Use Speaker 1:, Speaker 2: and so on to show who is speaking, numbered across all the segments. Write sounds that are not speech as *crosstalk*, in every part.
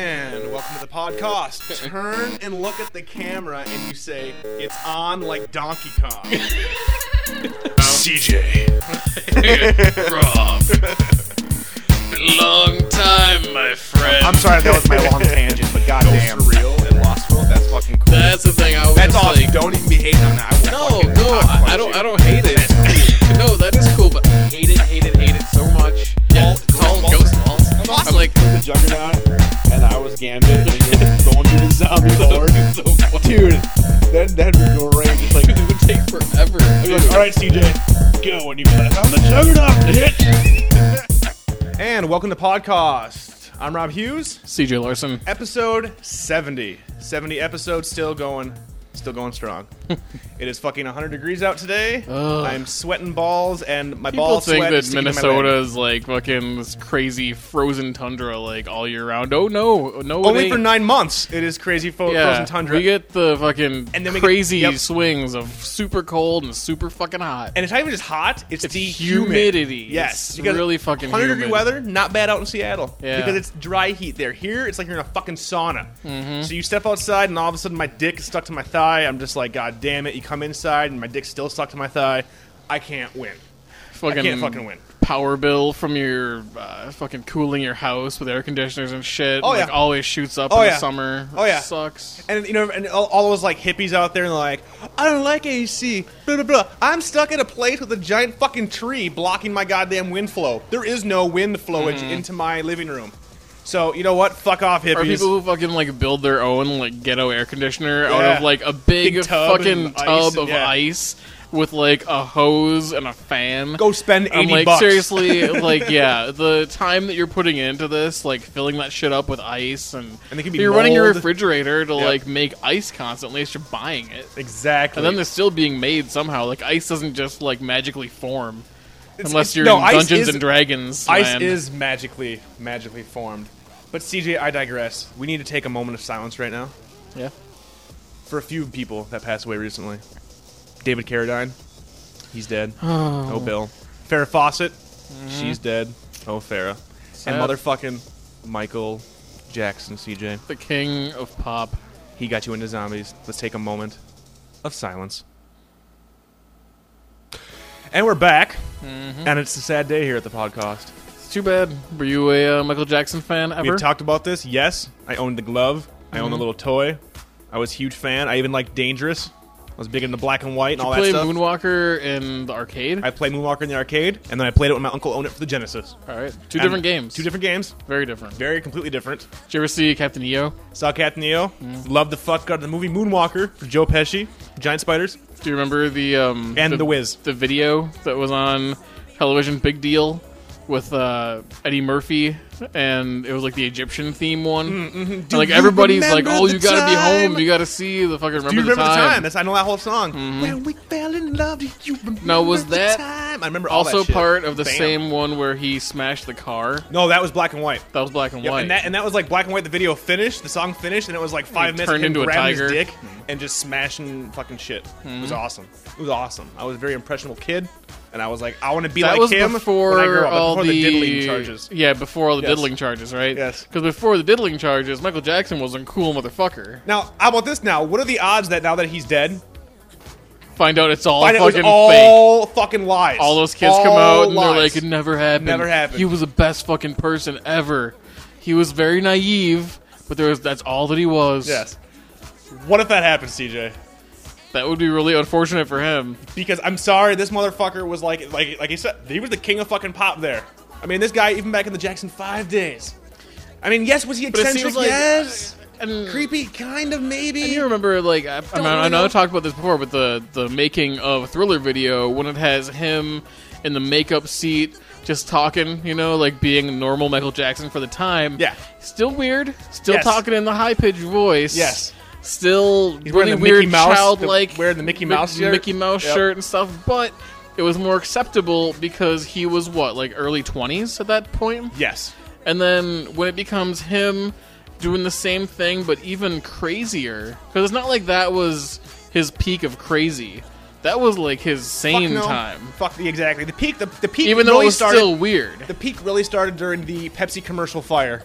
Speaker 1: welcome to the
Speaker 2: *laughs*
Speaker 1: podcast. Turn and look at the camera and you say, it's on like Donkey
Speaker 2: *laughs*
Speaker 1: Kong.
Speaker 2: CJ. Rob. Long time, my friend.
Speaker 3: I'm sorry that was my long tangent, but goddamn.
Speaker 1: Surreal and Lost World, that's fucking cool.
Speaker 2: That's the thing I was
Speaker 1: That's awesome.
Speaker 2: like.
Speaker 1: Don't even be hating on that. I will
Speaker 2: No,
Speaker 1: fucking
Speaker 2: no,
Speaker 1: cock
Speaker 2: I, I
Speaker 1: punch
Speaker 2: don't.
Speaker 1: you.
Speaker 2: I don't hate it. no, that is cool, but I hate it, hate it, hate it so much. Yeah, call it ghost balls. I'm like,
Speaker 4: the Juggernaut, and I was Gambit, and he was going through
Speaker 2: *laughs*
Speaker 4: the zombie lord.
Speaker 2: so fucking
Speaker 4: Dude, that, that'd be great. Just like,
Speaker 2: it would take forever.
Speaker 4: like alright, CJ, go, and you'd be like, I'm the Juggernaut, bitch!
Speaker 1: *laughs*
Speaker 2: *laughs*
Speaker 1: And welcome to podcast. I'm Rob Hughes.
Speaker 2: CJ Larson.
Speaker 1: Episode 70. 70 episodes still going still going
Speaker 2: *laughs*
Speaker 1: strong. it is fucking 100 degrees out today.
Speaker 2: Ugh.
Speaker 1: I'm sweating balls and my
Speaker 2: People
Speaker 1: balls
Speaker 2: think
Speaker 1: sweat is
Speaker 2: that
Speaker 1: sticking to my leg.
Speaker 2: Minnesota is like fucking this crazy frozen tundra like all year round. Oh no, no, it
Speaker 1: only
Speaker 2: ain't.
Speaker 1: for 9 months. It is crazy fo-
Speaker 2: yeah,
Speaker 1: frozen tundra.
Speaker 2: We get the fucking
Speaker 1: And then we get-
Speaker 2: crazy
Speaker 1: yep.
Speaker 2: swings of super cold and super fucking hot.
Speaker 1: and it's not even just hot, it's,
Speaker 2: It's
Speaker 1: the
Speaker 2: humidity.
Speaker 1: humid. Yes,
Speaker 2: It's
Speaker 1: because
Speaker 2: really fucking
Speaker 1: 100 degree
Speaker 2: humid.
Speaker 1: weather, not bad out in Seattle
Speaker 2: Yeah.
Speaker 1: because it's dry heat there. Here, it's like you're in a fucking sauna.
Speaker 2: Mm-hmm.
Speaker 1: So you step outside, and all of a sudden my dick is stuck to my thigh. I'm just like, God damn it! You come inside, and my dick's still stuck to my thigh. I can't win.
Speaker 2: fucking,
Speaker 1: I can't fucking win.
Speaker 2: Power bill from your uh, fucking cooling your house with air conditioners and shit.
Speaker 1: Oh,
Speaker 2: like,
Speaker 1: yeah.
Speaker 2: always shoots up
Speaker 1: Oh,
Speaker 2: in
Speaker 1: yeah.
Speaker 2: the summer.
Speaker 1: Oh, yeah.
Speaker 2: sucks.
Speaker 1: And you know, and all, all those like hippies out there, and like, I don't like AC. Blah blah blah. I'm stuck in a place with a giant fucking tree blocking my goddamn wind flow. There is no wind flowage into my living room. So you know what? Fuck off, hippies.
Speaker 2: Or people who fucking like build their own like ghetto air conditioner out
Speaker 1: Yeah.
Speaker 2: of like a big,
Speaker 1: Big tub
Speaker 2: fucking
Speaker 1: and ice
Speaker 2: tub
Speaker 1: and-
Speaker 2: of
Speaker 1: yeah.
Speaker 2: ice with like a hose and a fan.
Speaker 1: go spend 80
Speaker 2: I'm like
Speaker 1: bucks. *laughs*
Speaker 2: seriously, like yeah, the time that you're putting into this, like filling that shit up with ice, and,
Speaker 1: And they can be
Speaker 2: you're running your
Speaker 1: mold.
Speaker 2: refrigerator to
Speaker 1: Yep.
Speaker 2: like make ice constantly. It's you're buying it,
Speaker 1: Exactly.
Speaker 2: and then they're still being made somehow. Like ice doesn't just like magically form,
Speaker 1: it's-
Speaker 2: unless you're
Speaker 1: no,
Speaker 2: in
Speaker 1: ice
Speaker 2: Dungeons
Speaker 1: is-
Speaker 2: and Dragons.
Speaker 1: ice
Speaker 2: land.
Speaker 1: is magically, magically formed. But CJ, I digress. We need to take a moment of silence right now
Speaker 2: yeah.
Speaker 1: for a few people that passed away recently. David Carradine, he's dead. Oh, Bill. Farrah Fawcett, she's dead. Oh, Farrah.
Speaker 2: Mm-hmm. Sad.
Speaker 1: And motherfucking Michael Jackson, CJ.
Speaker 2: The king of pop.
Speaker 1: He got you into zombies. Let's take a moment of silence. And we're back.
Speaker 2: Mm-hmm.
Speaker 1: And it's a sad day here at the podcast.
Speaker 2: It's too bad. Were you a uh, Michael Jackson fan ever?
Speaker 1: We've talked about this. Yes, I owned the glove. I owned the
Speaker 2: Mm-hmm.
Speaker 1: little toy. I was a huge fan. I even liked Dangerous. I was big into black and white and all that
Speaker 2: Play
Speaker 1: stuff.
Speaker 2: Moonwalker in the arcade.
Speaker 1: I played Moonwalker in the arcade, and then I played it when my uncle owned it for the Genesis.
Speaker 2: All right, two
Speaker 1: And-
Speaker 2: different games.
Speaker 1: Two different games.
Speaker 2: very different. Did
Speaker 1: Very completely different.
Speaker 2: you ever see Captain E EO?
Speaker 1: Saw Captain Neo. Loved the fuck out of the movie Moonwalker for Joe Pesci. Giant spiders.
Speaker 2: Do you remember the um
Speaker 1: And The Wiz.
Speaker 2: the video that was on television, Big Deal, with uh, Eddie Murphy, and it was like the Egyptian theme one. And, like
Speaker 1: Mm, mm-hmm. you
Speaker 2: everybody's like,
Speaker 1: remember
Speaker 2: "Oh,
Speaker 1: the
Speaker 2: you gotta be
Speaker 1: time?"
Speaker 2: home. You gotta see the fucking remember,
Speaker 1: Do you remember
Speaker 2: the, time. Mm-hmm.
Speaker 1: That's, I know that whole song. When we fell in love, do you remember
Speaker 2: Now, was
Speaker 1: the
Speaker 2: that
Speaker 1: time? I remember all that
Speaker 2: Also
Speaker 1: shit.
Speaker 2: part of the
Speaker 1: Bam.
Speaker 2: same one where he smashed the car.
Speaker 1: No, that was black and white.
Speaker 2: That was black and
Speaker 1: Yep,
Speaker 2: white.
Speaker 1: and that and that was like black and white. The video finished, the song finished, and it was like five
Speaker 2: He
Speaker 1: minutes. of
Speaker 2: turned
Speaker 1: him
Speaker 2: into a
Speaker 1: grabbing
Speaker 2: tiger. Hmm.
Speaker 1: His dick and just smashing fucking shit. It was awesome. It was awesome. I was a very impressionable kid, and I was like, I want to be
Speaker 2: That
Speaker 1: like
Speaker 2: was
Speaker 1: him
Speaker 2: before
Speaker 1: when I grew up.
Speaker 2: all
Speaker 1: before
Speaker 2: the,
Speaker 1: diddling charges.
Speaker 2: Yeah, before all the
Speaker 1: Yes.
Speaker 2: diddling charges, right?
Speaker 1: Yes.
Speaker 2: Because before the diddling charges, Michael Jackson was a cool motherfucker.
Speaker 1: Now, how about this? Now, what are the odds that now that he's dead,
Speaker 2: Find out it's all
Speaker 1: find out it was
Speaker 2: fucking fake.
Speaker 1: all fucking lies?
Speaker 2: all those kids come
Speaker 1: All
Speaker 2: out and they're
Speaker 1: lies.
Speaker 2: like, it never happened.
Speaker 1: Never happened.
Speaker 2: He was the best fucking person ever. He was very naive, but there was that's all that he was.
Speaker 1: yes. What if that happens, CJ?
Speaker 2: That would be really unfortunate for him.
Speaker 1: Because I'm sorry, this motherfucker was like, like, like he said, he was the king of fucking pop there. I mean, this guy even back in the Jackson Five days. I mean, yes, was he
Speaker 2: But it
Speaker 1: eccentric?
Speaker 2: seems like
Speaker 1: yes.
Speaker 2: and
Speaker 1: creepy, kind of maybe.
Speaker 2: And you remember, like, I, I, mean, I
Speaker 1: really
Speaker 2: know
Speaker 1: know.
Speaker 2: I talked about this before, but the the making of Thriller video when it has him in the makeup seat just talking, you know, like being normal Michael Jackson for the time.
Speaker 1: Yeah.
Speaker 2: still weird, still
Speaker 1: Yes.
Speaker 2: talking in the high pitched voice.
Speaker 1: Yes.
Speaker 2: still really
Speaker 1: wearing the Mickey
Speaker 2: weird,
Speaker 1: Mouse-
Speaker 2: childlike,
Speaker 1: the- wearing the Mickey
Speaker 2: Mi-
Speaker 1: Mouse shirt.
Speaker 2: Mickey Mouse
Speaker 1: Yep.
Speaker 2: shirt and stuff, but. It was more acceptable because he was what, like early twenties at that point.
Speaker 1: yes.
Speaker 2: And then when it becomes him doing the same thing, but even crazier, because it's not like that was his peak of crazy. That was like his sane
Speaker 1: Fuck no.
Speaker 2: time.
Speaker 1: Fuck the exactly. The peak. The, the peak.
Speaker 2: Even though
Speaker 1: really
Speaker 2: it was
Speaker 1: started,
Speaker 2: still weird.
Speaker 1: the peak really started during the Pepsi commercial fire.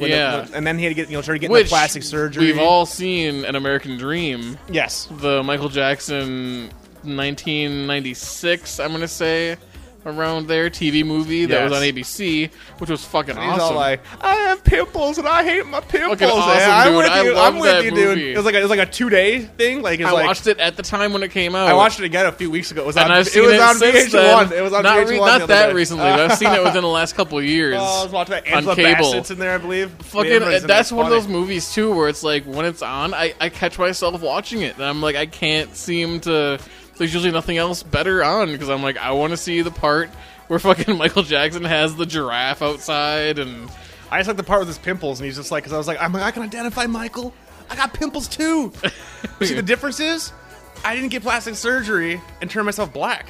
Speaker 1: With
Speaker 2: Yeah.
Speaker 1: the- and then he had to get you know try to get
Speaker 2: Which
Speaker 1: into plastic surgery.
Speaker 2: We've all seen an American Dream,
Speaker 1: yes.
Speaker 2: the Michael Jackson 1996, I'm gonna say, around there TV movie that was
Speaker 1: Yes.
Speaker 2: on ABC, which was fucking
Speaker 1: He's
Speaker 2: awesome.
Speaker 1: all like, I have pimples and I hate my pimples.
Speaker 2: Fucking awesome,
Speaker 1: man. I'm
Speaker 2: dude.
Speaker 1: with
Speaker 2: I
Speaker 1: you.
Speaker 2: love
Speaker 1: I'm with
Speaker 2: that
Speaker 1: you,
Speaker 2: movie.
Speaker 1: dude. It was like a, it was like a two day thing. Like it's
Speaker 2: I
Speaker 1: like
Speaker 2: watched it at the time when it came out.
Speaker 1: I watched it again a few weeks ago. It was on,
Speaker 2: Oh. and I've
Speaker 1: it
Speaker 2: seen
Speaker 1: was
Speaker 2: it
Speaker 1: on
Speaker 2: since
Speaker 1: VH1.
Speaker 2: then.
Speaker 1: It was on
Speaker 2: not,
Speaker 1: VH1.
Speaker 2: re-
Speaker 1: the
Speaker 2: not
Speaker 1: other
Speaker 2: that
Speaker 1: day. *laughs*
Speaker 2: recently, but I've seen it within the last couple of years.
Speaker 1: Oh, I was watching that.
Speaker 2: on
Speaker 1: Angela
Speaker 2: cable.
Speaker 1: Bassett's in there, I believe.
Speaker 2: Fucking,
Speaker 1: Whatever, it's in
Speaker 2: that's
Speaker 1: there.
Speaker 2: one of those
Speaker 1: Funny.
Speaker 2: movies too, where it's like when it's on, I, I catch myself watching it, and I'm like, I can't seem to. There's usually nothing else better on because I'm like, I want to see the part where *laughs* fucking Michael Jackson has the giraffe outside, and
Speaker 1: I just like the part with his pimples, and he's just like, because I was like, I'm like, I can identify Michael. I got pimples
Speaker 2: *laughs*
Speaker 1: too. But see, the difference is, I didn't get plastic surgery and turn myself black.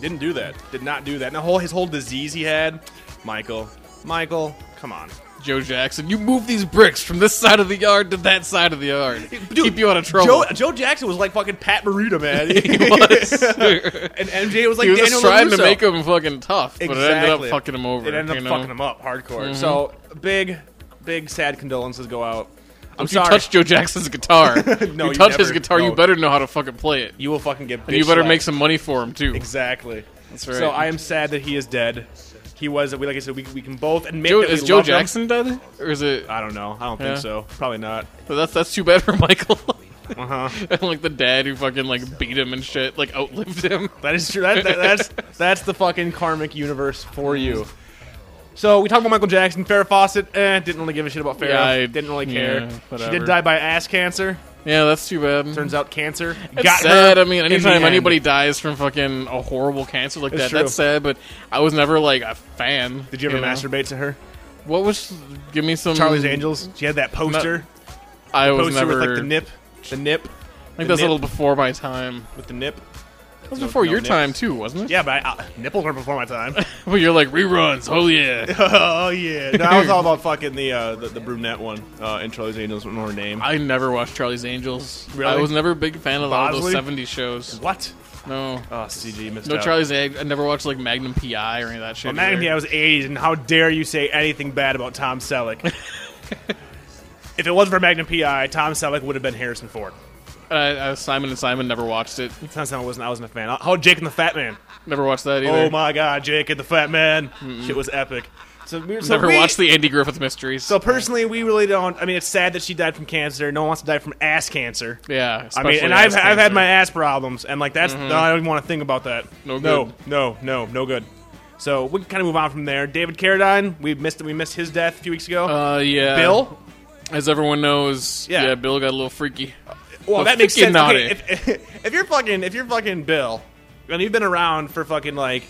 Speaker 1: Didn't do that. Did not do that. And the whole his whole disease he had, Michael, Michael, come on.
Speaker 2: Joe Jackson, you move these bricks from this side of the yard to that side of the yard,
Speaker 1: Dude,
Speaker 2: keep you out of trouble. *laughs*
Speaker 1: Joe, Joe Jackson was like fucking Pat Morita, man.
Speaker 2: he
Speaker 1: *laughs*
Speaker 2: was.
Speaker 1: and MJ was like
Speaker 2: he was
Speaker 1: Daniel
Speaker 2: just trying to
Speaker 1: LaRusso.
Speaker 2: make him fucking tough, but it ended up
Speaker 1: Exactly.
Speaker 2: fucking him over.
Speaker 1: It ended up
Speaker 2: you know? Mm-hmm.
Speaker 1: fucking him up hardcore. So big, big sad condolences go out. I'm
Speaker 2: if
Speaker 1: sorry.
Speaker 2: you touch Joe Jackson's guitar,
Speaker 1: *laughs* No,
Speaker 2: you
Speaker 1: you
Speaker 2: touch his
Speaker 1: never-
Speaker 2: guitar, you
Speaker 1: no.
Speaker 2: better know how to fucking play it.
Speaker 1: you will fucking get.
Speaker 2: And you better
Speaker 1: bitch
Speaker 2: make
Speaker 1: slapped.
Speaker 2: some money for him too.
Speaker 1: Exactly.
Speaker 2: That's right.
Speaker 1: So I am sad that he is dead. He was. We like I said. We, we can both admit
Speaker 2: Joe,
Speaker 1: that we
Speaker 2: is Joe
Speaker 1: loved him.
Speaker 2: Jackson dead, or is it?
Speaker 1: I don't know. I don't
Speaker 2: Yeah.
Speaker 1: think so. Probably not.
Speaker 2: That's that's too bad for *laughs* Michael.
Speaker 1: Uh huh.
Speaker 2: and like the dad who fucking like beat him and shit, like outlived him.
Speaker 1: That is true. That, that,
Speaker 2: *laughs*
Speaker 1: that's that's the fucking karmic universe for you. So we talked about Michael Jackson, Farrah Fawcett. Eh, didn't really give a shit about Farrah.
Speaker 2: Yeah, I-
Speaker 1: didn't really
Speaker 2: yeah,
Speaker 1: care. she
Speaker 2: whatever.
Speaker 1: did die by ass cancer.
Speaker 2: Yeah, that's too bad.
Speaker 1: Turns out cancer
Speaker 2: It's
Speaker 1: got
Speaker 2: sad.
Speaker 1: her.
Speaker 2: I mean,
Speaker 1: in the
Speaker 2: anytime
Speaker 1: end.
Speaker 2: anybody dies from fucking a horrible cancer like
Speaker 1: It's
Speaker 2: that,
Speaker 1: true.
Speaker 2: that's sad. But I was never like a fan.
Speaker 1: Did you ever
Speaker 2: know?
Speaker 1: masturbate to her?
Speaker 2: What was? Give me some
Speaker 1: Charlie's Angels. She had that poster.
Speaker 2: I was
Speaker 1: poster
Speaker 2: never.
Speaker 1: with like the nip, the nip,
Speaker 2: I think
Speaker 1: the
Speaker 2: that's a
Speaker 1: nip.
Speaker 2: little before my time.
Speaker 1: with the nip.
Speaker 2: That was before
Speaker 1: no
Speaker 2: your
Speaker 1: nips.
Speaker 2: time too, wasn't it?
Speaker 1: Yeah, but I, I, nipples were before my
Speaker 2: *laughs*
Speaker 1: time.
Speaker 2: Well, you're like reruns. Oh yeah.
Speaker 1: oh *laughs* yeah, no, I was all about fucking the uh, the, the brunette one uh, in Charlie's Angels. Don't know her name.
Speaker 2: I never watched Charlie's Angels.
Speaker 1: Really?
Speaker 2: I was never a big fan of all those
Speaker 1: Bosley?
Speaker 2: '70s shows.
Speaker 1: what?
Speaker 2: No,
Speaker 1: Oh, CG missed
Speaker 2: no
Speaker 1: out.
Speaker 2: Charlie's Angels. I never watched like Magnum PI or any of that shit.
Speaker 1: Imagine
Speaker 2: either.
Speaker 1: I was '80s, and how dare you say anything bad about Tom
Speaker 2: *laughs*
Speaker 1: Selleck? if it wasn't for Magnum PI, Tom Selleck would have been Harrison Ford.
Speaker 2: I, I, Simon and Simon never watched it.
Speaker 1: Tom Selleck wasn't. I wasn't a fan. How Jake and the Fat Man.
Speaker 2: Never watched that either.
Speaker 1: Oh my God, Jake and the Fat Man. Shit was epic. So, we- so
Speaker 2: Never
Speaker 1: we-
Speaker 2: watched the Andy Griffith Mysteries.
Speaker 1: So personally, we really don't. I mean, it's sad that she died from cancer. No one wants to die from ass cancer.
Speaker 2: yeah,
Speaker 1: I mean,
Speaker 2: especially
Speaker 1: and I've,
Speaker 2: ass
Speaker 1: I've had
Speaker 2: cancer. Mm-hmm.
Speaker 1: my ass problems, and like that's no, I don't even want to think about that.
Speaker 2: No
Speaker 1: no,
Speaker 2: good.
Speaker 1: no, no, no good. So we can kind of move on from there. David Carradine, we missed we missed his death a few weeks ago.
Speaker 2: Uh, yeah.
Speaker 1: Bill,
Speaker 2: as everyone knows,
Speaker 1: Yeah.
Speaker 2: yeah, Bill got a little freaky. *laughs*
Speaker 1: well,
Speaker 2: well,
Speaker 1: that makes
Speaker 2: fucking
Speaker 1: sense. Okay,
Speaker 2: naughty.
Speaker 1: if, if you're fucking if you're fucking Bill, and you've been around for fucking like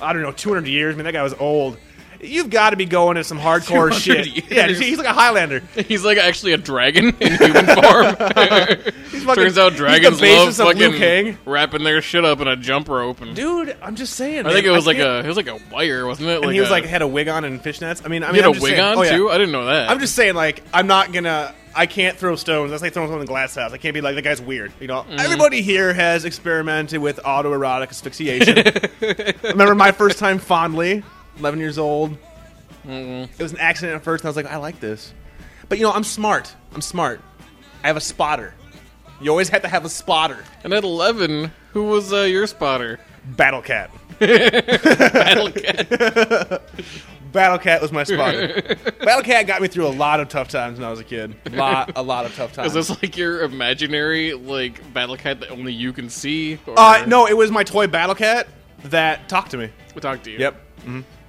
Speaker 1: I don't know 200 years. I mean, that guy was old. You've got to be going to some
Speaker 2: *laughs*
Speaker 1: hardcore
Speaker 2: 200
Speaker 1: shit.
Speaker 2: years.
Speaker 1: Yeah, he's like a
Speaker 2: *laughs*
Speaker 1: Highlander.
Speaker 2: He's like actually a dragon *laughs* in human form.
Speaker 1: *laughs* He's fucking,
Speaker 2: Turns out
Speaker 1: he's
Speaker 2: dragons
Speaker 1: the
Speaker 2: love
Speaker 1: basis of Liu
Speaker 2: fucking
Speaker 1: Kang.
Speaker 2: wrapping their shit up in a jump rope and
Speaker 1: Dude, I'm just saying.
Speaker 2: I think it was like a it was like a wire, wasn't it? Like
Speaker 1: And he was
Speaker 2: a,
Speaker 1: like had a wig on and fishnets. I mean, I mean,
Speaker 2: he had
Speaker 1: I'm
Speaker 2: a
Speaker 1: just
Speaker 2: wig
Speaker 1: saying,
Speaker 2: on
Speaker 1: oh, yeah.
Speaker 2: too. I didn't know that.
Speaker 1: I'm just saying, like, I'm not gonna. I can't throw stones. That's like throwing someone in a glass house. I can't be like, that guy's weird. You know, everybody here has experimented with autoerotic asphyxiation. I remember my first time fondly, 11 years old. It was an accident at first, and I was like, I like this. But you know, I'm smart. I'm smart. I have a spotter. You always have to have a spotter.
Speaker 2: and at eleven, who was uh, your spotter?
Speaker 1: Battle
Speaker 2: *laughs*
Speaker 1: Cat.
Speaker 2: Battle Cat.
Speaker 1: Battle Cat was my
Speaker 2: *laughs*
Speaker 1: spotter. Battle Cat got me through a lot of tough times when I was a kid. A lot, a lot of tough times.
Speaker 2: *laughs* Is this like your imaginary like Battle Cat that only you can see? Or
Speaker 1: Uh, no, it was my toy Battle Cat that talked to me.
Speaker 2: We talk to you.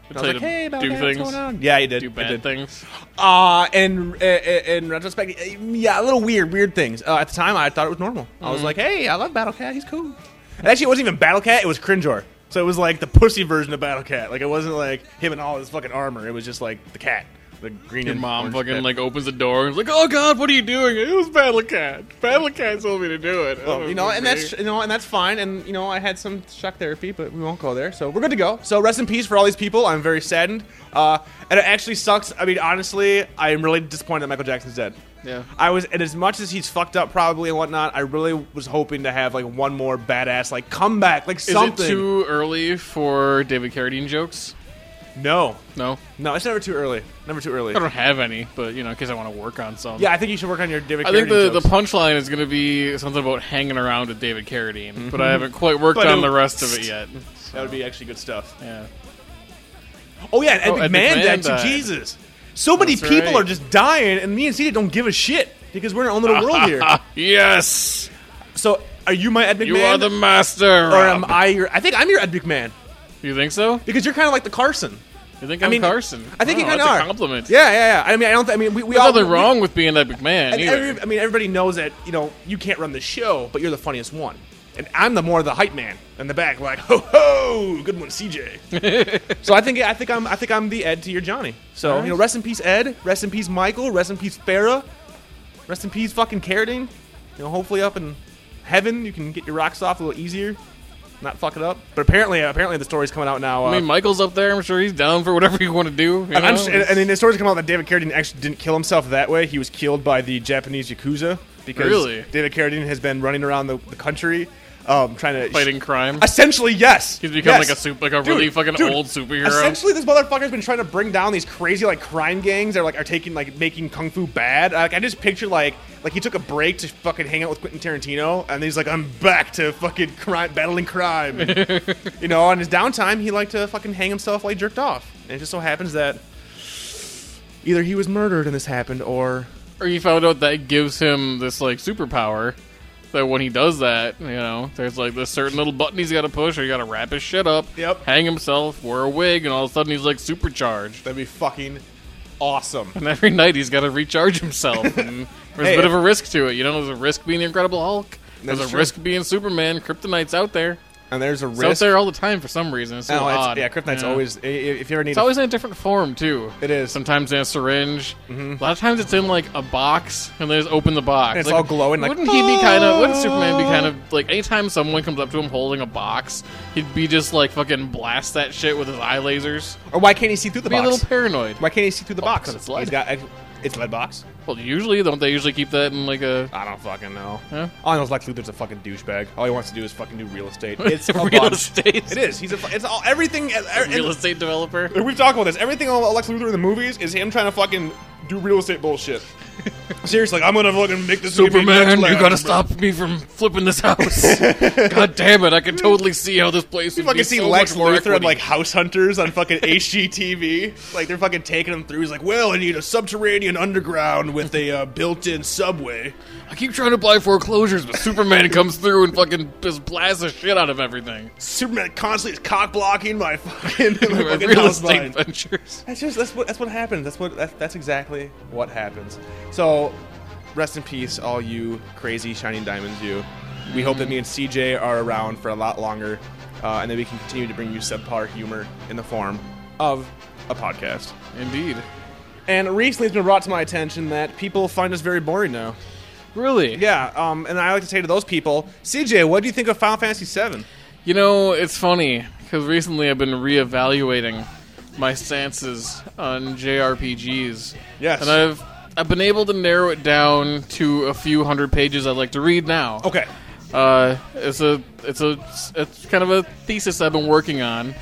Speaker 1: I
Speaker 2: Tell
Speaker 1: was
Speaker 2: you
Speaker 1: like,
Speaker 2: to
Speaker 1: "Hey, Battle
Speaker 2: do
Speaker 1: Cat,
Speaker 2: things,
Speaker 1: what's going on?" Yeah, he did.
Speaker 2: do
Speaker 1: It
Speaker 2: bad
Speaker 1: did.
Speaker 2: things.
Speaker 1: Uh, and uh, in retrospect, uh, yeah, a little weird, weird things. Uh, at the time, I thought it was normal. I
Speaker 2: Mm-hmm.
Speaker 1: was like, "Hey, I love Battle Cat. He's cool." And actually, it wasn't even Battle Cat. It was Cringeor. So it was like the pussy version of Battle Cat. Like it wasn't like him in all his fucking armor. It was just like the cat, the green
Speaker 2: Your
Speaker 1: and
Speaker 2: mom
Speaker 1: orange
Speaker 2: fucking
Speaker 1: cat.
Speaker 2: like opens the door and is like, "Oh God, what are you doing?" It was Battle Cat. Battle Cat told me to do it. Oh, I
Speaker 1: Well,
Speaker 2: don't
Speaker 1: you know, and
Speaker 2: agree.
Speaker 1: that's you know, and that's fine. And you know, I had some shock therapy, but we won't go there. So we're good to go. So rest in peace for all these people. I'm very saddened, uh, and it actually sucks. I mean, honestly, I'm really disappointed that Michael Jackson's dead.
Speaker 2: Yeah.
Speaker 1: I was, and as much as he's fucked up probably and whatnot, I really was hoping to have like one more badass like comeback, like
Speaker 2: Is
Speaker 1: something.
Speaker 2: it too early for David Carradine jokes?
Speaker 1: No,
Speaker 2: No,
Speaker 1: no, it's never too early. Never too early.
Speaker 2: I don't have any, but you know, in case I want to work on some.
Speaker 1: Yeah, I think you should work on your David.
Speaker 2: I think the,
Speaker 1: Carradine
Speaker 2: the
Speaker 1: jokes.
Speaker 2: punchline is going to be something about hanging around with David Carradine, Mm-hmm. but I haven't quite worked
Speaker 1: But
Speaker 2: on
Speaker 1: it-
Speaker 2: the rest of it yet.
Speaker 1: that would be actually good stuff.
Speaker 2: Yeah.
Speaker 1: Oh yeah, and
Speaker 2: Oh,
Speaker 1: Ed
Speaker 2: Ed
Speaker 1: McMahon
Speaker 2: McMahon
Speaker 1: died too.
Speaker 2: died.
Speaker 1: Jesus, so many
Speaker 2: That's
Speaker 1: people
Speaker 2: right.
Speaker 1: are just dying, and me and Cena don't give a shit because we're in our own little world
Speaker 2: *laughs*
Speaker 1: here.
Speaker 2: Yes,
Speaker 1: So, are you my Ed McMahon?
Speaker 2: you are the master.
Speaker 1: or am
Speaker 2: Rob.
Speaker 1: I your? I think I'm your Ed McMahon
Speaker 2: you think so?
Speaker 1: because you're kind of like the Carson.
Speaker 2: You think
Speaker 1: I
Speaker 2: I'm
Speaker 1: mean,
Speaker 2: Carson?
Speaker 1: I think you
Speaker 2: Wow,
Speaker 1: kind of
Speaker 2: Oh, that's
Speaker 1: are.
Speaker 2: a compliment.
Speaker 1: Yeah, yeah, yeah. I mean, I don't. Th- I mean, we, we all.
Speaker 2: There's nothing
Speaker 1: we-
Speaker 2: wrong with being that big man
Speaker 1: and
Speaker 2: either.
Speaker 1: every- I mean, everybody knows that you know you can't run the show, but you're the funniest one, and I'm the more the hype man in the back, like *laughs* ho ho, good one, CJ. so I think I think I'm I think I'm the Ed to your Johnny. So you know, rest in peace, Ed. Rest in peace, Michael. Rest in peace, Farah. Rest in peace, fucking Carradine. You know, hopefully up in heaven you can get your rocks off a little easier, not fuck it up. But apparently, apparently the story's coming out now. Uh,
Speaker 2: I mean, Michael's up there. I'm sure he's down for whatever you want to do. you
Speaker 1: and I'm
Speaker 2: know?
Speaker 1: just, and, and then the stories come out that David Carradine actually didn't kill himself that way. He was killed by the Japanese yakuza because
Speaker 2: Really?
Speaker 1: David Carradine has been running around the, the country, um, trying to
Speaker 2: fighting crime.
Speaker 1: Essentially, yes.
Speaker 2: He's become
Speaker 1: Yes.
Speaker 2: like a soup, like a
Speaker 1: Dude,
Speaker 2: really fucking
Speaker 1: dude,
Speaker 2: old superhero.
Speaker 1: Essentially, this motherfucker's been trying to bring down these crazy like crime gangs that are like are taking like making kung fu bad. Uh, Like I just picture like like he took a break to fucking hang out with Quentin Tarantino, and he's like, I'm back to fucking crime, battling
Speaker 2: *laughs*
Speaker 1: crime. you know, on his downtime, he liked to fucking hang himself while he jerked off, and it just so happens that either he was murdered and this happened, or
Speaker 2: or you found out that gives him this like superpower. That when he does that, you know, there's like this certain little button he's got to push, or you got to wrap his shit up,
Speaker 1: Yep.
Speaker 2: hang himself, wear a wig, and all of a sudden he's like supercharged. *laughs*
Speaker 1: that'd be fucking awesome.
Speaker 2: And every night he's got to recharge
Speaker 1: *laughs*
Speaker 2: himself. And there's
Speaker 1: Hey,
Speaker 2: a bit of
Speaker 1: uh,
Speaker 2: a risk to it, you know. There's a risk being the Incredible Hulk. There's
Speaker 1: That's
Speaker 2: a
Speaker 1: true.
Speaker 2: risk being Superman. Kryptonite's out there.
Speaker 1: And there's a risk.
Speaker 2: It's out there all the time for some reason. It's so
Speaker 1: Oh, it's-
Speaker 2: odd.
Speaker 1: yeah, Kryptonite's always i- i- if you ever need.
Speaker 2: It's always in a different form too.
Speaker 1: It is. Mm-hmm.
Speaker 2: Sometimes in a syringe. A lot of times it's in like a box, and they just open the box.
Speaker 1: And it's all glowing, like, "Oh!"
Speaker 2: wouldn't he be kind of? Wouldn't Superman be kind of like? Anytime someone comes up to him holding a box, he'd be just like fucking blast that shit with his eye lasers.
Speaker 1: or why can't he see through the
Speaker 2: Be a
Speaker 1: box?
Speaker 2: little paranoid.
Speaker 1: Why can't he see through the box?
Speaker 2: 'cause it's lead.
Speaker 1: He's got ex- it's lead box.
Speaker 2: Well, usually don't they usually keep that in like a
Speaker 1: I don't fucking know.
Speaker 2: Huh?
Speaker 1: All I know is Lex Luthor's a fucking douchebag. All he wants to do is fucking do real
Speaker 2: *laughs*
Speaker 1: estate. *laughs* It's a
Speaker 2: real
Speaker 1: bunch.
Speaker 2: estate?
Speaker 1: It is. He's a. fu- It's all everything. er-
Speaker 2: *laughs* real
Speaker 1: er-
Speaker 2: estate developer?
Speaker 1: er, We've talked about this. Everything on Lex Luthor in the movies is him trying to fucking do real estate bullshit.
Speaker 2: *laughs*
Speaker 1: Seriously, like, I'm gonna fucking make this.
Speaker 2: Superman, you gotta stop me from
Speaker 1: *laughs*
Speaker 2: flipping this house. God damn it! I can totally see how this place.
Speaker 1: You
Speaker 2: would be
Speaker 1: fucking see
Speaker 2: so
Speaker 1: Lex
Speaker 2: much more
Speaker 1: Luthor and
Speaker 2: equity.
Speaker 1: like House Hunters on fucking *laughs* HGTV. Like they're fucking taking him through. He's like, "Well, I need a subterranean underground with a uh, built-in subway."
Speaker 2: I keep trying to buy foreclosures, but Superman *laughs* comes through and fucking just blasts the shit out of everything.
Speaker 1: Superman constantly is cock blocking my *laughs* fucking, my fucking
Speaker 2: Real
Speaker 1: house
Speaker 2: estate
Speaker 1: line.
Speaker 2: ventures.
Speaker 1: That's just that's what that's what happens. That's what that's, that's exactly what happens. So, rest in peace, all you crazy shining diamonds. You. We hope that me and CJ are around for a lot longer, uh, and that we can continue to bring you subpar humor in the form of a podcast.
Speaker 2: Indeed.
Speaker 1: And recently, it's been brought to my attention that people find us very boring now.
Speaker 2: Really?
Speaker 1: Yeah, um, and I like to say to those people, CJ, what do you think of Final Fantasy VII?
Speaker 2: You know, it's funny, because recently I've been reevaluating my stances on JRPGs.
Speaker 1: Yes.
Speaker 2: And I've I've been able to narrow it down to a few hundred pages I'd like to read now.
Speaker 1: Okay,
Speaker 2: Uh, it's a it's a it's kind of a thesis I've been working on.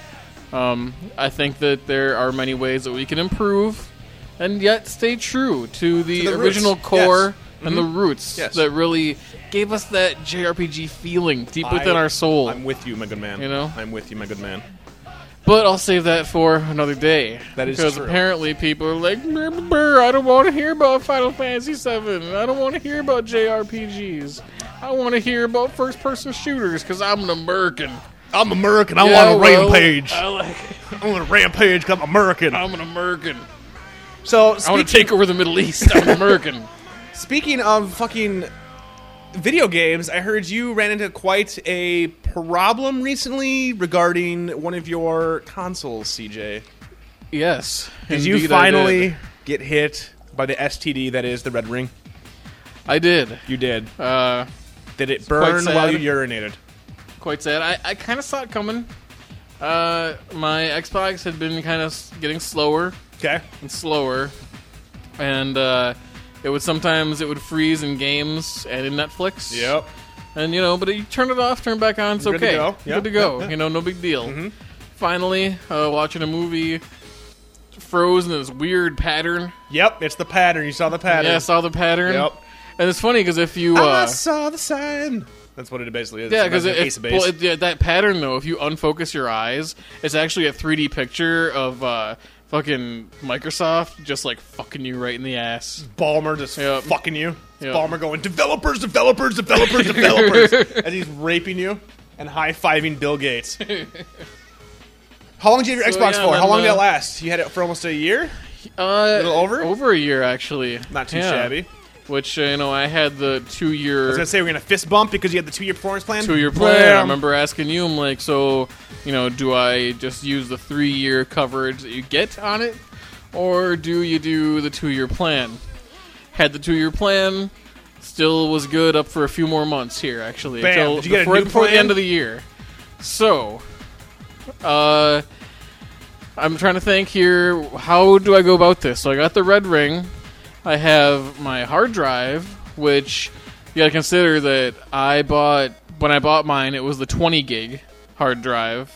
Speaker 2: Um, I think that there are many ways that we can improve, and yet stay true to the,
Speaker 1: To the
Speaker 2: original
Speaker 1: roots, Mm-hmm.
Speaker 2: core and the roots
Speaker 1: Yes.
Speaker 2: that really gave us that JRPG feeling deep within
Speaker 1: I-
Speaker 2: our soul.
Speaker 1: I'm with you, my good man.
Speaker 2: You know?
Speaker 1: I'm with you, my good man.
Speaker 2: But I'll save that for another day.
Speaker 1: That is
Speaker 2: because
Speaker 1: true.
Speaker 2: apparently people are like, "Brr, brr, brr, I don't want to hear about Final Fantasy VII. I don't want to hear about JRPGs. I want to hear about first-person shooters because I'm an American.
Speaker 1: I'm American. I
Speaker 2: Yeah,
Speaker 1: want a
Speaker 2: well,
Speaker 1: rampage.
Speaker 2: I like,
Speaker 1: I want a rampage because I'm American.
Speaker 2: I'm an
Speaker 1: *laughs*
Speaker 2: American.
Speaker 1: so
Speaker 2: I want
Speaker 1: speak,
Speaker 2: to take over the Middle East. I'm an
Speaker 1: *laughs*
Speaker 2: American.
Speaker 1: speaking of fucking video games, I heard you ran into quite a problem recently regarding one of your consoles, CJ.
Speaker 2: Yes.
Speaker 1: Did you finally get hit by the STD that is the red ring?
Speaker 2: I did.
Speaker 1: You did.
Speaker 2: Uh,
Speaker 1: Did it
Speaker 2: quite
Speaker 1: burn while you
Speaker 2: sad.
Speaker 1: urinated?
Speaker 2: quite sad. I, I kind of saw it coming. Uh, my Xbox had been kind of getting slower
Speaker 1: Okay.
Speaker 2: and slower, and uh, it would sometimes it would freeze in games and in Netflix. And you know, but you turn it off, turn it back on, it's
Speaker 1: Good to
Speaker 2: okay,
Speaker 1: go. Yeah, Mm-hmm.
Speaker 2: good to go. You know, no big deal. Finally, uh, watching a movie, froze in this weird pattern.
Speaker 1: Yep, it's the pattern. You saw the pattern.
Speaker 2: Yeah, I saw the pattern.
Speaker 1: Yep.
Speaker 2: And it's funny because if you,
Speaker 1: I
Speaker 2: uh,
Speaker 1: saw the sign. That's what it basically is.
Speaker 2: yeah,
Speaker 1: It's
Speaker 2: because
Speaker 1: an
Speaker 2: if
Speaker 1: ace of base.
Speaker 2: well, it, yeah, that pattern though, if you unfocus your eyes, it's actually a 3D picture of uh, fucking Microsoft just like fucking you right in the ass.
Speaker 1: Balmer just
Speaker 2: Yep.
Speaker 1: fucking you. It's
Speaker 2: Yep.
Speaker 1: Balmer going, developers, developers, developers,
Speaker 2: *laughs*
Speaker 1: developers. and he's raping you and high fiving Bill Gates. How long did you have your
Speaker 2: So,
Speaker 1: Xbox
Speaker 2: yeah, uh,
Speaker 1: for?
Speaker 2: then
Speaker 1: How long did
Speaker 2: the-
Speaker 1: it last? You had it for almost a year?
Speaker 2: Uh,
Speaker 1: little over?
Speaker 2: Over a year actually.
Speaker 1: Not too
Speaker 2: Yeah.
Speaker 1: shabby.
Speaker 2: Which uh, you know, I had the two
Speaker 1: I was
Speaker 2: year
Speaker 1: going to say, we're going to fist bump because you had the two year performance plan.
Speaker 2: two year plan. I remember asking you, I'm like, so you know, do I just use the three year coverage that you get on it, or do you do the two year plan? Had the two year plan, still was good up for a few more months here actually
Speaker 1: Bam.
Speaker 2: until
Speaker 1: Did you get a
Speaker 2: before,
Speaker 1: new
Speaker 2: before the
Speaker 1: plan?
Speaker 2: end of the year. So, uh. I'm trying to think here. How do I go about this? So I got the red ring. I have my hard drive, which you got to consider that I bought when I bought mine. It was the 20 gig hard drive.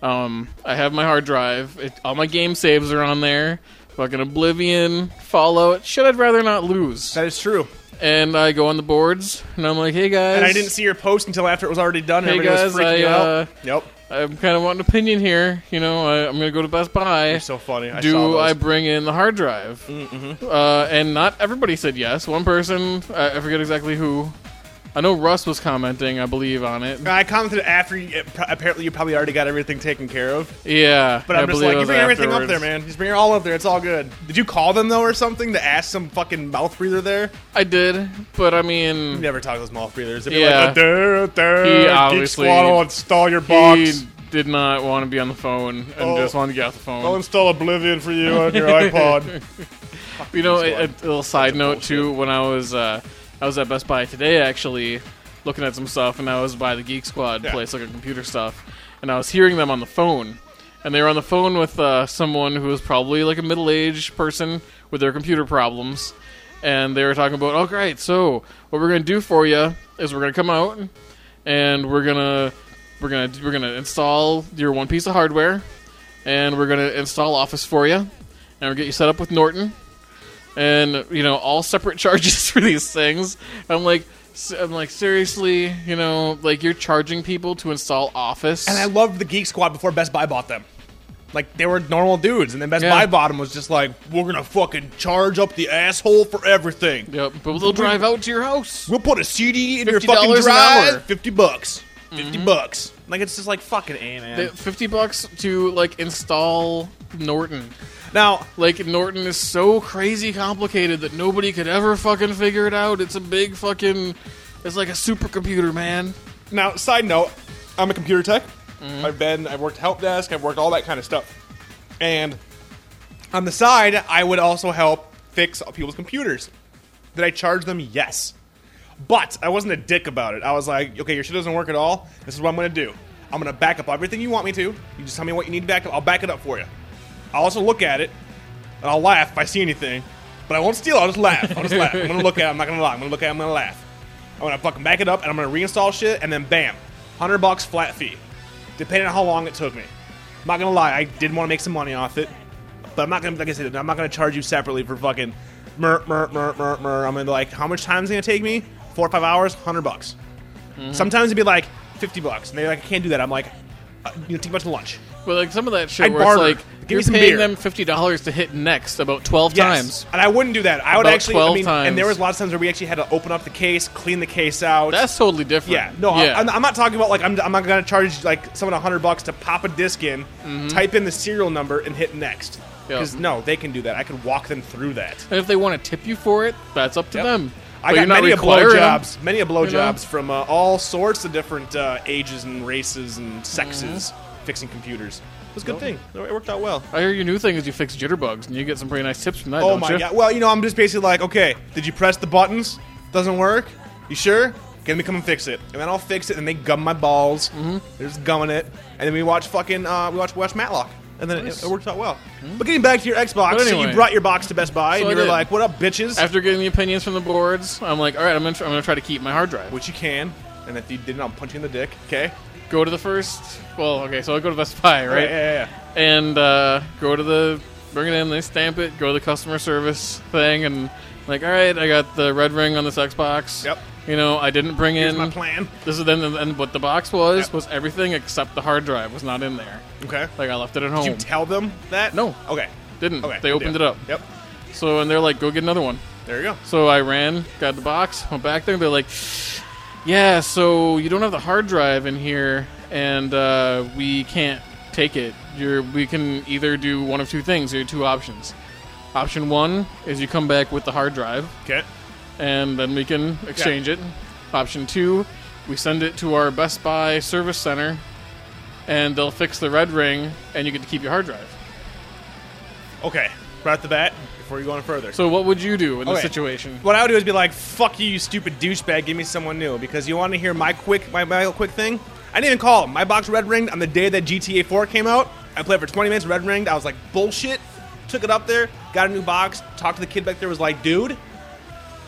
Speaker 2: Um, I have my hard drive. It, all my game saves are on there. Fucking Oblivion, Fallout, shit I'd rather not lose.
Speaker 1: That is true.
Speaker 2: And I go on the boards, and I'm like, hey guys,
Speaker 1: And I didn't see your post until after it was already done. And
Speaker 2: Hey,
Speaker 1: everybody was
Speaker 2: guys,
Speaker 1: freaking
Speaker 2: I,
Speaker 1: out.
Speaker 2: uh,
Speaker 1: Yep.
Speaker 2: I'm kind of wanting an opinion here. You know, I, I'm gonna go to Best Buy.
Speaker 1: So funny. I saw
Speaker 2: do
Speaker 1: those.
Speaker 2: I bring in the hard drive? Mm-hmm. Uh, and not everybody said yes. One person, I, I forget exactly who. I know Russ was commenting, I believe, on it.
Speaker 1: I commented after. You, apparently, you probably already got everything taken care of.
Speaker 2: Yeah,
Speaker 1: But
Speaker 2: I
Speaker 1: I'm just
Speaker 2: believe
Speaker 1: like,
Speaker 2: it
Speaker 1: you
Speaker 2: was
Speaker 1: bring everything up
Speaker 2: afterwards.
Speaker 1: there, man. Just bring it all up there. It's all good. Did you call them though, or something, to ask some fucking mouth breather there?
Speaker 2: I did, but I mean,
Speaker 1: You never talk to those mouth breathers. They'd be
Speaker 2: Yeah.
Speaker 1: like, "Uh, duh, duh,
Speaker 2: He
Speaker 1: Geek
Speaker 2: obviously-
Speaker 1: Squad, I'll install your
Speaker 2: he
Speaker 1: box.
Speaker 2: did not want to be on the phone and
Speaker 1: Oh.
Speaker 2: just wanted to get off the phone.
Speaker 1: I'll install Oblivion for you on
Speaker 2: *laughs*
Speaker 1: your iPod.
Speaker 2: You know,
Speaker 1: That's
Speaker 2: a,
Speaker 1: why.
Speaker 2: a little side note too. When I was uh, I was at Best Buy today, actually looking at some stuff, and I was by the Geek Squad
Speaker 1: Yeah.
Speaker 2: place, looking at computer stuff, and I was hearing them on the phone, and they were on the phone with uh, someone who was probably like a middle-aged person with their computer problems, and they were talking about, oh great, so what we're gonna do for you is we're gonna come out, and we're gonna we're gonna we're gonna install your one piece of hardware, and we're gonna install Office for you, and we'll get you set up with Norton and you know all separate *laughs* charges for these things. I'm like, s- I'm like seriously, you know, like you're charging people to install Office.
Speaker 1: and I loved the Geek Squad before Best Buy bought them. Like they were normal dudes, and then Best
Speaker 2: Yeah.
Speaker 1: Buy bought them was just like, we're gonna fucking charge up the asshole for everything.
Speaker 2: yep, but they'll drive out to your house.
Speaker 1: We'll put a CD in your
Speaker 2: $50
Speaker 1: fucking
Speaker 2: an
Speaker 1: drive.
Speaker 2: hour. Mm-hmm.
Speaker 1: Fifty bucks. 50 bucks. Like it's just like fucking a man.
Speaker 2: They- Fifty bucks to like install Norton.
Speaker 1: now
Speaker 2: Like Norton is so crazy complicated that nobody could ever fucking figure it out. It's a big fucking. It's like a supercomputer, man.
Speaker 1: Now, side note, I'm a computer tech. I've been, I've worked help desk, I've worked all that kind of stuff. And on the side, I would also help fix people's computers. Did I charge them? Yes. But I wasn't a dick about it. I was like, okay, your shit doesn't work at all. This is what I'm going to do. I'm going to back up everything you want me to. You just tell me what you need to back up. I'll back it up for you. I'll also look at it and I'll laugh if I see anything. But I won't steal. I'll just laugh. I'll just laugh. I'm going to look at it. I'm not going to lie. I'm going to look at it. I'm going to laugh. I'm gonna fucking back it up and I'm gonna reinstall shit and then bam, hundred bucks flat fee, depending on how long it took me. I'm not gonna lie, I did want to make some money off it, but I'm not gonna like I said, I'm not gonna charge you separately for fucking mer mer mer mer mer. I'm gonna be like, how much time is it gonna take me? Four or five hours, hundred bucks.
Speaker 2: Mm-hmm.
Speaker 1: Sometimes it'd be like fifty bucks, and they're like, I can't do that. I'm like, uh, you know, take me out to lunch.
Speaker 2: But like some of that shit
Speaker 1: I'd
Speaker 2: where
Speaker 1: barter.
Speaker 2: it's like
Speaker 1: Give me
Speaker 2: you're
Speaker 1: some
Speaker 2: paying
Speaker 1: beer.
Speaker 2: them fifty dollars to hit next about twelve times.
Speaker 1: and I wouldn't do that. I would
Speaker 2: About
Speaker 1: actually,
Speaker 2: 12
Speaker 1: I mean,
Speaker 2: times.
Speaker 1: and there was a lot of times where we actually had to open up the case, clean the case out.
Speaker 2: That's totally different.
Speaker 1: Yeah, no, I- I'm, I'm not talking about like I'm, I'm not gonna charge like someone a hundred bucks to pop a disc in,
Speaker 2: Mm-hmm.
Speaker 1: type in the serial number, and hit next.
Speaker 2: Yeah.
Speaker 1: Because no, they can do that. I could walk them through that.
Speaker 2: And if they want to tip you for it, that's up to
Speaker 1: Yep.
Speaker 2: them.
Speaker 1: I
Speaker 2: But
Speaker 1: got
Speaker 2: you're not
Speaker 1: many a
Speaker 2: requiring them.
Speaker 1: blowjobs, many a blowjobs from uh, all sorts of different uh, ages and races and sexes fixing computers. It was a good thing. It worked out well.
Speaker 2: I hear your new thing is you fix jitterbugs, and you get some pretty nice tips from that.
Speaker 1: Oh
Speaker 2: don't
Speaker 1: my
Speaker 2: you?
Speaker 1: god. Well, you know, I'm just basically like, okay, did you press the buttons? Doesn't work? You sure? Can we come and fix it? And then I'll fix it, and they gum my balls. Mm-hmm. They're just gumming it, and then we watch fucking uh, we watch Watch Matlock, and then it, it worked out well. But getting back to your Xbox,
Speaker 2: But
Speaker 1: so
Speaker 2: anyway.
Speaker 1: you brought your box to Best Buy,
Speaker 2: So
Speaker 1: and
Speaker 2: I
Speaker 1: you were
Speaker 2: did.
Speaker 1: like, "What up, bitches?"
Speaker 2: After getting the opinions from the boards, I'm like, all right, I'm gonna, tr- I'm gonna try to keep my hard drive.
Speaker 1: Which you can, and if you didn't, I'm punching the dick. Okay,
Speaker 2: Go to the first. Well, okay, so I go to Best Buy, right?
Speaker 1: Yeah, yeah, yeah.
Speaker 2: And uh, go to the bring it in, they stamp it, go to the customer service thing, and like, all right, I got the red ring on this Xbox.
Speaker 1: Yep.
Speaker 2: You know, I didn't bring
Speaker 1: Here's
Speaker 2: in
Speaker 1: my plan.
Speaker 2: This is then, and what the box was
Speaker 1: Yep.
Speaker 2: was everything except the hard drive was not in there.
Speaker 1: Okay.
Speaker 2: Like I left it at
Speaker 1: Did
Speaker 2: home.
Speaker 1: you tell them that?
Speaker 2: No.
Speaker 1: Okay.
Speaker 2: didn't.
Speaker 1: Okay.
Speaker 2: They
Speaker 1: good
Speaker 2: opened
Speaker 1: deal.
Speaker 2: it up.
Speaker 1: Yep.
Speaker 2: So and they're like, go get another one.
Speaker 1: There you go.
Speaker 2: So I ran, got the box, went back there, and they're like, "Yeah, so you don't have the hard drive in here, and uh, we can't take it. You're, we can either do one of two things. There are two options. Option one is you come back with the hard drive,
Speaker 1: Okay.
Speaker 2: and then we can exchange it. Option two, we send it to our Best Buy service center, and they'll fix the red ring, and you get to keep your hard drive.
Speaker 1: Okay. Right off the bat, before you go any further.
Speaker 2: So what would you do in this
Speaker 1: Okay.
Speaker 2: situation?
Speaker 1: What I would do is be like, "Fuck you, you stupid douchebag! Give me someone new." Because you want to hear my quick, my, my quick thing? I didn't even call him. My box red ringed on the day that GTA 4 came out. I played for 20 minutes, red ringed. I was like, "Bullshit!" Took it up there, got a new box. Talked to the kid back there. Was like, "Dude,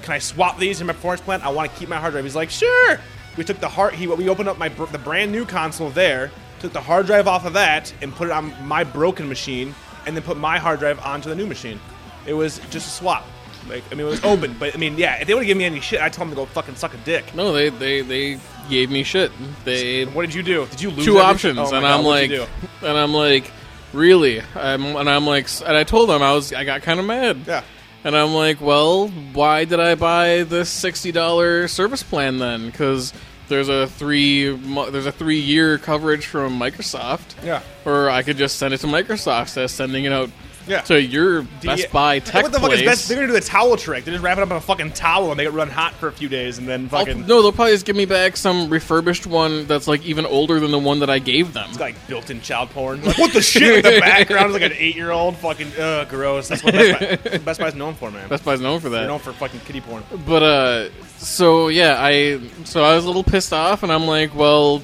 Speaker 1: can I swap these in my performance plan? I want to keep my hard drive." He's like, "Sure." We took the hard. He we opened up my br- the brand new console there. Took the hard drive off of that and put it on my broken machine, and then put my hard drive onto the new machine. It was just a swap. Like I mean, it was open, but I mean, yeah. If they would have given me any shit, I would tell them to go fucking suck a dick.
Speaker 2: No, they they they gave me shit. They
Speaker 1: And what did you do? Did you lose
Speaker 2: two
Speaker 1: everything?
Speaker 2: options,
Speaker 1: Oh my
Speaker 2: and
Speaker 1: God,
Speaker 2: I'm
Speaker 1: what'd
Speaker 2: like,
Speaker 1: you
Speaker 2: and I'm like, really? I'm, and I'm like, and I told them I was, I got kind of mad.
Speaker 1: do? yeah.
Speaker 2: And I'm like, well, why did I buy this sixty dollar service plan then? Because there's a three mo- there's a three year coverage from Microsoft.
Speaker 1: Yeah.
Speaker 2: Or I could just send it to Microsoft instead of sending it out
Speaker 1: Yeah.
Speaker 2: to your Best
Speaker 1: Yeah.
Speaker 2: Buy tech
Speaker 1: What the fuck
Speaker 2: place.
Speaker 1: is best? They're gonna do the towel trick. They just wrap it up in a fucking towel and make it run hot for a few days, and then
Speaker 2: I'll-
Speaker 1: fucking
Speaker 2: no, they'll probably just give me back some refurbished one that's like even older than the one that I gave them.
Speaker 1: like built-in child porn. Like, what the shit
Speaker 2: *laughs*
Speaker 1: in the background is like an eight-year-old fucking uh, gross. That's what Best, Buy, that's what Best Buy's known for, man.
Speaker 2: Best Buy's known for that.
Speaker 1: They're known for fucking kitty porn.
Speaker 2: But uh, so yeah, I so I was a little pissed off, and I'm like, well,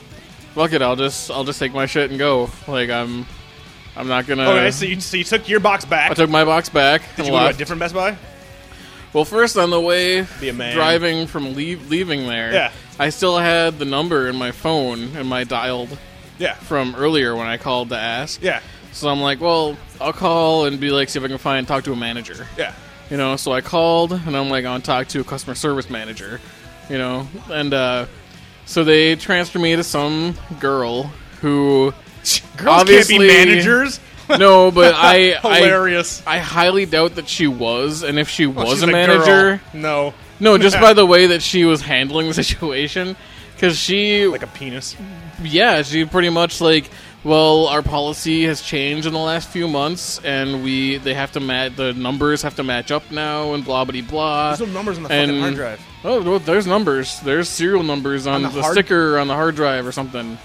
Speaker 2: fuck it, I'll just I'll just take my shit and go. Like I'm, I'm not gonna.
Speaker 1: Okay, so you so you took your box back.
Speaker 2: I took my box back.
Speaker 1: Did
Speaker 2: and
Speaker 1: you go to a
Speaker 2: left.
Speaker 1: different Best Buy?
Speaker 2: Well, first on the way
Speaker 1: Be a man.
Speaker 2: driving from leave, leaving there,
Speaker 1: Yeah.
Speaker 2: I still had the number in my phone and my dialed
Speaker 1: Yeah,
Speaker 2: from earlier when I called to ask.
Speaker 1: yeah,
Speaker 2: So I'm like, well, I'll call and be like, see if I can find talk to a manager.
Speaker 1: yeah.
Speaker 2: you know so i called and i'm like on talk to a customer service manager you know and uh, so they transferred me to some girl who
Speaker 1: *laughs* Girls
Speaker 2: obviously
Speaker 1: can't be managers. *laughs*
Speaker 2: no but i I,
Speaker 1: Hilarious.
Speaker 2: I highly doubt that she was and if she
Speaker 1: Oh,
Speaker 2: was
Speaker 1: she's
Speaker 2: a
Speaker 1: girl.
Speaker 2: manager
Speaker 1: No,
Speaker 2: no just
Speaker 1: *laughs*
Speaker 2: by the way that she was handling the situation because she
Speaker 1: like a penis.
Speaker 2: yeah, she pretty much like, well, our policy has changed in the last few months, and we they have to match the numbers have to match up now, and blah blah blah.
Speaker 1: There's no numbers on the
Speaker 2: and,
Speaker 1: fucking hard drive.
Speaker 2: Oh, well, there's numbers. There's serial numbers on,
Speaker 1: the
Speaker 2: the,
Speaker 1: hard-
Speaker 2: sticker on the hard drive or something.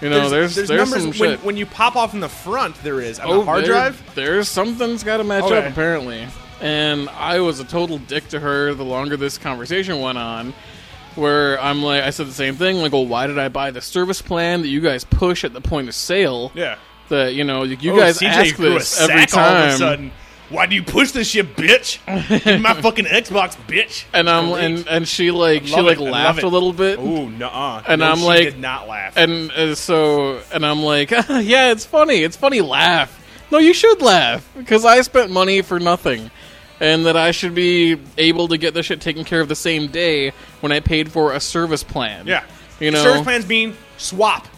Speaker 2: You know, there's there's, some
Speaker 1: when,
Speaker 2: shit.
Speaker 1: when you pop off in the front. There is on
Speaker 2: oh,
Speaker 1: the hard
Speaker 2: there-
Speaker 1: drive.
Speaker 2: There's something's got to match up
Speaker 1: Okay.
Speaker 2: apparently. And I was a total dick to her the longer this conversation went on. Where I'm like, I said the same thing, like, well, why did I buy the service plan that you guys push at the point of sale?
Speaker 1: Yeah.
Speaker 2: That you know, you you
Speaker 1: Oh,
Speaker 2: guys
Speaker 1: CJ
Speaker 2: ask
Speaker 1: grew a
Speaker 2: this every
Speaker 1: sack All of a
Speaker 2: time,
Speaker 1: sudden. Why do you push this shit,
Speaker 2: *laughs*
Speaker 1: bitch? Give me my fucking Xbox, bitch.
Speaker 2: and I'm and and she like she
Speaker 1: love
Speaker 2: like
Speaker 1: it, I love
Speaker 2: laughed a
Speaker 1: it.
Speaker 2: little bit,
Speaker 1: Ooh, nuh-uh.
Speaker 2: And
Speaker 1: No,
Speaker 2: I'm
Speaker 1: she
Speaker 2: like-
Speaker 1: did not laugh.
Speaker 2: and uh, so and I'm like, *laughs* yeah, it's funny, it's funny. Laugh. No, you should laugh because I spent money for nothing, and that I should be able to get this shit taken care of the same day when I paid for a service plan.
Speaker 1: yeah,
Speaker 2: you know, Mm-hmm.
Speaker 1: service plans mean swap.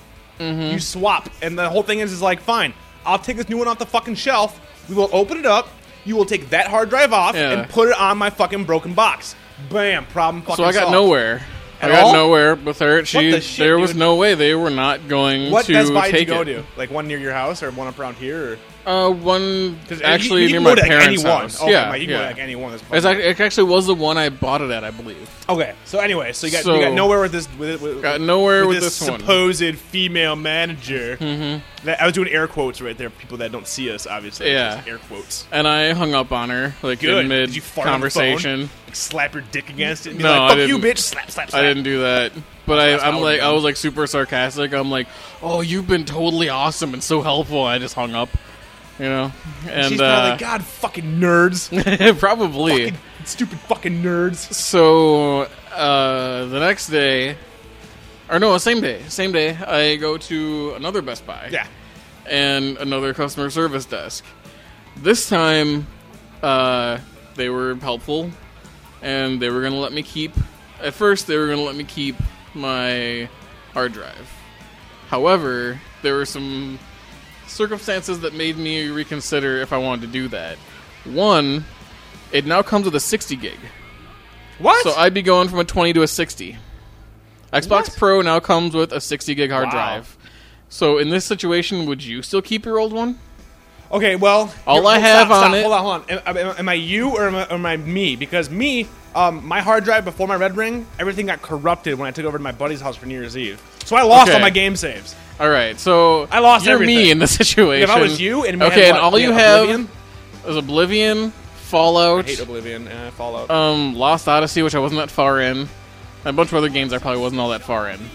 Speaker 1: You swap, and the whole thing is is like, fine, I'll take this new one off the fucking shelf. We will open it up. You will take that hard drive off
Speaker 2: Yeah.
Speaker 1: and put it on my fucking broken box. Bam, problem fucking
Speaker 2: So I got
Speaker 1: solved.
Speaker 2: nowhere.
Speaker 1: At
Speaker 2: I got
Speaker 1: all?
Speaker 2: nowhere with her. She
Speaker 1: the shit,
Speaker 2: there was
Speaker 1: dude?
Speaker 2: no way they were not going
Speaker 1: What
Speaker 2: to
Speaker 1: Best Buy did you
Speaker 2: take
Speaker 1: go
Speaker 2: it.
Speaker 1: to? Like one near your house or one up around here? Or?
Speaker 2: Uh, one
Speaker 1: 'Cause
Speaker 2: actually
Speaker 1: you, you
Speaker 2: near
Speaker 1: can
Speaker 2: my
Speaker 1: go to, like,
Speaker 2: parents'
Speaker 1: any one.
Speaker 2: house.
Speaker 1: Oh,
Speaker 2: yeah,
Speaker 1: my- you can
Speaker 2: yeah.
Speaker 1: go to like any one. That's
Speaker 2: It's act- it actually was the one I bought it at, I believe.
Speaker 1: Okay, so anyway, so you got
Speaker 2: So-
Speaker 1: you got nowhere with this with, with
Speaker 2: Got nowhere with this one.
Speaker 1: supposed female manager. Mm-hmm. That, I was doing air quotes right there. People that don't see us, obviously.
Speaker 2: Yeah.
Speaker 1: Just air quotes.
Speaker 2: And I hung up on her like
Speaker 1: Good.
Speaker 2: in mid
Speaker 1: Did you fart on the phone?
Speaker 2: conversation.
Speaker 1: Like, slap your dick against it. And be
Speaker 2: No,
Speaker 1: like,
Speaker 2: I
Speaker 1: Fuck you,
Speaker 2: didn't.
Speaker 1: bitch! Slap, slap, slap.
Speaker 2: I didn't do that, but
Speaker 1: That's
Speaker 2: I,
Speaker 1: how
Speaker 2: I'm
Speaker 1: it
Speaker 2: like I
Speaker 1: goes.
Speaker 2: was like super sarcastic. I'm like, oh, you've been totally awesome and so helpful. I just hung up, you know, and
Speaker 1: She's probably
Speaker 2: uh,
Speaker 1: like, God, fucking
Speaker 2: *laughs*
Speaker 1: nerds,
Speaker 2: probably.
Speaker 1: fucking *laughs* stupid fucking nerds. *laughs*
Speaker 2: so uh, the next day, or no, same day, same day, I go to another Best Buy.
Speaker 1: Yeah.
Speaker 2: and another customer service desk. This time, uh, they were helpful, and they were gonna let me keep. At first, they were gonna let me keep my hard drive. However, there were some circumstances that made me reconsider if I wanted to do that. One, it now comes with a 60 gig.
Speaker 1: What?
Speaker 2: So I'd be going from a 20 to a 60. Xbox
Speaker 1: What?
Speaker 2: Pro now comes with a 60 gig hard
Speaker 1: Wow.
Speaker 2: drive. So in this situation, would you still keep your old one?
Speaker 1: Okay, well,
Speaker 2: All I
Speaker 1: stop,
Speaker 2: have
Speaker 1: stop,
Speaker 2: on it-
Speaker 1: Hold on, hold on. Am, am- am I you or am I, am I me? Because me, um, my hard drive before my Red Ring, everything got corrupted when I took over to my buddy's house for New Year's Eve. So I lost
Speaker 2: Okay.
Speaker 1: all my game saves.
Speaker 2: All right, so
Speaker 1: I lost
Speaker 2: You're
Speaker 1: everything.
Speaker 2: me in the situation.
Speaker 1: If I was you, and we had
Speaker 2: okay, and
Speaker 1: what?
Speaker 2: all
Speaker 1: We
Speaker 2: you
Speaker 1: had
Speaker 2: have
Speaker 1: Oblivion?
Speaker 2: is Oblivion,
Speaker 1: I
Speaker 2: Fallout,
Speaker 1: hate Oblivion, uh, Fallout.
Speaker 2: um, Lost Odyssey, which I wasn't that far in, and a bunch of other games I probably wasn't all that far in.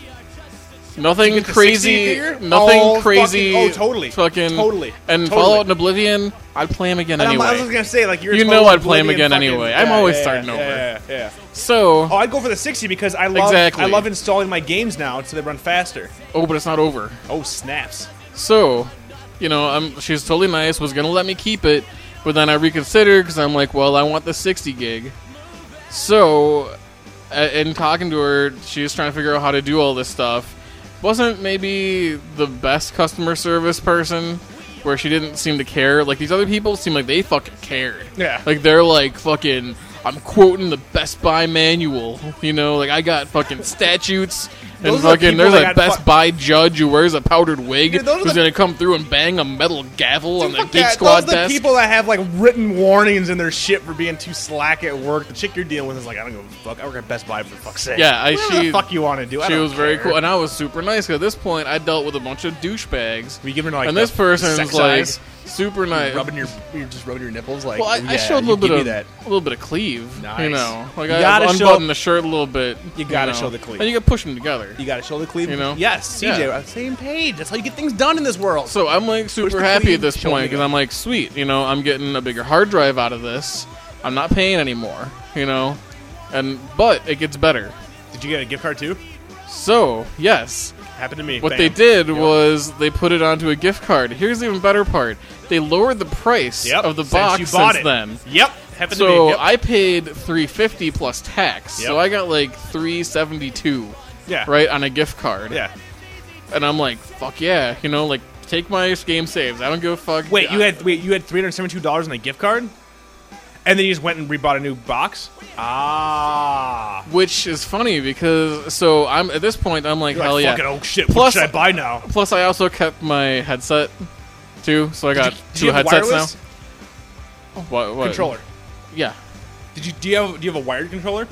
Speaker 2: Nothing
Speaker 1: the 60
Speaker 2: crazy.
Speaker 1: figure?
Speaker 2: Nothing
Speaker 1: Oh,
Speaker 2: crazy.
Speaker 1: fucking- oh, totally.
Speaker 2: Fucking
Speaker 1: Totally.
Speaker 2: And
Speaker 1: Totally.
Speaker 2: Fallout and Oblivion, I'd play them again
Speaker 1: And I'm-
Speaker 2: anyway.
Speaker 1: I was gonna say, like, you're a
Speaker 2: You
Speaker 1: total
Speaker 2: know I'd play 'em
Speaker 1: Oblivion
Speaker 2: again
Speaker 1: fucking-
Speaker 2: anyway. I'm
Speaker 1: yeah,
Speaker 2: always
Speaker 1: yeah,
Speaker 2: starting
Speaker 1: yeah,
Speaker 2: over.
Speaker 1: Yeah, yeah.
Speaker 2: So,
Speaker 1: Oh, I'd go for the 60 because I love
Speaker 2: Exactly.
Speaker 1: I love installing my games now so they run faster.
Speaker 2: oh, but it's not over.
Speaker 1: Oh snaps!
Speaker 2: So, you know, I'm, she's totally nice, was going to let me keep it, but then I reconsidered because I'm like, well, I want the 60 gig. So, a- in talking to her, she was trying to figure out how to do all this stuff. Wasn't maybe the best customer service person where she didn't seem to care. Like, these other people seem like they fucking cared.
Speaker 1: Yeah.
Speaker 2: Like, they're like, fucking, I'm quoting the Best Buy manual. You know, like, I got fucking statutes. And
Speaker 1: Those are the
Speaker 2: fucking,
Speaker 1: people
Speaker 2: there's
Speaker 1: that got
Speaker 2: a Best
Speaker 1: fu-
Speaker 2: Buy judge who wears a powdered wig
Speaker 1: Dude, those are
Speaker 2: who's
Speaker 1: the-
Speaker 2: gonna come through and bang a metal gavel on the
Speaker 1: Fuck
Speaker 2: Geek
Speaker 1: that.
Speaker 2: Squad
Speaker 1: Those are the
Speaker 2: desk.
Speaker 1: people that have like written warnings in their shit for being too slack at work. The chick you're dealing with is like, I don't give a fuck. I work at Best Buy for fuck's sake.
Speaker 2: Yeah, I-
Speaker 1: Whatever
Speaker 2: she-
Speaker 1: the fuck you want to do. I
Speaker 2: she
Speaker 1: don't
Speaker 2: was very
Speaker 1: care.
Speaker 2: cool, and I was super nice. 'cause at this point, I dealt with a bunch of douchebags,
Speaker 1: We give her like
Speaker 2: and
Speaker 1: the
Speaker 2: this person's
Speaker 1: sex
Speaker 2: like
Speaker 1: eyes,
Speaker 2: super nice.
Speaker 1: rubbing your, you're just rubbing your nipples like.
Speaker 2: well, I,
Speaker 1: yeah,
Speaker 2: I showed a
Speaker 1: you
Speaker 2: little bit
Speaker 1: give me
Speaker 2: of
Speaker 1: that.
Speaker 2: a little bit of cleave. You
Speaker 1: Nice.
Speaker 2: know, like
Speaker 1: You
Speaker 2: I
Speaker 1: gotta
Speaker 2: unbuttoned
Speaker 1: show-
Speaker 2: the shirt a little bit.
Speaker 1: You gotta
Speaker 2: know,
Speaker 1: show the cleave.
Speaker 2: and you got push them together.
Speaker 1: You got to show the cleavage.
Speaker 2: You know?
Speaker 1: Yes, CJ,
Speaker 2: Yeah.
Speaker 1: we're on the same page. That's how you get things done in this world.
Speaker 2: So I'm like
Speaker 1: Push
Speaker 2: super
Speaker 1: the
Speaker 2: happy
Speaker 1: cleave,
Speaker 2: at this
Speaker 1: show
Speaker 2: point
Speaker 1: me.
Speaker 2: because I'm like, sweet, you know, I'm getting a bigger hard drive out of this. I'm not paying anymore, you know, and but it gets better.
Speaker 1: Did you get a gift card too?
Speaker 2: So yes,
Speaker 1: Happened to me.
Speaker 2: What
Speaker 1: Bam.
Speaker 2: they did was they put it onto a gift card. Here's the even better part: they lowered the price
Speaker 1: Yep.
Speaker 2: of the
Speaker 1: since
Speaker 2: box
Speaker 1: you bought
Speaker 2: since
Speaker 1: it.
Speaker 2: then.
Speaker 1: Yep. Happened to
Speaker 2: So
Speaker 1: me. Yep.
Speaker 2: I paid three fifty plus tax, so
Speaker 1: Yep.
Speaker 2: I got like three seventy two,
Speaker 1: yeah.
Speaker 2: right, on a gift card.
Speaker 1: Yeah.
Speaker 2: and I'm like, fuck yeah, you know, like take my game saves. I don't give a fuck.
Speaker 1: Wait, you
Speaker 2: I-
Speaker 1: had wait, you had three hundred seventy-two dollars in a gift card, and then you just went and rebought a new box. Ah,
Speaker 2: which is funny because so I'm at this point I'm like
Speaker 1: You're
Speaker 2: hell
Speaker 1: like,
Speaker 2: yeah.
Speaker 1: Fucking, oh shit!
Speaker 2: Plus-
Speaker 1: what should I buy now?
Speaker 2: Plus I also kept my headset too, so I
Speaker 1: Did
Speaker 2: got
Speaker 1: you- did
Speaker 2: two
Speaker 1: you have
Speaker 2: headsets
Speaker 1: wireless
Speaker 2: now. What, what?
Speaker 1: controller?
Speaker 2: Yeah.
Speaker 1: Did you do you have do you have a wired controller?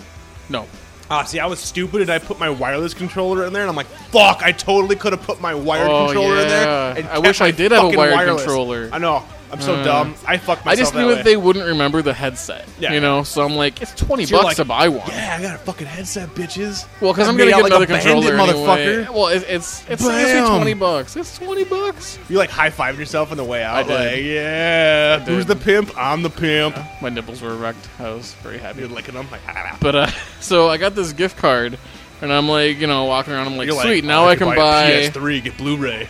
Speaker 2: No.
Speaker 1: Ah, see, I was stupid and I put my wireless controller in there, and I'm like, fuck! I totally could have put my wired
Speaker 2: Oh,
Speaker 1: controller in there.
Speaker 2: yeah.
Speaker 1: and
Speaker 2: I
Speaker 1: kept
Speaker 2: wish
Speaker 1: my
Speaker 2: I did have a
Speaker 1: fucking
Speaker 2: wired
Speaker 1: wireless.
Speaker 2: controller.
Speaker 1: I know. I'm so
Speaker 2: Uh,
Speaker 1: dumb. I fucked myself.
Speaker 2: I just
Speaker 1: that
Speaker 2: knew
Speaker 1: way.
Speaker 2: that they wouldn't remember the headset.
Speaker 1: Yeah.
Speaker 2: You know, so I'm like, it's twenty
Speaker 1: So you're like,
Speaker 2: bucks to buy one.
Speaker 1: Yeah, I got a fucking headset, bitches.
Speaker 2: Well, because
Speaker 1: I
Speaker 2: I'm
Speaker 1: made out
Speaker 2: gonna get
Speaker 1: like
Speaker 2: another
Speaker 1: a bandit,
Speaker 2: controller anyway.
Speaker 1: motherfucker.
Speaker 2: Well, it, it's it's not gonna be
Speaker 1: Bam.
Speaker 2: twenty bucks. It's twenty bucks.
Speaker 1: You like high fiving yourself on the way out.
Speaker 2: I did.
Speaker 1: Like, yeah.
Speaker 2: did.
Speaker 1: Who's the pimp? I'm the pimp.
Speaker 2: My nipples were erect. I was very happy.
Speaker 1: You're licking them. Like, ah,
Speaker 2: But uh, *laughs* so I got this gift card, and I'm like, you know, walking around. I'm like,
Speaker 1: you're like,
Speaker 2: sweet.
Speaker 1: oh,
Speaker 2: now I can buy.
Speaker 1: a PS3, get Blu-ray.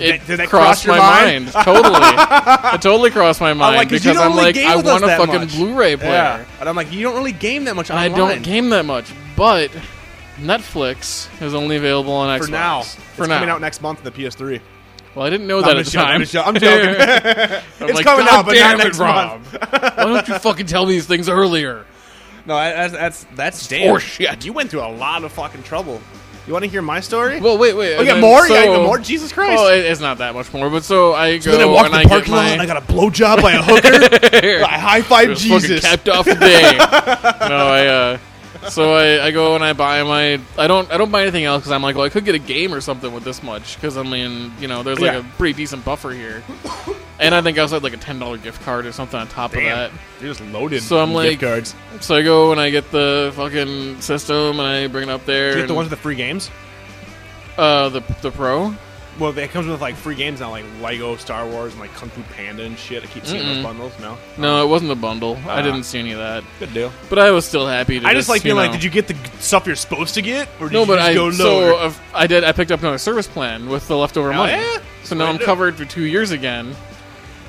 Speaker 2: it
Speaker 1: did that cross
Speaker 2: crossed
Speaker 1: your
Speaker 2: my mind,
Speaker 1: mind? *laughs*
Speaker 2: totally. it totally crossed my mind
Speaker 1: like, 'cause you
Speaker 2: because
Speaker 1: don't
Speaker 2: I'm
Speaker 1: really
Speaker 2: like,
Speaker 1: game
Speaker 2: I
Speaker 1: with us
Speaker 2: want a
Speaker 1: that
Speaker 2: fucking
Speaker 1: much.
Speaker 2: Blu-ray player.
Speaker 1: and I'm like, you don't really game that much
Speaker 2: I
Speaker 1: online.
Speaker 2: don't game that much, but Netflix is only available on
Speaker 1: for
Speaker 2: Xbox
Speaker 1: now.
Speaker 2: For
Speaker 1: it's
Speaker 2: now,
Speaker 1: coming out next month on the PS3.
Speaker 2: well, I didn't know
Speaker 1: No, I'm
Speaker 2: that at the
Speaker 1: just joking,
Speaker 2: time.
Speaker 1: I'm just joking, I'm
Speaker 2: *laughs*
Speaker 1: joking.
Speaker 2: I'm
Speaker 1: It's
Speaker 2: like,
Speaker 1: coming
Speaker 2: "God
Speaker 1: out, but
Speaker 2: damn
Speaker 1: not
Speaker 2: it,
Speaker 1: next
Speaker 2: Rob. Why don't you fucking tell me these things earlier?
Speaker 1: no, I- that's that's that's damn.
Speaker 2: Or shit.
Speaker 1: You went through a lot of fucking trouble. You want to hear my story?
Speaker 2: Well, wait, wait.
Speaker 1: oh, you
Speaker 2: and
Speaker 1: got
Speaker 2: then-
Speaker 1: more? you got
Speaker 2: so-
Speaker 1: even more? Jesus Christ!
Speaker 2: Well, it- it's not that much more, but so I go
Speaker 1: then I walked
Speaker 2: and
Speaker 1: in the
Speaker 2: I get
Speaker 1: parking lot.
Speaker 2: my *laughs*
Speaker 1: and I got a blowjob by a hooker. I high five
Speaker 2: Just fucking
Speaker 1: Jesus.
Speaker 2: capped off the day. no, I. Uh, so I, I go and I buy my. I don't. I don't buy anything else because I'm like, well, I could get a game or something with this much because I mean, you know, there's like
Speaker 1: Yeah.
Speaker 2: a pretty decent buffer here. and I think I also had like a ten dollar gift card or something on top
Speaker 1: Damn,
Speaker 2: of
Speaker 1: you're just loaded.
Speaker 2: So I'm
Speaker 1: in
Speaker 2: like-
Speaker 1: gift cards.
Speaker 2: that. So I go and I get the fucking system and I bring it up there.
Speaker 1: Do you get the
Speaker 2: and,
Speaker 1: ones with the free games?
Speaker 2: uh, the the pro.
Speaker 1: Well, it comes with like free games now, like Lego Star Wars and like Kung Fu Panda and shit. I keep seeing those bundles. No,
Speaker 2: No, it wasn't the bundle. I
Speaker 1: Ah.
Speaker 2: didn't see any of that,
Speaker 1: good deal.
Speaker 2: but I was still happy. To
Speaker 1: I just like being
Speaker 2: you
Speaker 1: like,
Speaker 2: know-
Speaker 1: did you get the g- stuff you're supposed to get, or did
Speaker 2: No,
Speaker 1: you
Speaker 2: but
Speaker 1: just
Speaker 2: I
Speaker 1: go
Speaker 2: so
Speaker 1: lower?
Speaker 2: uh, I did. I picked up another service plan with the leftover
Speaker 1: Hell
Speaker 2: money,
Speaker 1: yeah.
Speaker 2: so now
Speaker 1: Way
Speaker 2: I'm
Speaker 1: to do.
Speaker 2: covered for two years again.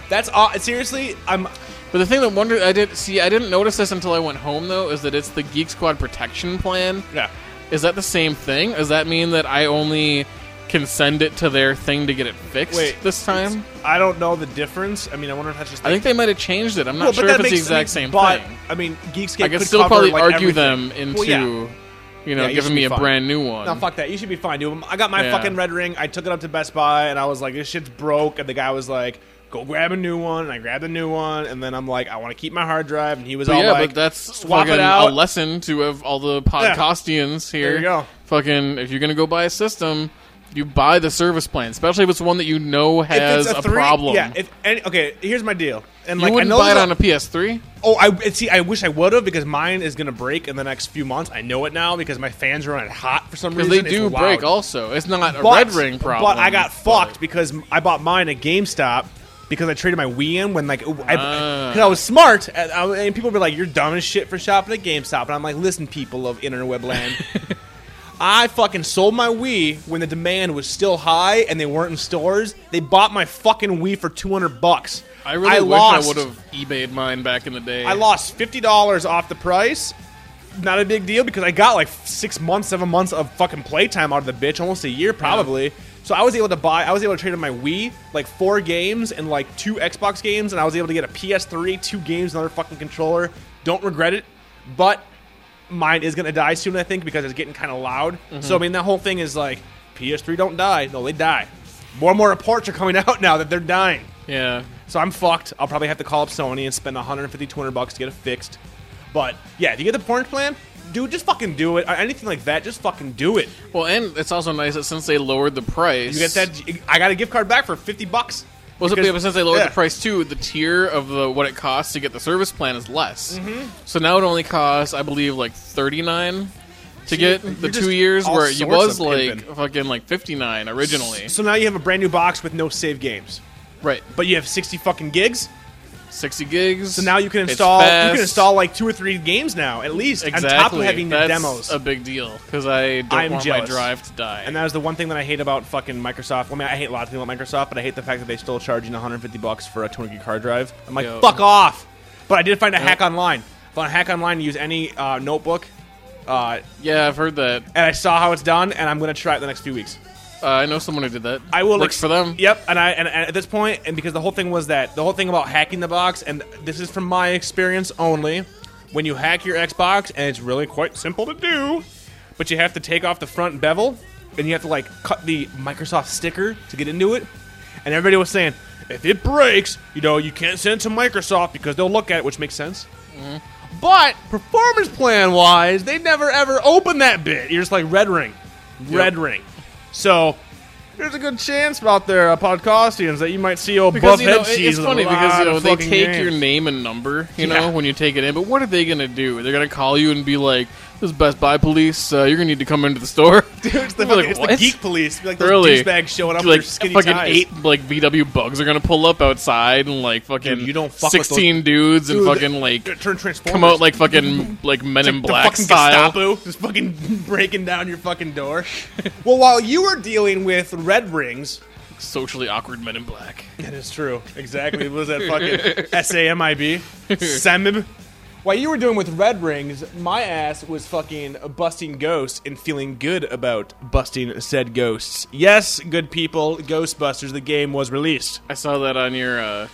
Speaker 1: That's all. Seriously, I'm.
Speaker 2: But the thing that wonder I did see I didn't notice this until I went home though is that it's the Geek Squad protection plan.
Speaker 1: Yeah.
Speaker 2: Is that the same thing? Does that mean that I only can send it to their thing to get it fixed
Speaker 1: Wait,
Speaker 2: this time?
Speaker 1: I don't know the difference. I mean, I wonder if that's just.
Speaker 2: I think they might have changed it. I'm not
Speaker 1: well,
Speaker 2: sure
Speaker 1: but that
Speaker 2: if it's the
Speaker 1: makes
Speaker 2: exact
Speaker 1: sense,
Speaker 2: same
Speaker 1: but,
Speaker 2: thing.
Speaker 1: I mean, Geekscape
Speaker 2: I could
Speaker 1: could
Speaker 2: still
Speaker 1: cover,
Speaker 2: probably
Speaker 1: like,
Speaker 2: argue
Speaker 1: everything.
Speaker 2: them into
Speaker 1: Well, yeah.
Speaker 2: you know
Speaker 1: Yeah, you should
Speaker 2: giving me
Speaker 1: be
Speaker 2: a
Speaker 1: fine.
Speaker 2: brand new one.
Speaker 1: No, fuck that. You should be fine, dude. I got my
Speaker 2: Yeah.
Speaker 1: fucking red ring. I took it up to Best Buy and I was like, this shit's broke. And the guy was like, go grab a new one. And I grabbed a new one. And then I'm like, I want to keep my hard drive. And he was
Speaker 2: But
Speaker 1: all
Speaker 2: yeah,
Speaker 1: like,
Speaker 2: but that's
Speaker 1: swap it
Speaker 2: fucking
Speaker 1: out.
Speaker 2: a lesson to have all the podcastians here.
Speaker 1: There you go.
Speaker 2: Fucking, if you're gonna go buy a system, you buy the service plan, especially if it's one that you know
Speaker 1: If
Speaker 2: has
Speaker 1: it's
Speaker 2: a, problem.
Speaker 1: Yeah. If any, okay, here's my deal. And
Speaker 2: you
Speaker 1: like,
Speaker 2: wouldn't
Speaker 1: I know
Speaker 2: buy it
Speaker 1: that-
Speaker 2: on a PS3.
Speaker 1: Oh, I and see. I wish I would have because mine is gonna break in the next few months. I know it now because my fans are on it hot for some
Speaker 2: Because
Speaker 1: reason.
Speaker 2: they
Speaker 1: It's
Speaker 2: do
Speaker 1: loud.
Speaker 2: break also. It's not a
Speaker 1: But-
Speaker 2: red ring problem.
Speaker 1: But I got fucked because I bought mine at GameStop because I traded my Wii in when like because I,
Speaker 2: Ah.
Speaker 1: 'cause I was smart and, I, and people were like, "You're dumb as shit for shopping at GameStop," and I'm like, "Listen, people of interweb
Speaker 2: *laughs*
Speaker 1: land." I fucking sold my Wii when the demand was still high and they weren't in stores. They bought my fucking Wii for 200 bucks.
Speaker 2: I really wish
Speaker 1: lost,
Speaker 2: I would have eBayed mine back in the day.
Speaker 1: I lost $50 off the price. Not a big deal because I got like six months, seven months of fucking playtime out of the bitch, almost a year probably. So I was able to buy, I was able to trade in my Wii, like four games and like two Xbox games, and I was able to get a PS3, two games, another fucking controller. Don't regret it, but mine is gonna die soon, I think, because it's getting kind of loud. So I mean, that whole thing is like PS3 don't die, no, they die. More and more reports are coming *laughs* out now that they're dying.
Speaker 2: Yeah.
Speaker 1: So I'm fucked. I'll probably have to call up Sony and spend 150, 200 bucks to get it fixed. But yeah, if you get the porn plan, dude, just fucking do it. Or anything like that, just fucking do it.
Speaker 2: Well, and it's also nice that since they lowered the price,
Speaker 1: You get that? I got a gift card back for 50 bucks.
Speaker 2: Well, so-
Speaker 1: Because-
Speaker 2: but since they lowered
Speaker 1: yeah.
Speaker 2: the price too, the tier of the what it costs to get the service plan is less.
Speaker 1: Mm-hmm.
Speaker 2: So now it only costs, I believe, like thirty nine to get
Speaker 1: you're
Speaker 2: the
Speaker 1: just
Speaker 2: two years
Speaker 1: all
Speaker 2: where it
Speaker 1: sorts
Speaker 2: was
Speaker 1: of
Speaker 2: like
Speaker 1: pimping.
Speaker 2: fucking like fifty nine originally.
Speaker 1: So now you have a brand new box with no save games,
Speaker 2: Right,
Speaker 1: but you have 60 fucking gigs.
Speaker 2: sixty gigs.
Speaker 1: So now you can
Speaker 2: It's
Speaker 1: install you
Speaker 2: fast.
Speaker 1: can install like two or three games now at least
Speaker 2: exactly.
Speaker 1: on top of having the
Speaker 2: That's
Speaker 1: demos.
Speaker 2: A big deal because I don't
Speaker 1: I'm
Speaker 2: want my
Speaker 1: jealous.
Speaker 2: drive to die.
Speaker 1: and that was the one thing that I hate about fucking Microsoft. I mean, I hate a lot of things about Microsoft, but I hate the fact that they still charging 150 bucks for a 20 gig hard drive. I'm like,
Speaker 2: Yo.
Speaker 1: fuck off. But I did find a hack online. Found a hack online to use any uh, notebook, uh,
Speaker 2: yeah, I've heard that.
Speaker 1: and I saw how it's done, and I'm gonna try it the next few weeks.
Speaker 2: Uh, I know someone who did that.
Speaker 1: I will
Speaker 2: Works
Speaker 1: ex-
Speaker 2: for them.
Speaker 1: Yep, and I and, and at this point, and because the whole thing was that the whole thing about hacking the box, and this is from my experience only. When you hack your Xbox, and it's really quite simple to do, but you have to take off the front bevel, and you have to like cut the Microsoft sticker to get into it. And everybody was saying, if it breaks, you know, you can't send it to Microsoft because they'll look at it, which makes sense. But performance plan wise, they never ever open that bit. You're just like red ring, red ring. So there's a good chance out there, uh, podcastians, that you might see old
Speaker 2: Because
Speaker 1: buff
Speaker 2: you know,
Speaker 1: head
Speaker 2: it-
Speaker 1: cheese
Speaker 2: it's
Speaker 1: with a
Speaker 2: funny because
Speaker 1: lot
Speaker 2: you know
Speaker 1: of
Speaker 2: they
Speaker 1: fucking
Speaker 2: take
Speaker 1: games.
Speaker 2: your name and number, you
Speaker 1: Yeah.
Speaker 2: know, when you take it in. But what are they gonna do? They're gonna call you and be like, "This is Best Buy police. Uh, you're gonna need to come into
Speaker 1: *laughs*
Speaker 2: the store." Dude,
Speaker 1: It's the, fucking,
Speaker 2: They're like,
Speaker 1: it's the
Speaker 2: "What?"
Speaker 1: geek police. Like those
Speaker 2: Really?
Speaker 1: douchebags showing up with
Speaker 2: like
Speaker 1: their skinny
Speaker 2: fucking
Speaker 1: ties.
Speaker 2: eight like VW bugs are gonna pull up outside and like fucking
Speaker 1: Dude, you don't fuck with
Speaker 2: sixteen dudes and
Speaker 1: Dude,
Speaker 2: fucking like
Speaker 1: Turn Transformers.
Speaker 2: come out like fucking like Men in
Speaker 1: the
Speaker 2: Black
Speaker 1: fucking
Speaker 2: style.
Speaker 1: *laughs* Gestapo just fucking
Speaker 2: *laughs*
Speaker 1: breaking down your fucking door. well, while you were dealing with red rings,
Speaker 2: Socially awkward Men in Black.
Speaker 1: That is true. Exactly. What was that fucking S-A-M-I-B? Samib? While you were doing with red rings, my ass was fucking busting ghosts and feeling good about busting said ghosts. Yes, good people, Ghostbusters, the game was released.
Speaker 2: I saw that on your uh,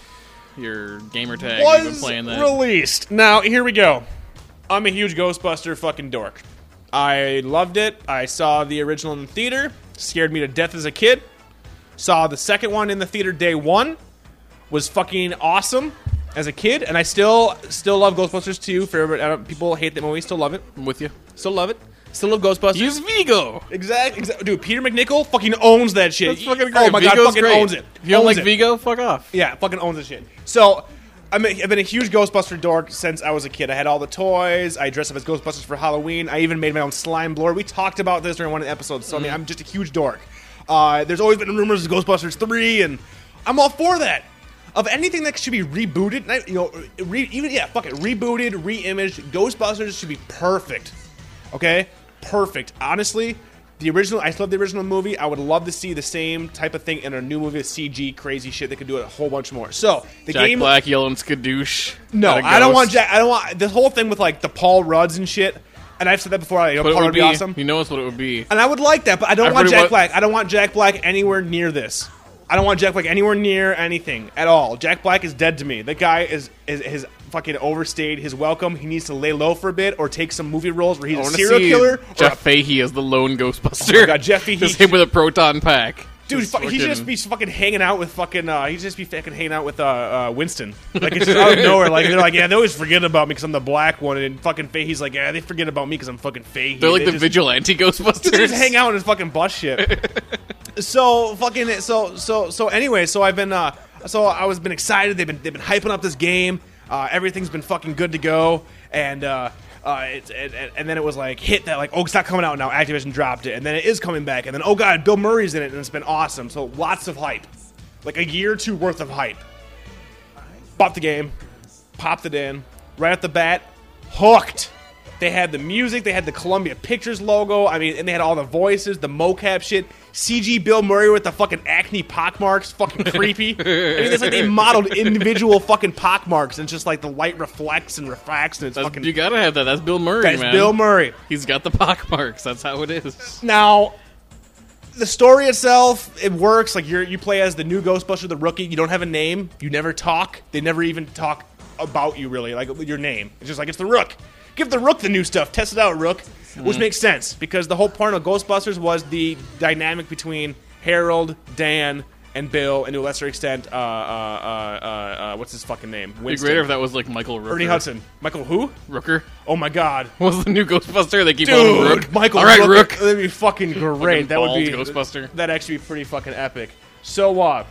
Speaker 2: your gamer tag. You've been
Speaker 1: Was
Speaker 2: playing that.
Speaker 1: released. Now, here we go. I'm a huge Ghostbuster fucking dork. I loved it. I saw the original in the theater, scared me to death as a kid. Saw the second one in the theater day one, was fucking awesome as a kid, and I still still love Ghostbusters 2. For everybody- I don't- people hate that movie, still love it,
Speaker 2: I'm with you.
Speaker 1: still love it, still love Ghostbusters.
Speaker 2: Use Vigo.
Speaker 1: Exactly, dude. Peter McNichol fucking owns that shit.
Speaker 2: That's fucking great.
Speaker 1: Oh my
Speaker 2: Vigo's
Speaker 1: god, fucking
Speaker 2: great.
Speaker 1: owns it.
Speaker 2: If you don't
Speaker 1: Owns
Speaker 2: like
Speaker 1: it.
Speaker 2: Vigo, fuck off.
Speaker 1: Yeah, fucking owns this shit. So, I'm a, I've been a huge Ghostbuster dork since I was a kid. I had all the toys. I dressed up as Ghostbusters for Halloween. I even made my own slime blur. We talked about this during one of the episodes. So, I mean, I'm just a huge dork. Uh, there's always been rumors of Ghostbusters 3, and I'm all for that. Of anything that should be rebooted, and I- you know, re, even, yeah, fuck it, rebooted, reimaged, Ghostbusters should be perfect. Okay? Perfect. Honestly, The original, I love the original movie. I would love to see the same type of thing in a new movie with CG crazy shit that could do it a whole bunch more. So the
Speaker 2: Jack
Speaker 1: game,
Speaker 2: Black yelling skadoosh.
Speaker 1: no,
Speaker 2: at a
Speaker 1: I don't
Speaker 2: ghost.
Speaker 1: want Jack. I don't want the whole thing with like the Paul Rudds and shit. And I've said that before. Like,
Speaker 2: But it
Speaker 1: Paul
Speaker 2: would
Speaker 1: Rudd
Speaker 2: be
Speaker 1: be awesome.
Speaker 2: You know what's what it would be.
Speaker 1: And I would like that, but I don't
Speaker 2: I've
Speaker 1: want
Speaker 2: heard
Speaker 1: Jack
Speaker 2: about-
Speaker 1: Black. I don't want Jack Black anywhere near this. I don't want Jack Black anywhere near anything at all. Jack Black is dead to me. That guy is is has fucking overstayed his welcome. He needs to lay low for a bit or take some movie roles where he's
Speaker 2: I
Speaker 1: a
Speaker 2: want to
Speaker 1: serial
Speaker 2: see
Speaker 1: killer. or a Oh
Speaker 2: Jeff Fahey as the lone Ghostbuster.
Speaker 1: God, Jeff Fahey-
Speaker 2: *laughs* Just hit with a proton pack.
Speaker 1: Dude,
Speaker 2: Just
Speaker 1: fuck, he should just
Speaker 2: fucking-
Speaker 1: be fucking hanging out with fucking. Uh, he should just be fucking hanging out with uh, uh, Winston. Like it's just
Speaker 2: *laughs*
Speaker 1: out of nowhere. Like they're like, yeah, they always forget about me because I'm the black one, and fucking Fahey's like, yeah, they forget about me because I'm fucking Fahey.
Speaker 2: They're like
Speaker 1: They
Speaker 2: the
Speaker 1: just-
Speaker 2: vigilante Ghostbusters.
Speaker 1: just hang out and just fucking bus shit. *laughs* so fucking so so so anyway, so I've been uh so I was been excited. They've been they've been hyping up this game. Uh, everything's been fucking good to go, and uh, uh, it's and, and- and then it was like hit that like oh it's not coming out now. Activision dropped it, and then it is coming back, and then oh god, Bill Murray's in it, and it's been awesome. So lots of hype, like a year or two worth of hype. Bought the game, popped it in right at the bat, hooked. They had the music, they had the Columbia Pictures logo. I mean, and they had all the voices, the mocap shit. CG Bill Murray with the fucking acne pockmarks,
Speaker 2: *laughs*
Speaker 1: fucking creepy. I mean, it's like they modeled individual fucking pockmarks, and just like the light reflects and refracts, and it's
Speaker 2: That's-
Speaker 1: fucking.
Speaker 2: you gotta have that. That's Bill Murray,
Speaker 1: that's
Speaker 2: man.
Speaker 1: Bill Murray.
Speaker 2: He's got the pock marks. That's how it is.
Speaker 1: Now, the story itself, it works. Like you, are you play as the new Ghostbuster, the rookie. You don't have a name. You never talk. They never even talk about you, really. Like your name. It's just like it's the Rook. Give the Rook the new stuff. Test it out, Rook.
Speaker 2: Hmm.
Speaker 1: Which makes sense because the whole point of Ghostbusters was the dynamic between Harold, Dan, and Bill, and to a lesser extent, uh, uh, uh, uh, uh, what's his fucking name?
Speaker 2: It'd be
Speaker 1: Winston.
Speaker 2: greater if that was like Michael Rooker.
Speaker 1: Ernie Hudson. Michael who?
Speaker 2: Rooker *laughs*
Speaker 1: Oh my God.
Speaker 2: was the new Ghostbuster. They keep calling him
Speaker 1: Dude,
Speaker 2: Rook.
Speaker 1: Michael
Speaker 2: All right,
Speaker 1: Rook.
Speaker 2: Rook.
Speaker 1: That'd be fucking great. that would
Speaker 2: bald
Speaker 1: be
Speaker 2: Ghostbuster.
Speaker 1: That'd actually be pretty fucking epic. So uh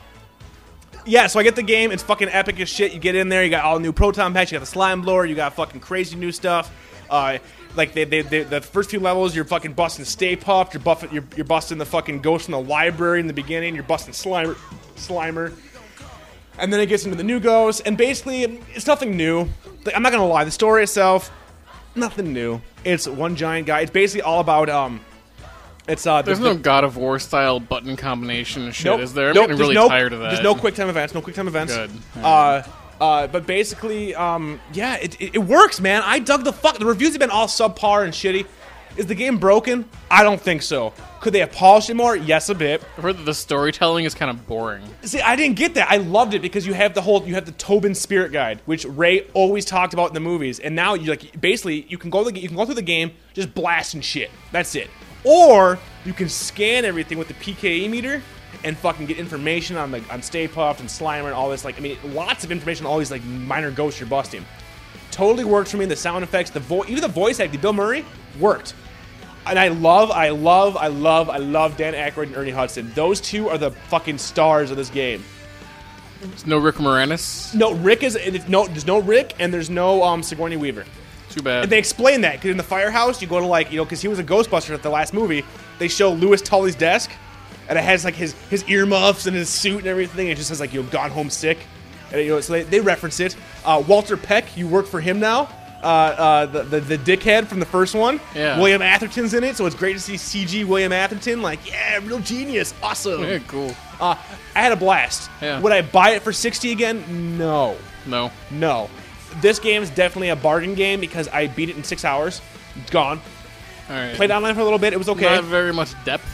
Speaker 1: yeah, so I get the game. It's fucking epic as shit. You get in there, you got all new proton packs, you got the slime blower, you got fucking crazy new stuff. Uh, like they, they, they, the first few levels, you're fucking busting Stay Puft, you're buffing, you're, you're busting the fucking ghost in the library in the beginning, you're busting Slimer, Slimer, and then it gets into the new ghosts, and basically it's nothing new. Like, I'm not gonna lie, the story itself, nothing new. It's one giant guy. It's basically all about um, it's uh,
Speaker 2: There's
Speaker 1: the,
Speaker 2: no God of War style button combination and shit,
Speaker 1: Nope.
Speaker 2: is there? I'm
Speaker 1: Nope.
Speaker 2: getting
Speaker 1: There's
Speaker 2: really
Speaker 1: no-
Speaker 2: tired of that.
Speaker 1: There's no quick time events. No quick time events.
Speaker 2: Good.
Speaker 1: Uh, uh, but basically, um, yeah, it, it, it works, man. I dug the fuck. The reviews have been all subpar and shitty. Is the game broken? I don't think so. Could they have polished it more? Yes, a bit.
Speaker 2: I've heard that the storytelling is kind of boring.
Speaker 1: See, I didn't get that. I loved it because you have the whole you have the Tobin Spirit Guide, which Ray always talked about in the movies, and now you like basically you can go the, you can go through the game just blasting shit. That's it. Or you can scan everything with the PKE meter and fucking get information on the on Stay Puft and Slimer and all this. Like I mean, lots of information on all these like minor ghosts you're busting. Totally worked for me. The sound effects, the voice, even the voice acting, Bill Murray worked. And I love, I love, I love, I love Dan Aykroyd and Ernie Hudson. Those two are the fucking stars of this game.
Speaker 2: There's no Rick Moranis.
Speaker 1: No, Rick is and it's- no. There's no Rick, and there's no um, Sigourney Weaver.
Speaker 2: Too bad.
Speaker 1: And they explain that because in the firehouse, you go to like you know because he was a Ghostbuster at the last movie. They show Lewis Tully's desk, and it has like his his earmuffs and his suit and everything. And it just says like you know, gone home sick, and you know so they, they reference it. Uh, Walter Peck, you work for him now. Uh, uh, the, the the dickhead from the first one.
Speaker 2: Yeah.
Speaker 1: William Atherton's in it, so it's great to see CG William Atherton. Like yeah, real genius, awesome.
Speaker 2: yeah, cool.
Speaker 1: Uh, I had a blast.
Speaker 2: Yeah.
Speaker 1: Would I buy it for sixty again? No.
Speaker 2: No.
Speaker 1: No. This game is definitely a bargain game because I beat it in six hours. It's gone.
Speaker 2: All right.
Speaker 1: Played online for a little bit. It was okay.
Speaker 2: Not very eh? much depth.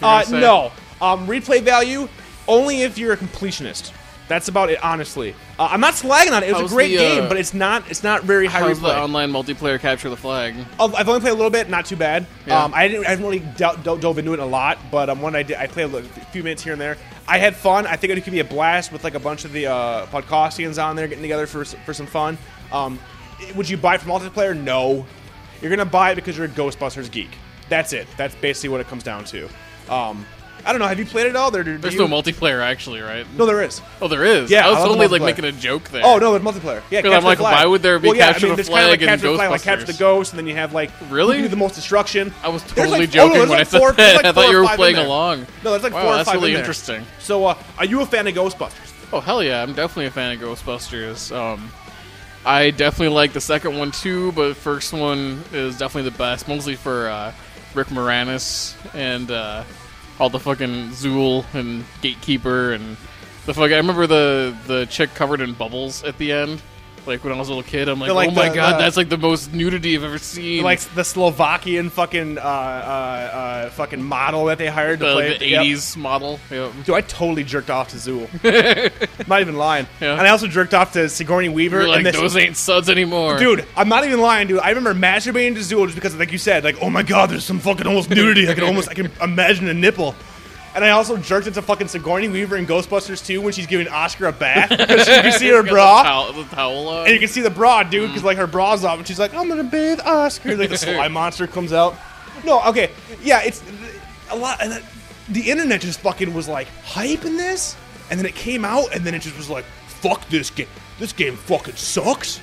Speaker 2: you're
Speaker 1: Uh,
Speaker 2: gonna say?
Speaker 1: no. Um, replay value only if you're a completionist. That's about it, honestly. Uh, I'm not slagging on it. It was
Speaker 2: How's
Speaker 1: a great
Speaker 2: the, uh,
Speaker 1: game, but it's not. It's not very high
Speaker 2: How's the
Speaker 1: replay.
Speaker 2: online multiplayer capture the flag?
Speaker 1: I've I've only played a little bit, not too bad.
Speaker 2: Yeah.
Speaker 1: Um, I didn't, I haven't really do- do- dove into it a lot, but um, when I did, I played a li- a few minutes here and there. I had fun. I think it could be a blast with like a bunch of the uh, podcastians on there getting together for s- for some fun. Um, i- would you buy it for multiplayer? No, you're gonna buy it because you're a Ghostbusters geek. That's it. That's basically what it comes down to. Um, I don't know. Have you played it all? There, do
Speaker 2: There's
Speaker 1: you-
Speaker 2: no multiplayer actually, right?
Speaker 1: No, there is.
Speaker 2: Oh, there is.
Speaker 1: Yeah,
Speaker 2: I was
Speaker 1: I love
Speaker 2: totally like
Speaker 1: multiplayer.
Speaker 2: making a joke there.
Speaker 1: Oh no, there's multiplayer. Yeah,
Speaker 2: 'Cause
Speaker 1: capture
Speaker 2: I'm like,
Speaker 1: the flag.
Speaker 2: why would there be
Speaker 1: well, yeah,
Speaker 2: capture
Speaker 1: I mean,
Speaker 2: the
Speaker 1: there's kind of like
Speaker 2: flag in
Speaker 1: capture the flag, like
Speaker 2: Ghostbusters?
Speaker 1: capture the ghost, and then you have like
Speaker 2: Really?
Speaker 1: you do the most destruction.
Speaker 2: I was
Speaker 1: There's,
Speaker 2: totally
Speaker 1: like, oh,
Speaker 2: joking
Speaker 1: there's,
Speaker 2: when
Speaker 1: like,
Speaker 2: I said
Speaker 1: four- there's,
Speaker 2: that.
Speaker 1: like,
Speaker 2: *laughs* I
Speaker 1: four
Speaker 2: thought
Speaker 1: or
Speaker 2: you were
Speaker 1: five in
Speaker 2: playing
Speaker 1: there.
Speaker 2: along.
Speaker 1: No, there's like
Speaker 2: wow,
Speaker 1: four or
Speaker 2: that's
Speaker 1: five in
Speaker 2: really
Speaker 1: there.
Speaker 2: interesting.
Speaker 1: So, uh, are you a fan of Ghostbusters?
Speaker 2: Oh hell yeah, I'm definitely a fan of Ghostbusters. Um, I definitely like the second one too, but the first one is definitely the best, mostly for uh, Rick Moranis and uh, all the fucking Zool and Gatekeeper and the fuck. I remember the the chick covered in bubbles at the end. Like when I was a little kid, I'm like,
Speaker 1: They're like
Speaker 2: oh my
Speaker 1: the-
Speaker 2: god,
Speaker 1: the-
Speaker 2: that's like the most nudity I've ever seen.
Speaker 1: Like the Slovakian fucking uh, uh, uh, fucking model that they hired to
Speaker 2: the,
Speaker 1: play
Speaker 2: like, the
Speaker 1: Yep.
Speaker 2: 80s model. Yep.
Speaker 1: Dude, I totally jerked off to
Speaker 2: *laughs*
Speaker 1: Zool. not even lying.
Speaker 2: Yeah.
Speaker 1: And I also jerked off to Sigourney Weaver.
Speaker 2: You're like
Speaker 1: and this,
Speaker 2: those ain't suds anymore,
Speaker 1: dude, I'm not even lying, dude. I remember masturbating to Zool just because, like you said, like, oh my god, there's some fucking almost nudity. I can almost, I can imagine a nipple. And I also jerked into fucking Sigourney Weaver in Ghostbusters 2 when she's giving Oscar a bath because you can see her
Speaker 2: Got the
Speaker 1: bra.
Speaker 2: towel- the towel uh, on.
Speaker 1: And you can see the bra, dude, because like her bra's off, and she's like, "I'm gonna bathe Oscar." Like the
Speaker 2: *laughs*
Speaker 1: slime monster comes out. No, okay, yeah, it's a lot. And the, the internet just fucking was like hyping this, and then it came out, and then it just was like, "Fuck this game. This game fucking sucks.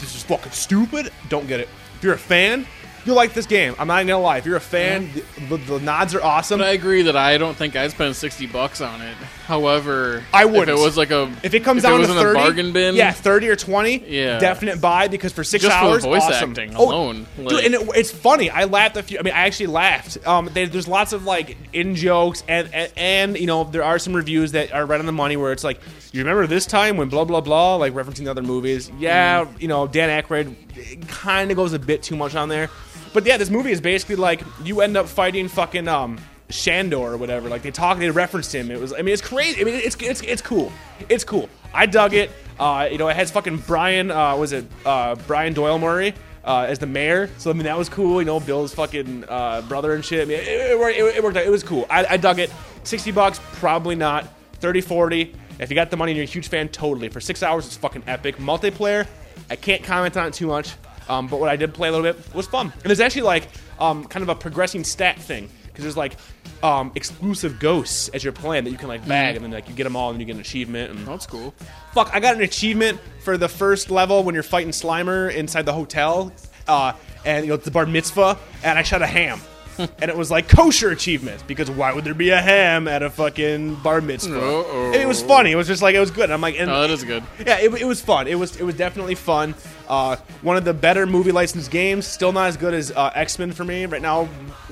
Speaker 1: This is fucking stupid." Don't get it. If you're a fan, you'll like this game. I'm not even gonna lie. If you're a fan, the, the, the nods are awesome.
Speaker 2: But I agree that I don't think I'd spend sixty bucks on it. However,
Speaker 1: I
Speaker 2: If
Speaker 1: wouldn't.
Speaker 2: it was like a
Speaker 1: if it comes
Speaker 2: out
Speaker 1: down
Speaker 2: was
Speaker 1: to
Speaker 2: in a
Speaker 1: thirty,
Speaker 2: bargain bin,
Speaker 1: yeah, thirty or twenty,
Speaker 2: Yeah.
Speaker 1: definite buy because for six
Speaker 2: Just for the
Speaker 1: hours,
Speaker 2: voice
Speaker 1: awesome.
Speaker 2: acting
Speaker 1: Oh,
Speaker 2: alone,
Speaker 1: dude,
Speaker 2: like-
Speaker 1: and it, it's funny. I laughed a few. I mean, I actually laughed. Um, there, there's lots of like in jokes, and, and and you know there are some reviews that are right on the money where it's like, you remember this time when blah blah blah, like referencing the other movies. Yeah, you know Dan Aykroyd kind of goes a bit too much on there, but yeah, this movie is basically like you end up fighting fucking um. Shandor or whatever, like they talk, they referenced him. It was, I mean, it's crazy. I mean, it's it's it's cool. It's cool. I dug it. Uh, you know, it has fucking Brian. Uh, was it uh, Brian Doyle Murray uh, as the mayor? So I mean, that was cool. You know, Bill's fucking uh, brother and shit. I mean, it, it, wor- it, it worked out. It was cool. I, I dug it. Sixty bucks, probably not. 30, 40. If you got the money and you're a huge fan, totally. For six hours, it's fucking epic. Multiplayer, I can't comment on it too much. Um, but what I did play a little bit was fun. And there's actually like um, kind of a progressing stat thing because there's like um, exclusive ghosts as you're playing that you can like bag and then like you get them all and you get an achievement and
Speaker 2: that's cool.
Speaker 1: fuck i got an achievement for the first level when you're fighting slimer inside the hotel uh, and you know it's the bar mitzvah and i shot a
Speaker 2: *laughs*
Speaker 1: ham and it was like kosher achievements because why would there be a ham at a fucking bar mitzvah
Speaker 2: Uh-oh.
Speaker 1: and it was funny it was just like it was good and i'm like and
Speaker 2: Oh, that is good.
Speaker 1: yeah, it, it was fun. It was it was definitely fun. Uh, one of the better movie licensed games. Still not as good as uh, X Men for me right now.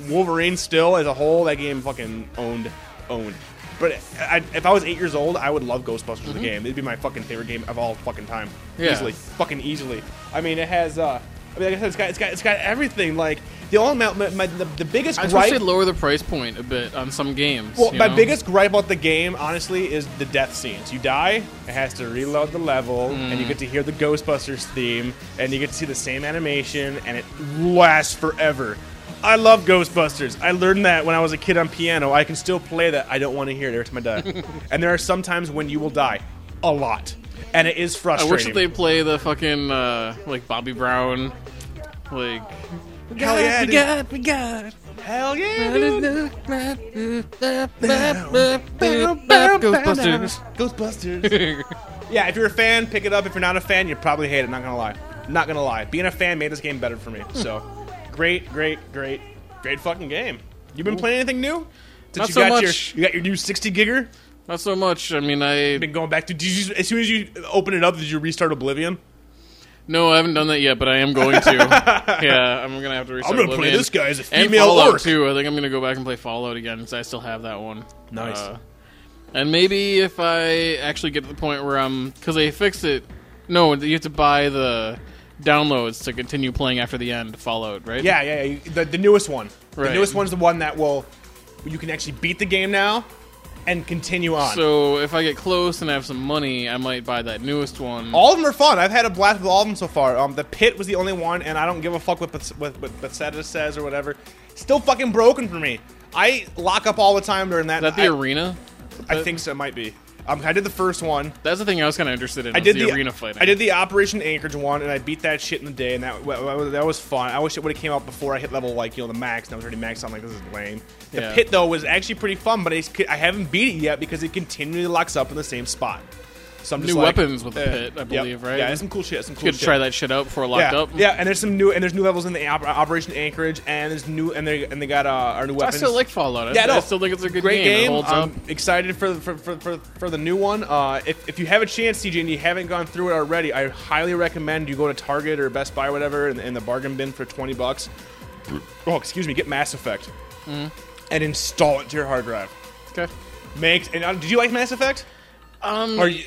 Speaker 1: Wolverine still as a whole, that game fucking owned owned. But I, if I was eight years old, I would love Ghostbusters the game. It'd be my fucking favorite game of all fucking time.
Speaker 2: Mm-hmm. Yeah.
Speaker 1: Easily, fucking easily. I mean, it has. Uh, I mean, like I said, it's got it's got it's got everything. Like the only my, my, my the, the biggest
Speaker 2: I
Speaker 1: gripe.
Speaker 2: just say lower the price point a bit on some games.
Speaker 1: Well,
Speaker 2: you
Speaker 1: my
Speaker 2: know?
Speaker 1: biggest gripe about the game, honestly, is the death scenes. You die, it has to reload the level, and
Speaker 2: Mm.
Speaker 1: you get to hear the Ghostbusters theme, and you get to see the same animation, and it lasts forever. I love Ghostbusters. I learned that when I was a kid on piano. I can still play that. I don't want to hear it every time I
Speaker 2: *laughs*
Speaker 1: die. and there are some times when you will die, a lot, and it is
Speaker 2: I
Speaker 1: frustrating.
Speaker 2: wish that they play the fucking uh, like Bobby Brown, like
Speaker 1: Hell yeah, dude.
Speaker 2: God, we got.
Speaker 1: Hell yeah, dude.
Speaker 2: Ghostbusters.
Speaker 1: Ghostbusters. yeah, if you're a fan, pick it up. If you're not a fan, you probably hate it. Not gonna lie. Not gonna lie. Being a fan made this game better for me. So, great, great, great, great fucking game. You been playing anything new? Since
Speaker 2: Not
Speaker 1: you
Speaker 2: so
Speaker 1: got
Speaker 2: much.
Speaker 1: Your, you got your new 60 gigger.
Speaker 2: Not so much. I mean, I
Speaker 1: Been going back to. Did you, as soon as you open it up, did you restart Oblivion?
Speaker 2: No, I haven't done that yet, but I am going
Speaker 1: *laughs*
Speaker 2: to. yeah, I'm gonna have to restart.
Speaker 1: I'm gonna play
Speaker 2: Oblivion.
Speaker 1: this guy as a
Speaker 2: and
Speaker 1: female
Speaker 2: Fallout
Speaker 1: orc.
Speaker 2: too. I think I'm gonna go back and play Fallout again because I still have that one. Uh,
Speaker 1: Nice.
Speaker 2: and maybe if I actually get to the point where I'm, because they fixed it. No, you have to buy the downloads to continue playing after the end. Fallout, right?
Speaker 1: Yeah, yeah, yeah. The, the newest one. The
Speaker 2: Right.
Speaker 1: newest one's the one that will you can actually beat the game now and continue on.
Speaker 2: So if I get close and I have some money, I might buy that newest one.
Speaker 1: All of them are fun. I've had a blast with all of them so far. Um, the pit was the only one, and I don't give a fuck what, Beth- what, what Bethesda says or whatever. Still fucking broken for me. I lock up all the time during that.
Speaker 2: Is that the
Speaker 1: I,
Speaker 2: arena?
Speaker 1: I think so. It might be. Um, I did the first one.
Speaker 2: That's the thing I was kind of interested in.
Speaker 1: I did
Speaker 2: the, arena fighting.
Speaker 1: I did the Operation Anchorage one, and I beat that shit in the day, and that wa- wa- that was fun. I wish it would have came out before I hit level like you know the max. And I was already maxed. I'm like, this is lame. The
Speaker 2: Yeah.
Speaker 1: pit though was actually pretty fun, but I, just c- I haven't beat it yet because it continually locks up in the same spot. So I'm just
Speaker 2: New
Speaker 1: like,
Speaker 2: weapons with the
Speaker 1: eh.
Speaker 2: pit, I
Speaker 1: Yep.
Speaker 2: believe, right?
Speaker 1: Yeah, it's some cool shit. Some cool
Speaker 2: Good
Speaker 1: shit.
Speaker 2: to try that shit out before locked
Speaker 1: yeah,
Speaker 2: up.
Speaker 1: Yeah, and there's some new and there's new levels in the op- Operation Anchorage, and there's new and they and they got uh, our new
Speaker 2: I
Speaker 1: weapons.
Speaker 2: still like Fallout. I,
Speaker 1: Yeah, no,
Speaker 2: I still think it's a good
Speaker 1: great
Speaker 2: game. It
Speaker 1: game. Um,
Speaker 2: holds
Speaker 1: I'm
Speaker 2: up.
Speaker 1: excited for, for, for, for, for the new one. Uh, if, if you have a chance, CJ, and you haven't gone through it already, I highly recommend you go to Target or Best Buy or whatever in, in the bargain bin for 20 bucks. oh excuse me, get Mass Effect,
Speaker 2: Mm-hmm.
Speaker 1: and install it to your hard drive.
Speaker 2: Okay.
Speaker 1: Makes and uh, did you like Mass Effect?
Speaker 2: Um,
Speaker 1: Or, did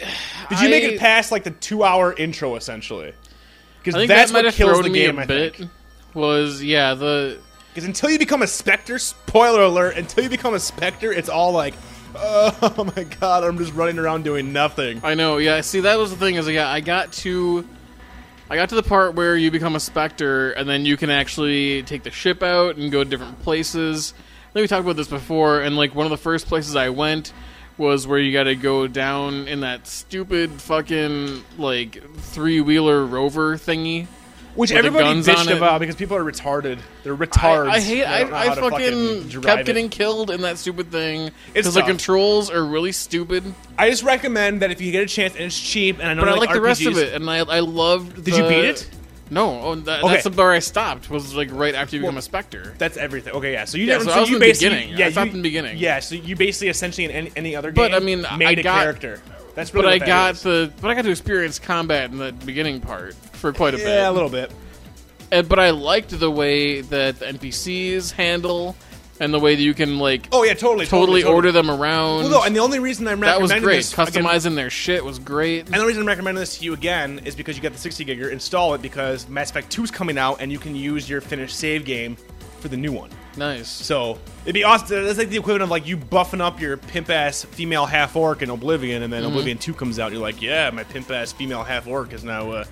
Speaker 1: you make it
Speaker 2: I-
Speaker 1: past like the two-hour intro essentially?
Speaker 2: I
Speaker 1: Because
Speaker 2: think
Speaker 1: that's
Speaker 2: that might
Speaker 1: what
Speaker 2: have
Speaker 1: kills
Speaker 2: thrown
Speaker 1: the
Speaker 2: me
Speaker 1: game.
Speaker 2: a
Speaker 1: I
Speaker 2: bit.
Speaker 1: think.
Speaker 2: Was yeah the
Speaker 1: Because until you become a specter, spoiler alert, until you become a specter, it's all like, oh my god, I'm just running around doing nothing.
Speaker 2: I know yeah see that was the thing is yeah I got to I got to the part where you become a specter and then you can actually take the ship out and go to different places. I think we talked about this before and like one of the first places I went was where you got to go down in that stupid fucking like three wheeler rover thingy.
Speaker 1: Which
Speaker 2: With the
Speaker 1: everybody
Speaker 2: guns on
Speaker 1: bitched
Speaker 2: it.
Speaker 1: about because people are retarded. They're
Speaker 2: I,
Speaker 1: retards.
Speaker 2: I hate.
Speaker 1: They
Speaker 2: I,
Speaker 1: don't know how
Speaker 2: I
Speaker 1: to
Speaker 2: fucking
Speaker 1: drive
Speaker 2: kept
Speaker 1: it.
Speaker 2: getting killed in that stupid thing
Speaker 1: It's
Speaker 2: because the
Speaker 1: tough.
Speaker 2: controls are really stupid.
Speaker 1: I just recommend that if you get a chance and it's cheap, and I know
Speaker 2: But I
Speaker 1: like
Speaker 2: like the rest of
Speaker 1: RPGs
Speaker 2: it, and I I loved.
Speaker 1: Did you
Speaker 2: the-
Speaker 1: beat it?
Speaker 2: No, oh, that,
Speaker 1: Okay.
Speaker 2: that's the bar I stopped. Was like right after you become a specter.
Speaker 1: That's everything. Okay, yeah. So you
Speaker 2: Yeah,
Speaker 1: never.
Speaker 2: so
Speaker 1: So,
Speaker 2: I was
Speaker 1: you
Speaker 2: in the
Speaker 1: basically,
Speaker 2: beginning. I
Speaker 1: yeah,
Speaker 2: stopped
Speaker 1: you,
Speaker 2: in the beginning.
Speaker 1: Yeah, so you basically essentially in any, any other game.
Speaker 2: But, I mean, I
Speaker 1: made a
Speaker 2: got-
Speaker 1: character. That's
Speaker 2: But
Speaker 1: really
Speaker 2: I
Speaker 1: what that
Speaker 2: got
Speaker 1: is.
Speaker 2: the but I got to experience combat in the beginning part for quite a bit.
Speaker 1: yeah, a little bit.
Speaker 2: And- but I liked the way that the NPCs handle and the way that you can like
Speaker 1: Oh yeah, totally. Totally,
Speaker 2: totally, order them around.
Speaker 1: Well, no, and the only reason I'm
Speaker 2: that was
Speaker 1: recommending
Speaker 2: great.
Speaker 1: this again-
Speaker 2: Customizing their shit was great.
Speaker 1: And the reason I'm recommending this to you again is because you got the 60 gigger, install it because Mass Effect 2 is coming out and you can use your finished save game for the new one.
Speaker 2: Nice.
Speaker 1: So it'd be awesome. That's like the equivalent of like you buffing up your pimp ass female half orc in Oblivion, and then
Speaker 2: Mm-hmm.
Speaker 1: Oblivion 2 comes out, and you're like, yeah, my pimp ass female half orc is now uh,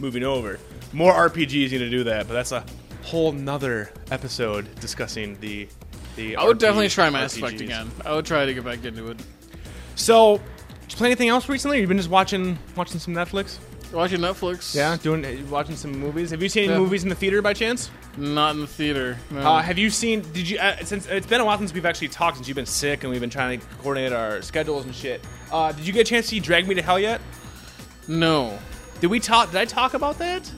Speaker 1: moving over. More RPGs need to do that, but that's a whole nother episode discussing the. the
Speaker 2: I would
Speaker 1: RP
Speaker 2: definitely try Mass Effect
Speaker 1: RPGs.
Speaker 2: again. I would try to get back into it.
Speaker 1: So, did you play anything else recently? You've been just watching watching some Netflix?
Speaker 2: Watching Netflix.
Speaker 1: Yeah, doing uh, watching some movies. Have you seen any
Speaker 2: Yeah.
Speaker 1: movies in the theater by chance?
Speaker 2: Not in the theater. no.
Speaker 1: Uh, have you seen? Did you? Uh, since it's been a while since we've actually talked, since you've been sick and we've been trying to coordinate our schedules and shit. Uh, did you get a chance to see Drag Me to Hell yet?
Speaker 2: no.
Speaker 1: Did we talk? Did I talk about that?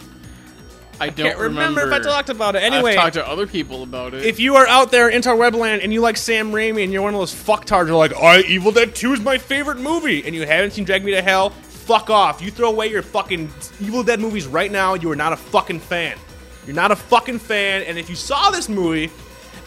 Speaker 2: I, don't
Speaker 1: Can't remember, if I talked about it. Anyway,
Speaker 2: I've talked to other people about it.
Speaker 1: if you are out there in Webland and you like Sam Raimi and you're one of those fucktards who are like, I Evil Dead 2 is my favorite movie, and you haven't seen Drag Me to Hell, fuck off. You throw away your fucking Evil Dead movies right now, you are not a fucking fan. You're not a fucking fan, and if you saw this movie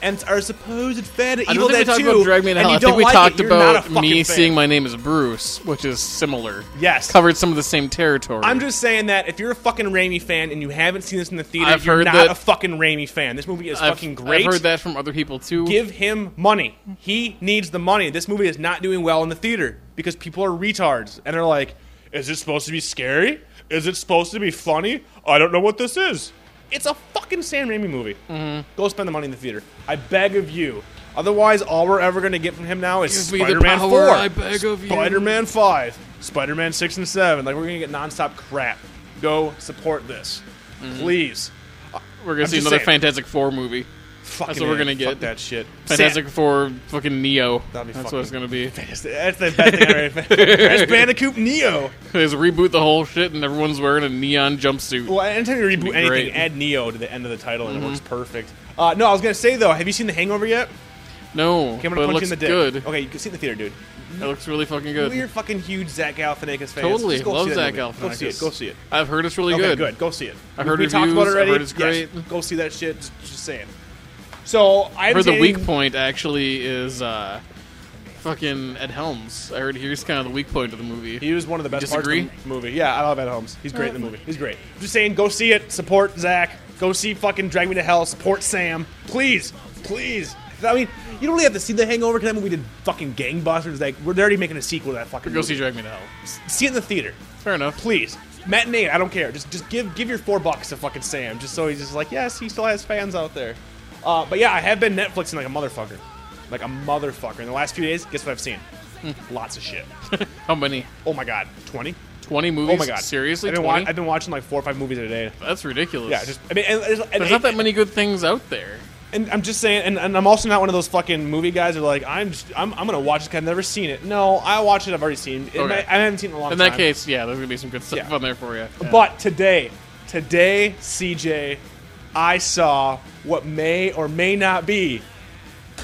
Speaker 1: and are a supposed fan of
Speaker 2: I
Speaker 1: Evil
Speaker 2: don't think
Speaker 1: Dead
Speaker 2: we
Speaker 1: 2,
Speaker 2: talked about Drag Me to
Speaker 1: and
Speaker 2: Hell.
Speaker 1: you
Speaker 2: I
Speaker 1: don't
Speaker 2: think we
Speaker 1: like
Speaker 2: talked
Speaker 1: it, you're not a
Speaker 2: about
Speaker 1: fucking
Speaker 2: me
Speaker 1: fan.
Speaker 2: seeing my name is Bruce, which is similar.
Speaker 1: Yes.
Speaker 2: covered some of the same territory.
Speaker 1: I'm just saying that if you're a fucking Raimi fan and you haven't seen this in the theater,
Speaker 2: I've
Speaker 1: you're
Speaker 2: heard
Speaker 1: not
Speaker 2: that-
Speaker 1: a fucking Raimi fan. This movie is
Speaker 2: I've,
Speaker 1: fucking great.
Speaker 2: I've heard that from other people too.
Speaker 1: Give him money. He needs the money. This movie is not doing well in the theater because people are retards and they're like, is it supposed to be scary? Is it supposed to be funny? I don't know what this is. It's a fucking Sam Raimi movie.
Speaker 2: Mm-hmm.
Speaker 1: Go spend the money in the theater. I beg of you. Otherwise, all we're ever going to get from him now is
Speaker 2: Give me the
Speaker 1: Spider Man
Speaker 2: power,
Speaker 1: 4,
Speaker 2: I beg of you.
Speaker 1: Spider Man 5, Spider Man 6 and 7. Like, we're going to get nonstop crap. Go support this.
Speaker 2: Mm-hmm.
Speaker 1: Please.
Speaker 2: we're gonna see
Speaker 1: just
Speaker 2: another
Speaker 1: saying.
Speaker 2: Fantastic Four movie.
Speaker 1: Fucking
Speaker 2: what we're
Speaker 1: A,
Speaker 2: gonna get.
Speaker 1: Fuck that shit.
Speaker 2: Fantastic Four, fucking Neo.
Speaker 1: That'd be
Speaker 2: That's what it's gonna be.
Speaker 1: That's the best thing I
Speaker 2: *laughs*
Speaker 1: ever. That's Bandicoot Neo.
Speaker 2: They just reboot the whole shit, and everyone's wearing a neon jumpsuit.
Speaker 1: Well, anytime you reboot
Speaker 2: be
Speaker 1: anything,
Speaker 2: great. Mm-hmm.
Speaker 1: add Neo to the end of the title, and it works perfect. Uh, no, I was gonna say though, have you seen The Hangover yet?
Speaker 2: no,
Speaker 1: Okay, I'm gonna
Speaker 2: but it
Speaker 1: punch
Speaker 2: looks
Speaker 1: you in the dick.
Speaker 2: good.
Speaker 1: Okay, you can see it in the theater, dude.
Speaker 2: It looks really fucking
Speaker 1: We're
Speaker 2: good.
Speaker 1: your fucking huge Zach Galifianakis fans.
Speaker 2: Totally
Speaker 1: Just go
Speaker 2: love
Speaker 1: see that
Speaker 2: Zach
Speaker 1: movie. Go see it.
Speaker 2: Galifianakis.
Speaker 1: Go see it.
Speaker 2: I've heard it's really
Speaker 1: okay,
Speaker 2: good.
Speaker 1: Go see it.
Speaker 2: I heard
Speaker 1: we talked about it
Speaker 2: reviews, I
Speaker 1: already.
Speaker 2: heard it's
Speaker 1: Yes,
Speaker 2: great.
Speaker 1: Go see that shit. Just, just saying. So I
Speaker 2: I
Speaker 1: haven't
Speaker 2: heard the
Speaker 1: seen
Speaker 2: weak
Speaker 1: any-
Speaker 2: point actually is uh, fucking Ed Helms. I heard here's kind of the weak point of the movie.
Speaker 1: He was one of the best
Speaker 2: Disagree?
Speaker 1: parts of the movie. Yeah, I love Ed Helms. He's great in the movie. He's great. I'm just saying, go see it. Support Zach. Go see fucking Drag Me to Hell. Support Sam. Please, please. I mean, you don't really have to see The Hangover because that movie did fucking gangbusters. Like, we're they're already making a sequel to that fucking.
Speaker 2: Go
Speaker 1: movie.
Speaker 2: see Drag Me to Hell.
Speaker 1: See it in the theater,
Speaker 2: Fair enough. *laughs*
Speaker 1: please. Matinee, I don't care. Just just give give your four bucks to fucking Sam, just so he's just like, yes, he still has fans out there. Uh, but yeah, I have been Netflixing like a motherfucker, like a motherfucker. In the last few days, guess what I've seen?
Speaker 2: Hmm.
Speaker 1: Lots of shit. *laughs*
Speaker 2: How many?
Speaker 1: Oh my god, twenty.
Speaker 2: Twenty movies?
Speaker 1: Oh my god!
Speaker 2: Seriously,
Speaker 1: I've been, wa-
Speaker 2: twenty?
Speaker 1: I've been watching like four or five movies a day.
Speaker 2: That's ridiculous.
Speaker 1: Yeah, just I mean, and, and,
Speaker 2: there's not that many good things out there.
Speaker 1: And I'm just saying, and, and I'm also not one of those fucking movie guys that are like, I'm just, I'm, I'm gonna watch it 'cause I've never seen it. No, I watch it. I've already seen. It,
Speaker 2: Okay.
Speaker 1: I haven't seen it in a long
Speaker 2: In
Speaker 1: time.
Speaker 2: that case, yeah, there's gonna be some good stuff
Speaker 1: Yeah.
Speaker 2: on there for you.
Speaker 1: but today, today, CJ, I saw what may or may not be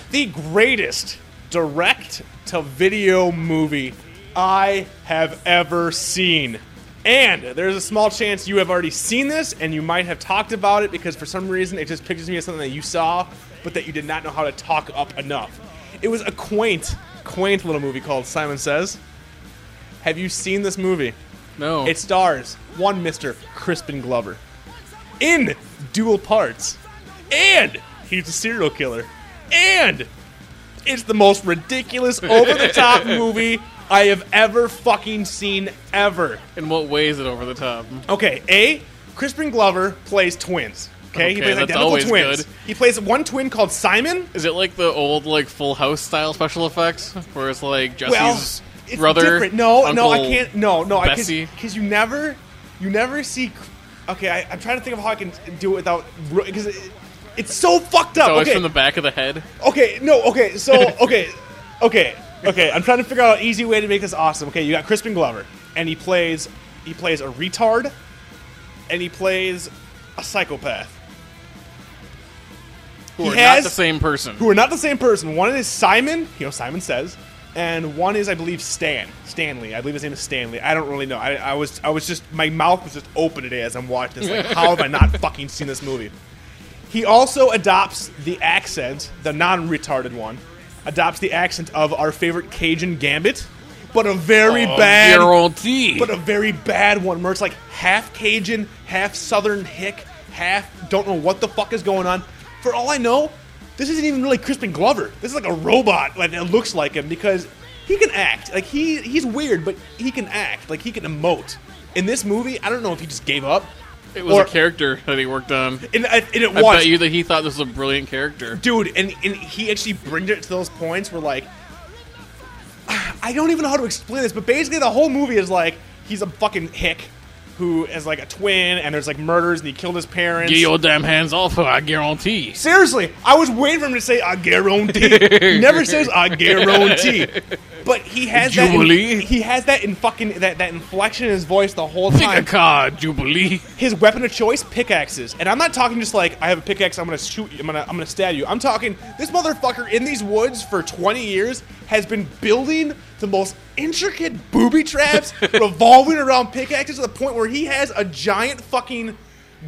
Speaker 1: the greatest direct to video movie I have ever seen. And there's a small chance you have already seen this and you might have talked about it because for some reason it just pictures me as something that you saw, but that you did not know how to talk up enough. It was a quaint, quaint little movie called Simon Says. Have you seen this movie?
Speaker 2: No.
Speaker 1: It stars one Mr. Crispin Glover in dual parts, and he's a serial killer, and it's the most
Speaker 2: *laughs*
Speaker 1: ridiculous, over the top movie I have ever fucking seen ever.
Speaker 2: in what way is it over the top?
Speaker 1: Okay, A, Crispin Glover plays twins. Okay, he
Speaker 2: Okay,
Speaker 1: plays
Speaker 2: that's
Speaker 1: identical
Speaker 2: always
Speaker 1: twins.
Speaker 2: good.
Speaker 1: He plays one twin called Simon.
Speaker 2: Is it like the old like Full House style special effects, where it's like
Speaker 1: Well,
Speaker 2: Jesse's
Speaker 1: it's
Speaker 2: brother?
Speaker 1: different. No, no,
Speaker 2: uncle,
Speaker 1: I can't. No, no, I
Speaker 2: Bessie?
Speaker 1: because you never, you never see. Okay, I, I'm trying to think of how I can do it without because it, it's so fucked up.
Speaker 2: So it's
Speaker 1: okay,
Speaker 2: from the back of the head.
Speaker 1: okay, no, okay, so
Speaker 2: *laughs*
Speaker 1: okay, okay, okay. I'm trying to figure out an easy way to make this awesome. Okay, you got Crispin Glover, and he plays he plays a retard, and he plays a psychopath.
Speaker 2: Who
Speaker 1: He
Speaker 2: are
Speaker 1: has-
Speaker 2: not the same person.
Speaker 1: who are not the same person. One is Simon, you know, Simon says, and one is, I believe, Stan, Stanley. I believe his name is Stanley. I don't really know. I, I was, I was just, my mouth was just open today as I'm watching this. Like, how have I not fucking seen this movie? He also adopts the accent, the non-retarded one, adopts the accent of our favorite Cajun Gambit, but a
Speaker 2: Oh,
Speaker 1: very bad
Speaker 2: Guarantee.
Speaker 1: but uh, a very bad one where it's like half Cajun, half Southern hick, half don't know what the fuck is going on. For all I know, this isn't even really Crispin Glover. This is like a robot like, that looks like him because he can act. Like he he's weird, but he can act. Like he can emote. In this movie, I don't know if he just gave up.
Speaker 2: it was
Speaker 1: or-
Speaker 2: a character that he worked on.
Speaker 1: And, and it
Speaker 2: I
Speaker 1: was
Speaker 2: bet you that he thought this was a brilliant character.
Speaker 1: dude and, and he actually brings it to those points where like *sighs* i don't even know how to explain this but basically the whole movie is like he's a fucking hick who is like a twin and there's like murders and he killed his parents
Speaker 2: Get your damn hands off her! I guarantee.
Speaker 1: seriously i was waiting for him to say i guarantee he never says i guarantee but he has that
Speaker 2: Jubilee.
Speaker 1: in, he has that in fucking that, that inflection in his voice the whole
Speaker 2: Pick a
Speaker 1: time
Speaker 2: card, Jubilee. *laughs*
Speaker 1: his weapon of choice pickaxes and i'm not talking just like i have a pickaxe i'm gonna shoot you i'm gonna i'm gonna stab you i'm talking this motherfucker in these woods for 20 years has been building the most intricate booby
Speaker 2: *laughs*
Speaker 1: traps revolving around pickaxes to the point where he has a giant fucking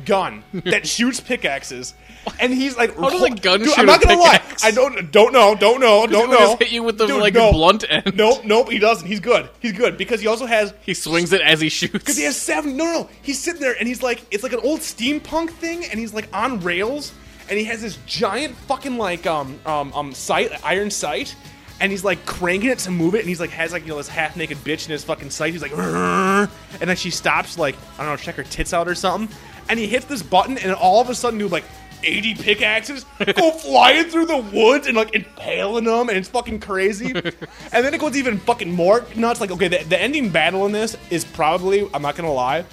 Speaker 1: gun
Speaker 2: *laughs*
Speaker 1: that shoots pickaxes and he's like
Speaker 2: How does a gun
Speaker 1: Dude,
Speaker 2: shoot
Speaker 1: i'm not
Speaker 2: a
Speaker 1: gonna lie
Speaker 2: pickaxe?
Speaker 1: i don't don't know don't
Speaker 2: *laughs*
Speaker 1: know don't
Speaker 2: would
Speaker 1: know
Speaker 2: just hit you with the,
Speaker 1: Dude,
Speaker 2: like,
Speaker 1: no.
Speaker 2: blunt end.
Speaker 1: nope nope he doesn't he's good he's good because he also has
Speaker 2: He swings it as he shoots.
Speaker 1: because he has seven. No, no, he's sitting there and he's like, it's like an old steampunk thing, and he's like on rails, and he has this giant fucking like um um um sight, iron sight, and he's like cranking it to move it, and he's like has like you know this half naked bitch in his fucking sight. He's like, "Rrrr," and then she stops like I don't know, check her tits out or something, and he hits this button, and all of a sudden, dude, like. 80 pickaxes go flying through the woods and like impaling them, and it's fucking crazy. and then it goes even fucking more nuts. Like, okay, the, the ending battle in this is probably, I'm not gonna lie,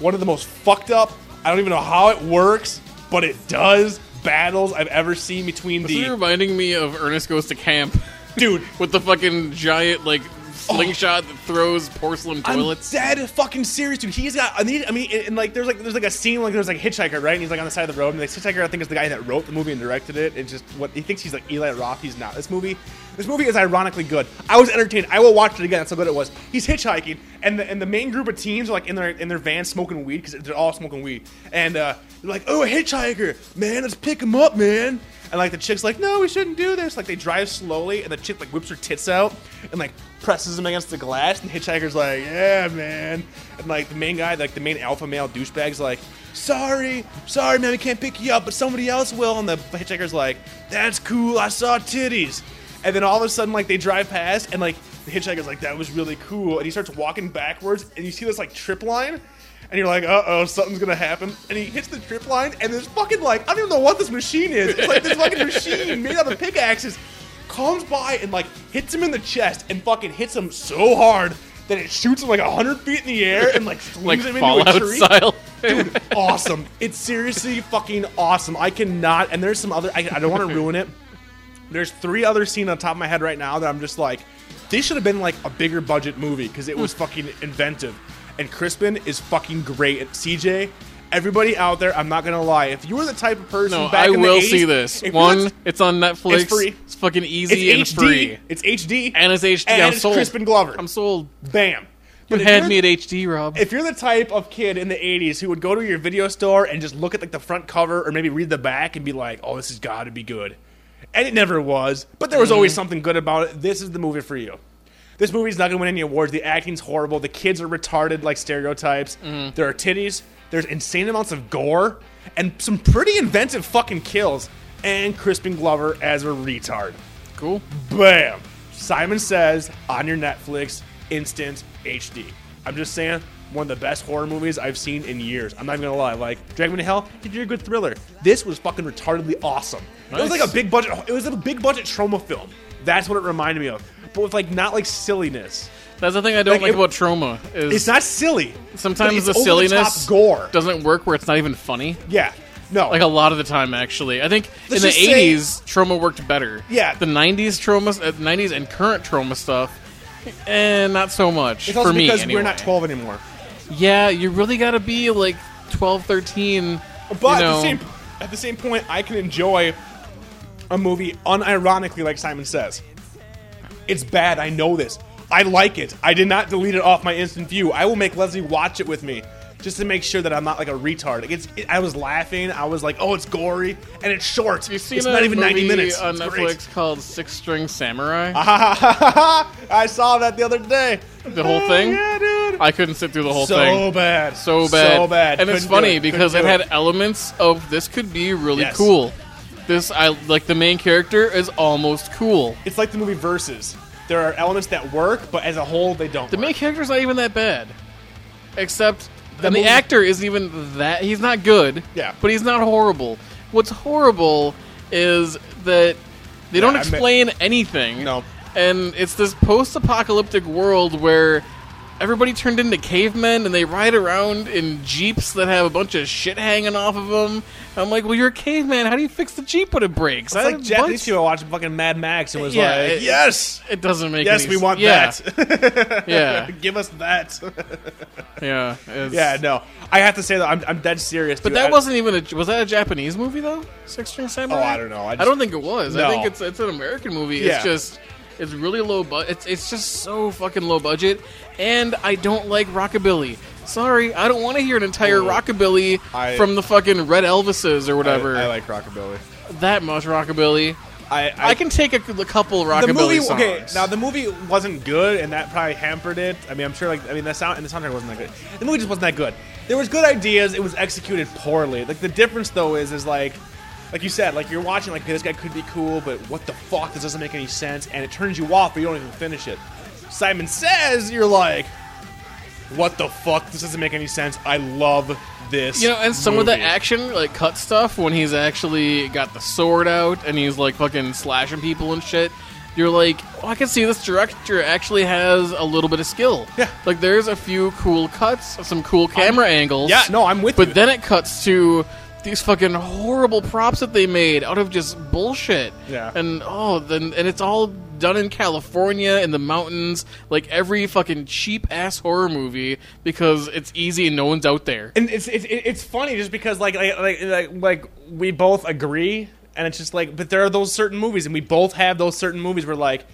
Speaker 1: one of the most fucked up, I don't even know how it works, but it does battles I've ever seen between
Speaker 2: This is
Speaker 1: the.
Speaker 2: reminding me of Ernest Goes to Camp
Speaker 1: Dude,
Speaker 2: with the fucking giant like slingshot that throws porcelain toilets.
Speaker 1: Oh. I'm dead fucking serious, dude. He's got. I mean, I mean, and, and, like, there's like, there's like a scene like there's like hitchhiker, right? And he's like on the side of the road, and the hitchhiker, I think, is the guy that wrote the movie and directed it. It's just what he thinks he's like Eli Roth. He's not. This movie, this movie is ironically good. I was entertained. I will watch it again. That's how good it was. He's hitchhiking, and the and the main group of teens are like in their in their van smoking weed because they're all smoking weed, and uh, they're like, oh, a hitchhiker, man, let's pick him up, man. And like the chick's like, no, we shouldn't do this. Like they drive slowly, and the chick like whips her tits out and like presses him against the glass. And Hitchhiker's like, yeah, man. And like the main guy, like the main alpha male douchebag's like, sorry, sorry, man, we can't pick you up, but somebody else will. And the Hitchhiker's like, that's cool. I saw titties. And then all of a sudden, like they drive past, and like the Hitchhiker's like, that was really cool. And he starts walking backwards, and you see this like trip line. And you're like, uh oh, something's gonna happen. And he hits the trip line, and this fucking, like, I don't even know what this machine is. It's like this fucking machine made out of pickaxes comes by and, like, hits him in the chest and fucking hits him so hard that it shoots him, like, 100 feet in the air and, like, swings
Speaker 2: Like
Speaker 1: him
Speaker 2: Fallout
Speaker 1: into a tree.
Speaker 2: style.
Speaker 1: Dude, awesome. It's seriously fucking awesome. I cannot, and there's some other, I, I don't wanna ruin it. There's three other scenes on top of my head right now that I'm just like, this should have been like a bigger budget movie because it was fucking inventive. And Crispin is fucking great. And CJ, everybody out there, I'm not gonna lie, if you were the type of person,
Speaker 2: No,
Speaker 1: back
Speaker 2: I
Speaker 1: in the
Speaker 2: will
Speaker 1: 80s,
Speaker 2: see this.
Speaker 1: if you were
Speaker 2: One,
Speaker 1: the-
Speaker 2: it's on Netflix.
Speaker 1: It's free.
Speaker 2: It's fucking easy
Speaker 1: it's
Speaker 2: and
Speaker 1: HD.
Speaker 2: free.
Speaker 1: It's HD.
Speaker 2: And it's HD.
Speaker 1: And
Speaker 2: I'm
Speaker 1: it's
Speaker 2: sold.
Speaker 1: Crispin Glover.
Speaker 2: I'm sold.
Speaker 1: Bam.
Speaker 2: You
Speaker 1: if
Speaker 2: had
Speaker 1: you're-
Speaker 2: me at HD, Rob.
Speaker 1: If you're the type of kid in the 80s who would go to your video store and just look at like the front cover or maybe read the back and be like, "Oh, this has got to be good." And it never was, but there was always something good about it. This is the movie for you. This movie's not going to win any awards. The acting's horrible. The kids are retarded like stereotypes. There are titties. There's insane amounts of gore and some pretty inventive fucking kills and Crispin Glover as a retard.
Speaker 2: cool.
Speaker 1: Bam! Simon Says on your Netflix, instant HD. I'm just saying, one of the best horror movies I've seen in years. I'm not even gonna lie. Like Dragon to Hell, did you a good thriller? This was fucking retardedly awesome. It was
Speaker 2: Nice.
Speaker 1: like a big budget. It was a big budget trauma film. That's what it reminded me of, but with like not like silliness.
Speaker 2: That's the thing I don't
Speaker 1: Like,
Speaker 2: like,
Speaker 1: it-
Speaker 2: about trauma is
Speaker 1: It's not silly. but
Speaker 2: sometimes
Speaker 1: it's
Speaker 2: the
Speaker 1: over-the-top
Speaker 2: silliness
Speaker 1: gore.
Speaker 2: doesn't work where it's not even funny.
Speaker 1: yeah. No.
Speaker 2: Like a lot of the time, actually. I think
Speaker 1: Let's
Speaker 2: in the
Speaker 1: just say-
Speaker 2: '80s, trauma worked better.
Speaker 1: Yeah.
Speaker 2: The '90s trauma, uh, '90s and current trauma stuff, and not so much
Speaker 1: it's
Speaker 2: for
Speaker 1: also
Speaker 2: me.
Speaker 1: because
Speaker 2: anyway.
Speaker 1: we're not 12 anymore.
Speaker 2: Yeah, you really gotta be like 12, 13.
Speaker 1: But
Speaker 2: you know,
Speaker 1: at, the same, at the same point, I can enjoy a movie unironically, like Simon says. It's bad. I know this. I like it. I did not delete it off my instant view. I will make Leslie watch it with me just to make sure that I'm not like a retard. Like it's, it, I was laughing. I was like, oh, it's gory and it's short.
Speaker 2: Have you seen
Speaker 1: it's not
Speaker 2: a
Speaker 1: even 90
Speaker 2: movie
Speaker 1: minutes.
Speaker 2: on
Speaker 1: It's
Speaker 2: Netflix
Speaker 1: great.
Speaker 2: called Six String Samurai?
Speaker 1: *laughs* I saw that the other day.
Speaker 2: The whole
Speaker 1: Oh,
Speaker 2: thing?
Speaker 1: Yeah, dude.
Speaker 2: I couldn't sit through the whole
Speaker 1: so
Speaker 2: thing.
Speaker 1: bad.
Speaker 2: So bad.
Speaker 1: So bad.
Speaker 2: And it's
Speaker 1: Couldn't do
Speaker 2: funny
Speaker 1: it. Couldn't
Speaker 2: because
Speaker 1: do
Speaker 2: it had elements of this could be really
Speaker 1: Yes.
Speaker 2: cool. This I like the main character is almost cool.
Speaker 1: It's like the movie Versus. There are elements that work, but as a whole, they don't.
Speaker 2: The main
Speaker 1: work.
Speaker 2: character's not even that bad. Except and the
Speaker 1: movie-
Speaker 2: actor isn't even that he's not good.
Speaker 1: Yeah.
Speaker 2: But he's not horrible. What's horrible is that they don't
Speaker 1: I mean-
Speaker 2: explain anything.
Speaker 1: No.
Speaker 2: And it's this post apocalyptic world where everybody turned into cavemen and they ride around in jeeps that have a bunch of shit hanging off of them. I'm like, well, you're a caveman. How do you fix the jeep when it breaks?
Speaker 1: It's
Speaker 2: I-
Speaker 1: like Japanese
Speaker 2: what?
Speaker 1: people watching fucking Mad Max and was
Speaker 2: Yeah,
Speaker 1: like,
Speaker 2: it-
Speaker 1: "Yes,
Speaker 2: It doesn't make
Speaker 1: yes,
Speaker 2: any
Speaker 1: we
Speaker 2: s-
Speaker 1: want
Speaker 2: yeah,
Speaker 1: that. *laughs*
Speaker 2: yeah, *laughs*
Speaker 1: Give us that."
Speaker 2: yeah. It's-
Speaker 1: yeah, no, I have to say that I'm, I'm dead serious.
Speaker 2: But that wasn't even a was that a Japanese movie though? Six String Samurai.
Speaker 1: Oh, I don't know. I
Speaker 2: I don't
Speaker 1: just-
Speaker 2: think it was.
Speaker 1: No.
Speaker 2: I think it's it's an American movie.
Speaker 1: Yeah.
Speaker 2: It's just it's really low budget. It's it's just so fucking low budget, and I don't like rockabilly. Sorry, I don't want to hear an entire
Speaker 1: Ooh.
Speaker 2: rockabilly
Speaker 1: I-
Speaker 2: from the fucking Red Elvises or whatever.
Speaker 1: I, like rockabilly.
Speaker 2: that much rockabilly.
Speaker 1: I,
Speaker 2: I, can take a, c- a couple rockabilly
Speaker 1: the movie.
Speaker 2: songs.
Speaker 1: Okay, now the movie wasn't good, and that probably hampered it. I mean, I'm sure. Like, I mean, the sound and the soundtrack wasn't that good. The movie just wasn't that good. There was good ideas. It was executed poorly. Like the difference though is, is like, like you said, like you're watching, like this guy could be cool, but what the fuck? This doesn't make any sense, and it turns you off, but you don't even finish it. Simon says you're like, what the fuck? This doesn't make any sense. I love this.
Speaker 2: You know, and some of the
Speaker 1: movie."
Speaker 2: action, like cut stuff, when he's actually got the sword out and he's like fucking slashing people and shit, you're like, oh, I can see this director actually has a little bit of skill.
Speaker 1: Yeah.
Speaker 2: Like, there's a few cool cuts, some cool camera angles.
Speaker 1: Yeah, no, I'm with
Speaker 2: But
Speaker 1: you.
Speaker 2: then it cuts to these fucking horrible props that they made out of just bullshit.
Speaker 1: Yeah.
Speaker 2: And oh, then and it's all done in California in the mountains, like every fucking cheap ass horror movie because it's easy and no one's out there.
Speaker 1: and it's it's it- it's funny just because like like like like, like we both agree and it's just like but there are those certain movies and we both have those certain movies where like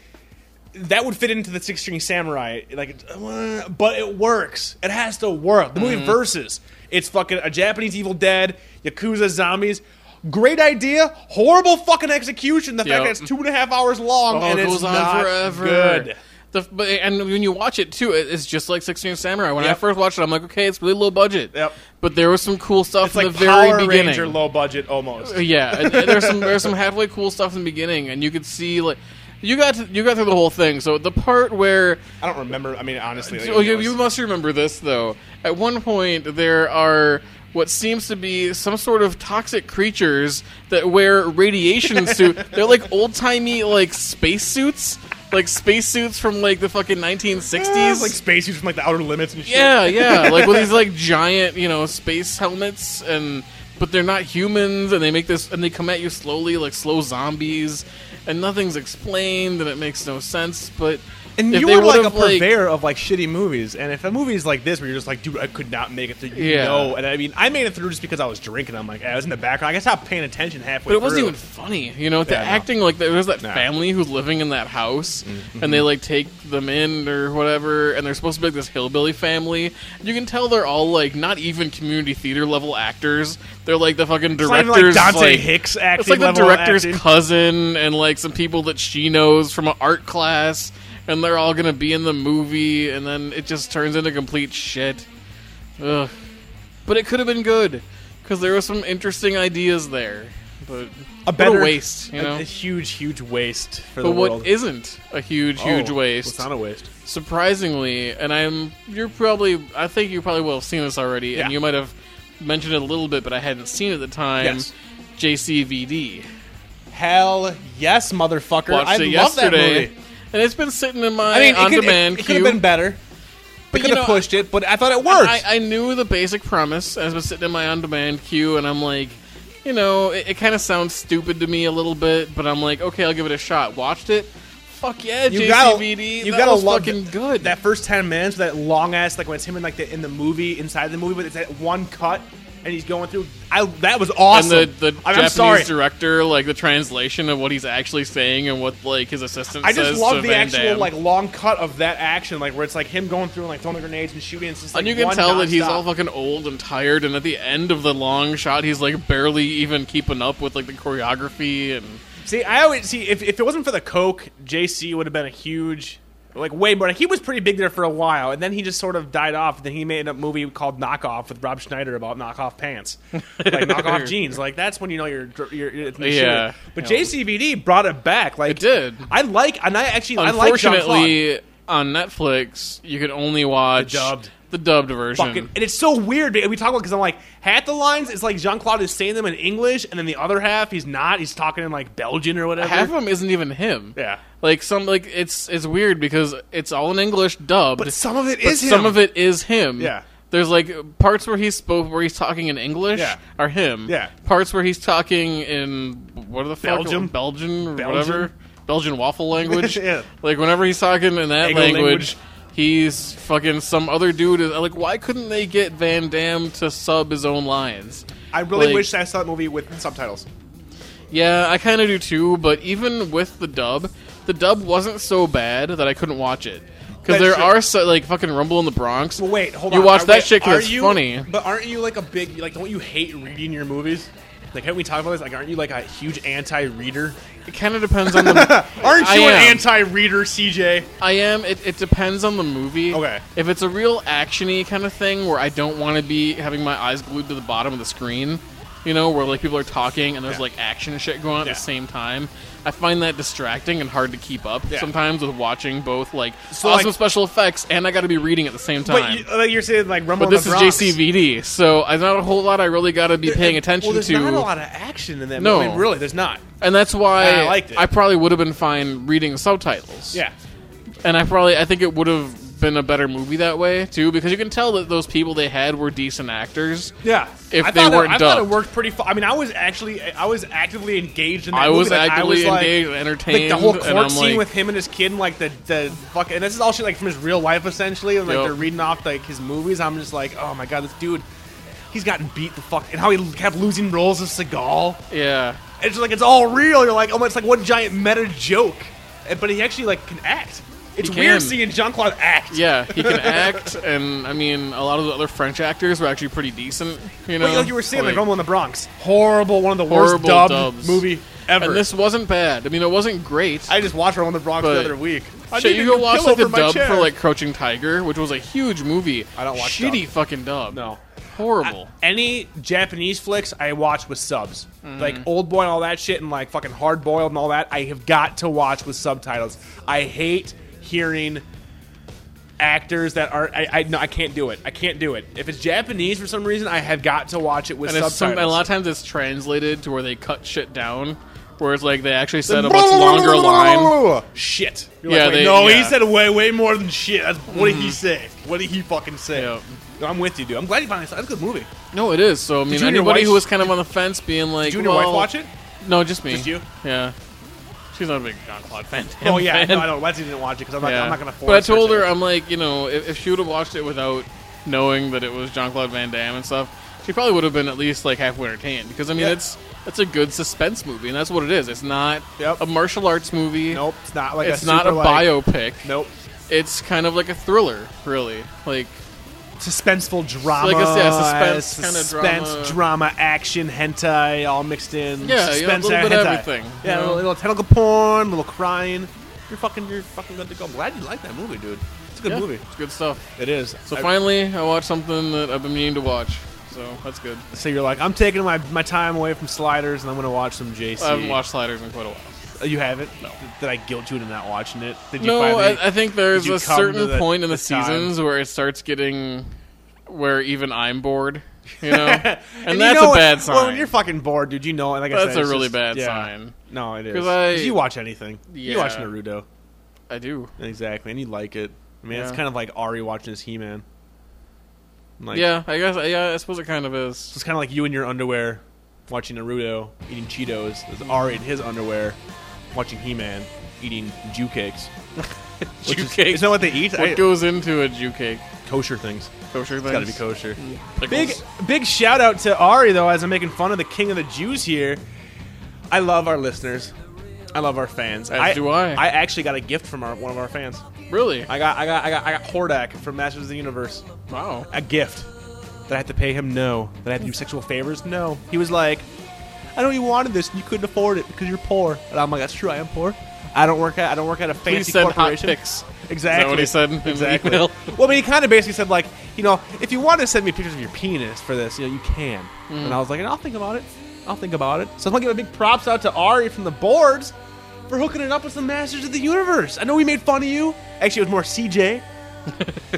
Speaker 1: that would fit into the six string samurai like uh, but it works it has to work the movie
Speaker 2: Mm-hmm.
Speaker 1: versus it's fucking a japanese evil dead yakuza zombies great idea horrible fucking execution the fact
Speaker 2: Yep.
Speaker 1: that it's two and a half hours long
Speaker 2: Oh,
Speaker 1: and
Speaker 2: it
Speaker 1: it's
Speaker 2: goes on
Speaker 1: not
Speaker 2: forever.
Speaker 1: good
Speaker 2: The, but, and when you watch it too, it, it's just like Sixteen Samurai. When I
Speaker 1: Yep.
Speaker 2: first watched it, I'm like, okay, it's really low budget.
Speaker 1: Yep.
Speaker 2: But there was some cool
Speaker 1: it's
Speaker 2: stuff in
Speaker 1: like
Speaker 2: the very
Speaker 1: power
Speaker 2: beginning. Uh, Oh,
Speaker 1: ranger low budget almost
Speaker 2: Yeah, and, and there's some there's
Speaker 1: *laughs*
Speaker 2: some halfway cool stuff in the beginning, and you could see like you got to, you got through the whole thing. So the part where
Speaker 1: i don't remember i mean honestly like,
Speaker 2: so,
Speaker 1: it
Speaker 2: you,
Speaker 1: was-
Speaker 2: you must remember this though. At one point, there are what seems to be some sort of toxic creatures that
Speaker 1: *laughs*
Speaker 2: wear radiation suit. They're like old timey like spacesuits, like spacesuits from like the fucking 1960s.
Speaker 1: Ah, like spacesuits *laughs* from like the outer limits and shit.
Speaker 2: yeah, yeah, like with these like giant you know space helmets and. but they're not humans, and they make this and they come at you slowly like slow zombies, and nothing's explained, and it makes no sense. But
Speaker 1: And
Speaker 2: if
Speaker 1: you
Speaker 2: they
Speaker 1: were like a
Speaker 2: would've, like,
Speaker 1: purveyor of like shitty movies, and if a movie's like this where you're just like, dude, I could not make it through, you
Speaker 2: Yeah.
Speaker 1: know. And I mean, I made it through just because I was drinking. I'm like, eh, I was in the background. I guess I stopped paying attention halfway.
Speaker 2: But it wasn't
Speaker 1: through.
Speaker 2: even funny, you know. The
Speaker 1: Yeah, no.
Speaker 2: acting like there was that
Speaker 1: No.
Speaker 2: family who's living in that house,
Speaker 1: Mm-hmm.
Speaker 2: and they like take them in or whatever, and they're supposed to be like this hillbilly family. You can tell they're all like not even community theater level actors. They're like the fucking
Speaker 1: It's
Speaker 2: directors,
Speaker 1: not even like Dante
Speaker 2: like-
Speaker 1: Hicks acting.
Speaker 2: It's like the
Speaker 1: level of
Speaker 2: director's
Speaker 1: acting.
Speaker 2: cousin and like some people that she knows from an art class, and they're all gonna be in the movie, and then it just turns into complete shit. Ugh. But it could have been good because there were some interesting ideas there. But
Speaker 1: a
Speaker 2: what
Speaker 1: better
Speaker 2: waste, you
Speaker 1: a-
Speaker 2: know.
Speaker 1: a, huge, huge waste for
Speaker 2: but
Speaker 1: the
Speaker 2: what
Speaker 1: world.
Speaker 2: isn't a huge,
Speaker 1: Oh,
Speaker 2: huge waste?
Speaker 1: It's not a waste.
Speaker 2: surprisingly, and I'm you're probably I think you probably will have seen this already, and
Speaker 1: Yeah.
Speaker 2: you might have mentioned it a little bit, but I hadn't seen it at the time.
Speaker 1: Yes.
Speaker 2: JCVD.
Speaker 1: Hell yes, motherfucker!
Speaker 2: Watched
Speaker 1: I
Speaker 2: it
Speaker 1: love
Speaker 2: yesterday,
Speaker 1: that movie.
Speaker 2: and it's been sitting in my
Speaker 1: I mean, it could-
Speaker 2: on-demand
Speaker 1: it, it could
Speaker 2: queue.
Speaker 1: have been better. They
Speaker 2: you
Speaker 1: could have
Speaker 2: know,
Speaker 1: pushed it, but I thought it worked.
Speaker 2: I, I knew the basic premise, and it's been sitting in my on-demand queue, and I'm like, you know, it, it kind of sounds stupid to me a little bit, but I'm like, okay, I'll give it a shot. Watched it. Fuck yeah,
Speaker 1: you gotta,
Speaker 2: JCVD.
Speaker 1: you
Speaker 2: that
Speaker 1: gotta
Speaker 2: was
Speaker 1: love
Speaker 2: fucking
Speaker 1: that-
Speaker 2: good.
Speaker 1: That first ten minutes, with that long ass like when it's him in like the in the movie inside the movie, but it's that one cut and he's going through. I that was awesome.
Speaker 2: And
Speaker 1: I
Speaker 2: the, the
Speaker 1: mean, I'm
Speaker 2: Japanese
Speaker 1: sorry.
Speaker 2: director, like the translation of what he's actually saying and what like his assistant
Speaker 1: I
Speaker 2: says.
Speaker 1: just love
Speaker 2: to
Speaker 1: the
Speaker 2: Van
Speaker 1: actual
Speaker 2: Damme.
Speaker 1: like long cut of that action, like where it's like him going through and like throwing the grenades and shooting. And it's just,
Speaker 2: and
Speaker 1: like,
Speaker 2: you can
Speaker 1: one
Speaker 2: tell that he's
Speaker 1: nonstop.
Speaker 2: all fucking old and tired, and at the end of the long shot, he's like barely even keeping up with like the choreography and
Speaker 1: See, I always see if, if it wasn't for the Coke, JC would have been a huge, like way more. He was pretty big there for a while, and then he just sort of died off. Then he made a movie called Knockoff with Rob Schneider about knockoff pants,
Speaker 2: *laughs*
Speaker 1: like knockoff jeans. Like that's when you know you're, dr- you're, you're the
Speaker 2: Yeah.
Speaker 1: shit. But JCVD brought it back. Like
Speaker 2: it did.
Speaker 1: I like, and I actually I like Jean-Claude.
Speaker 2: Unfortunately, on Netflix, you can only watch
Speaker 1: The dubbed.
Speaker 2: the dubbed version.
Speaker 1: Fucking, and it's so weird. We talk about because I'm like half the lines. It's like Jean Claude is saying them in English, and then the other half he's not. He's talking in like Belgian or whatever.
Speaker 2: Half of them isn't even him.
Speaker 1: Yeah.
Speaker 2: like some like it's it's weird because it's all in English dubbed.
Speaker 1: but some of it
Speaker 2: but
Speaker 1: is
Speaker 2: some
Speaker 1: him.
Speaker 2: of it is him.
Speaker 1: Yeah.
Speaker 2: There's like parts where he spoke where he's talking in English
Speaker 1: Yeah.
Speaker 2: are him.
Speaker 1: Yeah.
Speaker 2: Parts where he's talking in what are the fuck
Speaker 1: Belgium?
Speaker 2: Belgian or
Speaker 1: Belgian?
Speaker 2: whatever
Speaker 1: *laughs*
Speaker 2: Belgian waffle language.
Speaker 1: Yeah.
Speaker 2: Like whenever he's talking in that
Speaker 1: Eggo
Speaker 2: language,
Speaker 1: language.
Speaker 2: he's fucking some other dude. Is, like why couldn't they get Van Damme to sub his own lines?
Speaker 1: I really
Speaker 2: Like-
Speaker 1: wish I saw that movie with subtitles.
Speaker 2: Yeah, I kind of do too, but even with the dub, the dub wasn't so bad that I couldn't watch it. Because
Speaker 1: That's
Speaker 2: there
Speaker 1: true.
Speaker 2: are so, like fucking Rumble in the Bronx.
Speaker 1: Well, wait, hold
Speaker 2: you
Speaker 1: on.
Speaker 2: You watch
Speaker 1: Are-
Speaker 2: that
Speaker 1: wait,
Speaker 2: shit
Speaker 1: are
Speaker 2: because it's
Speaker 1: you-
Speaker 2: funny.
Speaker 1: But aren't you like a big like? Don't you hate reading your movies? Like, haven't we talked about this? Like, aren't you like a huge anti-reader?
Speaker 2: It kind of
Speaker 1: *laughs*
Speaker 2: depends on the.
Speaker 1: Aren't
Speaker 2: I
Speaker 1: you an
Speaker 2: am.
Speaker 1: anti-reader, CJ?
Speaker 2: I am. It, it depends on the movie.
Speaker 1: Okay.
Speaker 2: If it's a real actiony kind of thing where I don't want to be having my eyes glued to the bottom of the screen, you know, where like people are talking and there's
Speaker 1: Yeah.
Speaker 2: like action shit going on
Speaker 1: Yeah.
Speaker 2: at the same time, I find that distracting and hard to keep up
Speaker 1: Yeah.
Speaker 2: sometimes with watching both like
Speaker 1: So,
Speaker 2: awesome
Speaker 1: like-
Speaker 2: special effects and I got to be reading at the same time.
Speaker 1: But you, like you're saying, like Rumble.
Speaker 2: But this
Speaker 1: in
Speaker 2: is
Speaker 1: the Bronx.
Speaker 2: JCVD, so I not a whole lot I really got to be paying attention
Speaker 1: Well, there's
Speaker 2: to,
Speaker 1: not a lot of action in that.
Speaker 2: No.
Speaker 1: movie. I mean, really, there's not.
Speaker 2: and that's why
Speaker 1: And I liked it.
Speaker 2: probably would have been fine reading subtitles.
Speaker 1: Yeah.
Speaker 2: and I probably I think it would have been a better movie that way too, because you can tell that those people they had were decent actors.
Speaker 1: Yeah,
Speaker 2: If
Speaker 1: I
Speaker 2: they
Speaker 1: thought
Speaker 2: weren't
Speaker 1: it, I thought it
Speaker 2: dubbed.
Speaker 1: worked pretty. Fu- I mean, I was actually, I was actively engaged in. That
Speaker 2: I
Speaker 1: movie,
Speaker 2: was
Speaker 1: like,
Speaker 2: actively
Speaker 1: I was,
Speaker 2: engaged,
Speaker 1: like,
Speaker 2: and
Speaker 1: Like
Speaker 2: entertained,
Speaker 1: the whole
Speaker 2: and I'm
Speaker 1: court scene
Speaker 2: like,
Speaker 1: with him and his kid, and like the the fuck, and this is all shit like from his real life essentially. And like
Speaker 2: Yep.
Speaker 1: they're reading off like his movies. I'm just like, oh my god, this dude, he's gotten beat the fuck, and how he kept losing roles of Seagal.
Speaker 2: yeah,
Speaker 1: It's just like it's all real. You're like, oh, it's like one giant meta joke, And- but he actually like can act. It's
Speaker 2: He
Speaker 1: weird
Speaker 2: can.
Speaker 1: seeing Jean Claude act.
Speaker 2: yeah, he can
Speaker 1: *laughs*
Speaker 2: act, and I mean a lot of the other French actors were actually pretty decent. You know,
Speaker 1: But like you were saying, like,
Speaker 2: Like,
Speaker 1: Rumble in the Bronx, horrible, one of the worst
Speaker 2: Horrible
Speaker 1: dubbed
Speaker 2: dubs.
Speaker 1: movie ever.
Speaker 2: and this wasn't bad. I mean, it wasn't great.
Speaker 1: I just watched Rumble in the Bronx
Speaker 2: But-
Speaker 1: the other week. I
Speaker 2: Shit,
Speaker 1: need a
Speaker 2: you go
Speaker 1: new
Speaker 2: watch
Speaker 1: pillow
Speaker 2: like the
Speaker 1: my
Speaker 2: dub
Speaker 1: chair.
Speaker 2: for like Crouching Tiger, which was a huge movie.
Speaker 1: I don't watch
Speaker 2: shitty
Speaker 1: dub.
Speaker 2: fucking dub.
Speaker 1: no.
Speaker 2: horrible.
Speaker 1: Any Japanese flicks I watch with subs,
Speaker 2: Mm-hmm.
Speaker 1: like Old Boy and all that shit, and like fucking Hard Boiled and all that. I have got to watch with subtitles. I hate hearing actors that are. I, I no, I can't do it. I can't do it. If it's Japanese for some reason, I have got to watch it with
Speaker 2: and it's
Speaker 1: subtitles.
Speaker 2: some, a lot of times it's translated to where they cut shit down, where it's like they actually said a much
Speaker 1: *laughs*
Speaker 2: longer line.
Speaker 1: Shit. You're
Speaker 2: Yeah,
Speaker 1: like, wait,
Speaker 2: they-
Speaker 1: no, he
Speaker 2: yeah.
Speaker 1: said way, way more than shit. That's, What did he say? What did he fucking say?
Speaker 2: Yeah.
Speaker 1: No, I'm with you, dude. I'm glad you finally saw. it. That's a good movie.
Speaker 2: No, it is. So I mean,
Speaker 1: you and your
Speaker 2: anybody who
Speaker 1: wife-
Speaker 2: was kind of on the fence, being like,
Speaker 1: Did you and your
Speaker 2: well,
Speaker 1: wife watch it?
Speaker 2: No, just me.
Speaker 1: Just you?
Speaker 2: Yeah. She's not a big Jean Claude fan.
Speaker 1: Oh yeah,
Speaker 2: *laughs* fan.
Speaker 1: no, I don't. Lexi didn't watch it because I'm not.
Speaker 2: Yeah.
Speaker 1: I'm not gonna. Force
Speaker 2: But I told her,
Speaker 1: to.
Speaker 2: I'm like, you know, if, if she would have watched it without knowing that it was Jean Claude Van Damme and stuff, she probably would have been at least like halfway entertained. Because I mean,
Speaker 1: Yeah.
Speaker 2: it's it's a good suspense movie, and that's what it is. It's not
Speaker 1: Yep.
Speaker 2: a martial arts movie.
Speaker 1: Nope, it's not like
Speaker 2: it's
Speaker 1: a
Speaker 2: not
Speaker 1: super,
Speaker 2: a
Speaker 1: like-
Speaker 2: biopic.
Speaker 1: Nope,
Speaker 2: It's kind of like a thriller, really. Like
Speaker 1: suspenseful drama.
Speaker 2: Like I said, suspense,
Speaker 1: uh,
Speaker 2: kinda
Speaker 1: suspense,
Speaker 2: drama.
Speaker 1: drama, action, hentai, all mixed in.
Speaker 2: Yeah, yeah, a
Speaker 1: suspense
Speaker 2: little
Speaker 1: and
Speaker 2: bit of
Speaker 1: hentai.
Speaker 2: everything,
Speaker 1: Yeah,
Speaker 2: you
Speaker 1: a
Speaker 2: know?
Speaker 1: little, little tentacle porn, a little crying. You're fucking, you're fucking good to go. I'm glad you like that movie, dude. It's a good
Speaker 2: yeah,
Speaker 1: movie.
Speaker 2: It's good stuff.
Speaker 1: It is.
Speaker 2: So
Speaker 1: I-
Speaker 2: finally, I watched something that I've been meaning to watch. So that's good.
Speaker 1: So you're like, I'm taking my, my time away from Sliders, and I'm gonna watch some JC.
Speaker 2: I haven't watched Sliders in quite a while.
Speaker 1: Uh, You haven't? No. Did I guilt you into not watching it? Did you
Speaker 2: No,
Speaker 1: finally?
Speaker 2: I, I think there's
Speaker 1: you
Speaker 2: a
Speaker 1: come to
Speaker 2: certain
Speaker 1: the-
Speaker 2: point in the,
Speaker 1: the time?
Speaker 2: seasons where it starts getting where even I'm bored,
Speaker 1: *laughs*
Speaker 2: you know, and,
Speaker 1: you
Speaker 2: that's
Speaker 1: know
Speaker 2: a
Speaker 1: what?
Speaker 2: bad
Speaker 1: Well,
Speaker 2: sign.
Speaker 1: when you're fucking bored, dude, you know. it. Like I
Speaker 2: That's
Speaker 1: said,
Speaker 2: a
Speaker 1: it's
Speaker 2: really
Speaker 1: just-
Speaker 2: bad
Speaker 1: yeah.
Speaker 2: sign.
Speaker 1: No, it is.
Speaker 2: 'Cause I-
Speaker 1: 'Cause you watch anything. You watch
Speaker 2: Yeah.
Speaker 1: Naruto.
Speaker 2: I do.
Speaker 1: Exactly, and you like it. I mean, it's
Speaker 2: Yeah.
Speaker 1: kind of like Ari watching his He-Man. Like,
Speaker 2: yeah, I guess. Yeah, I suppose it kind of
Speaker 1: so
Speaker 2: is.
Speaker 1: it's kind of like you in your underwear watching Naruto eating Cheetos. There's Ari in his underwear watching He-Man eating Jew cakes. *laughs* Which
Speaker 2: Jew
Speaker 1: is,
Speaker 2: cake.
Speaker 1: Isn't that what they eat? I-
Speaker 2: What goes into a Jew cake?
Speaker 1: kosher things.
Speaker 2: Kosher things.
Speaker 1: It's got to be kosher.
Speaker 2: Mm.
Speaker 1: Big
Speaker 2: Pickles.
Speaker 1: big shout out to Ari though, as I'm making fun of the king of the Jews here. I love our listeners. I love our fans.
Speaker 2: As do I.
Speaker 1: I actually got a gift from our, one of our fans.
Speaker 2: Really?
Speaker 1: I got I got I got I got Hordak from Masters of the Universe.
Speaker 2: wow.
Speaker 1: A gift. That I had to pay him no. That I had to do sexual favors? No. He was like, I know you wanted this and you couldn't afford it because you're poor. And I'm like, that's true, I am poor. I don't work at I don't work at a fancy
Speaker 2: Please send hot
Speaker 1: corporation.
Speaker 2: pics.
Speaker 1: Exactly.
Speaker 2: what he said in the
Speaker 1: exactly.
Speaker 2: email?
Speaker 1: Well, but he kind of basically said like, you know, if you want to send me pictures of your penis for this, you know, you can.
Speaker 2: Hmm.
Speaker 1: And I was like, I'll think about it. I'll think about it. So I'm gonna give a big props out to Ari from the boards for hooking it up with the Masters of the Universe. I know we made fun of you. Actually, it was more CJ,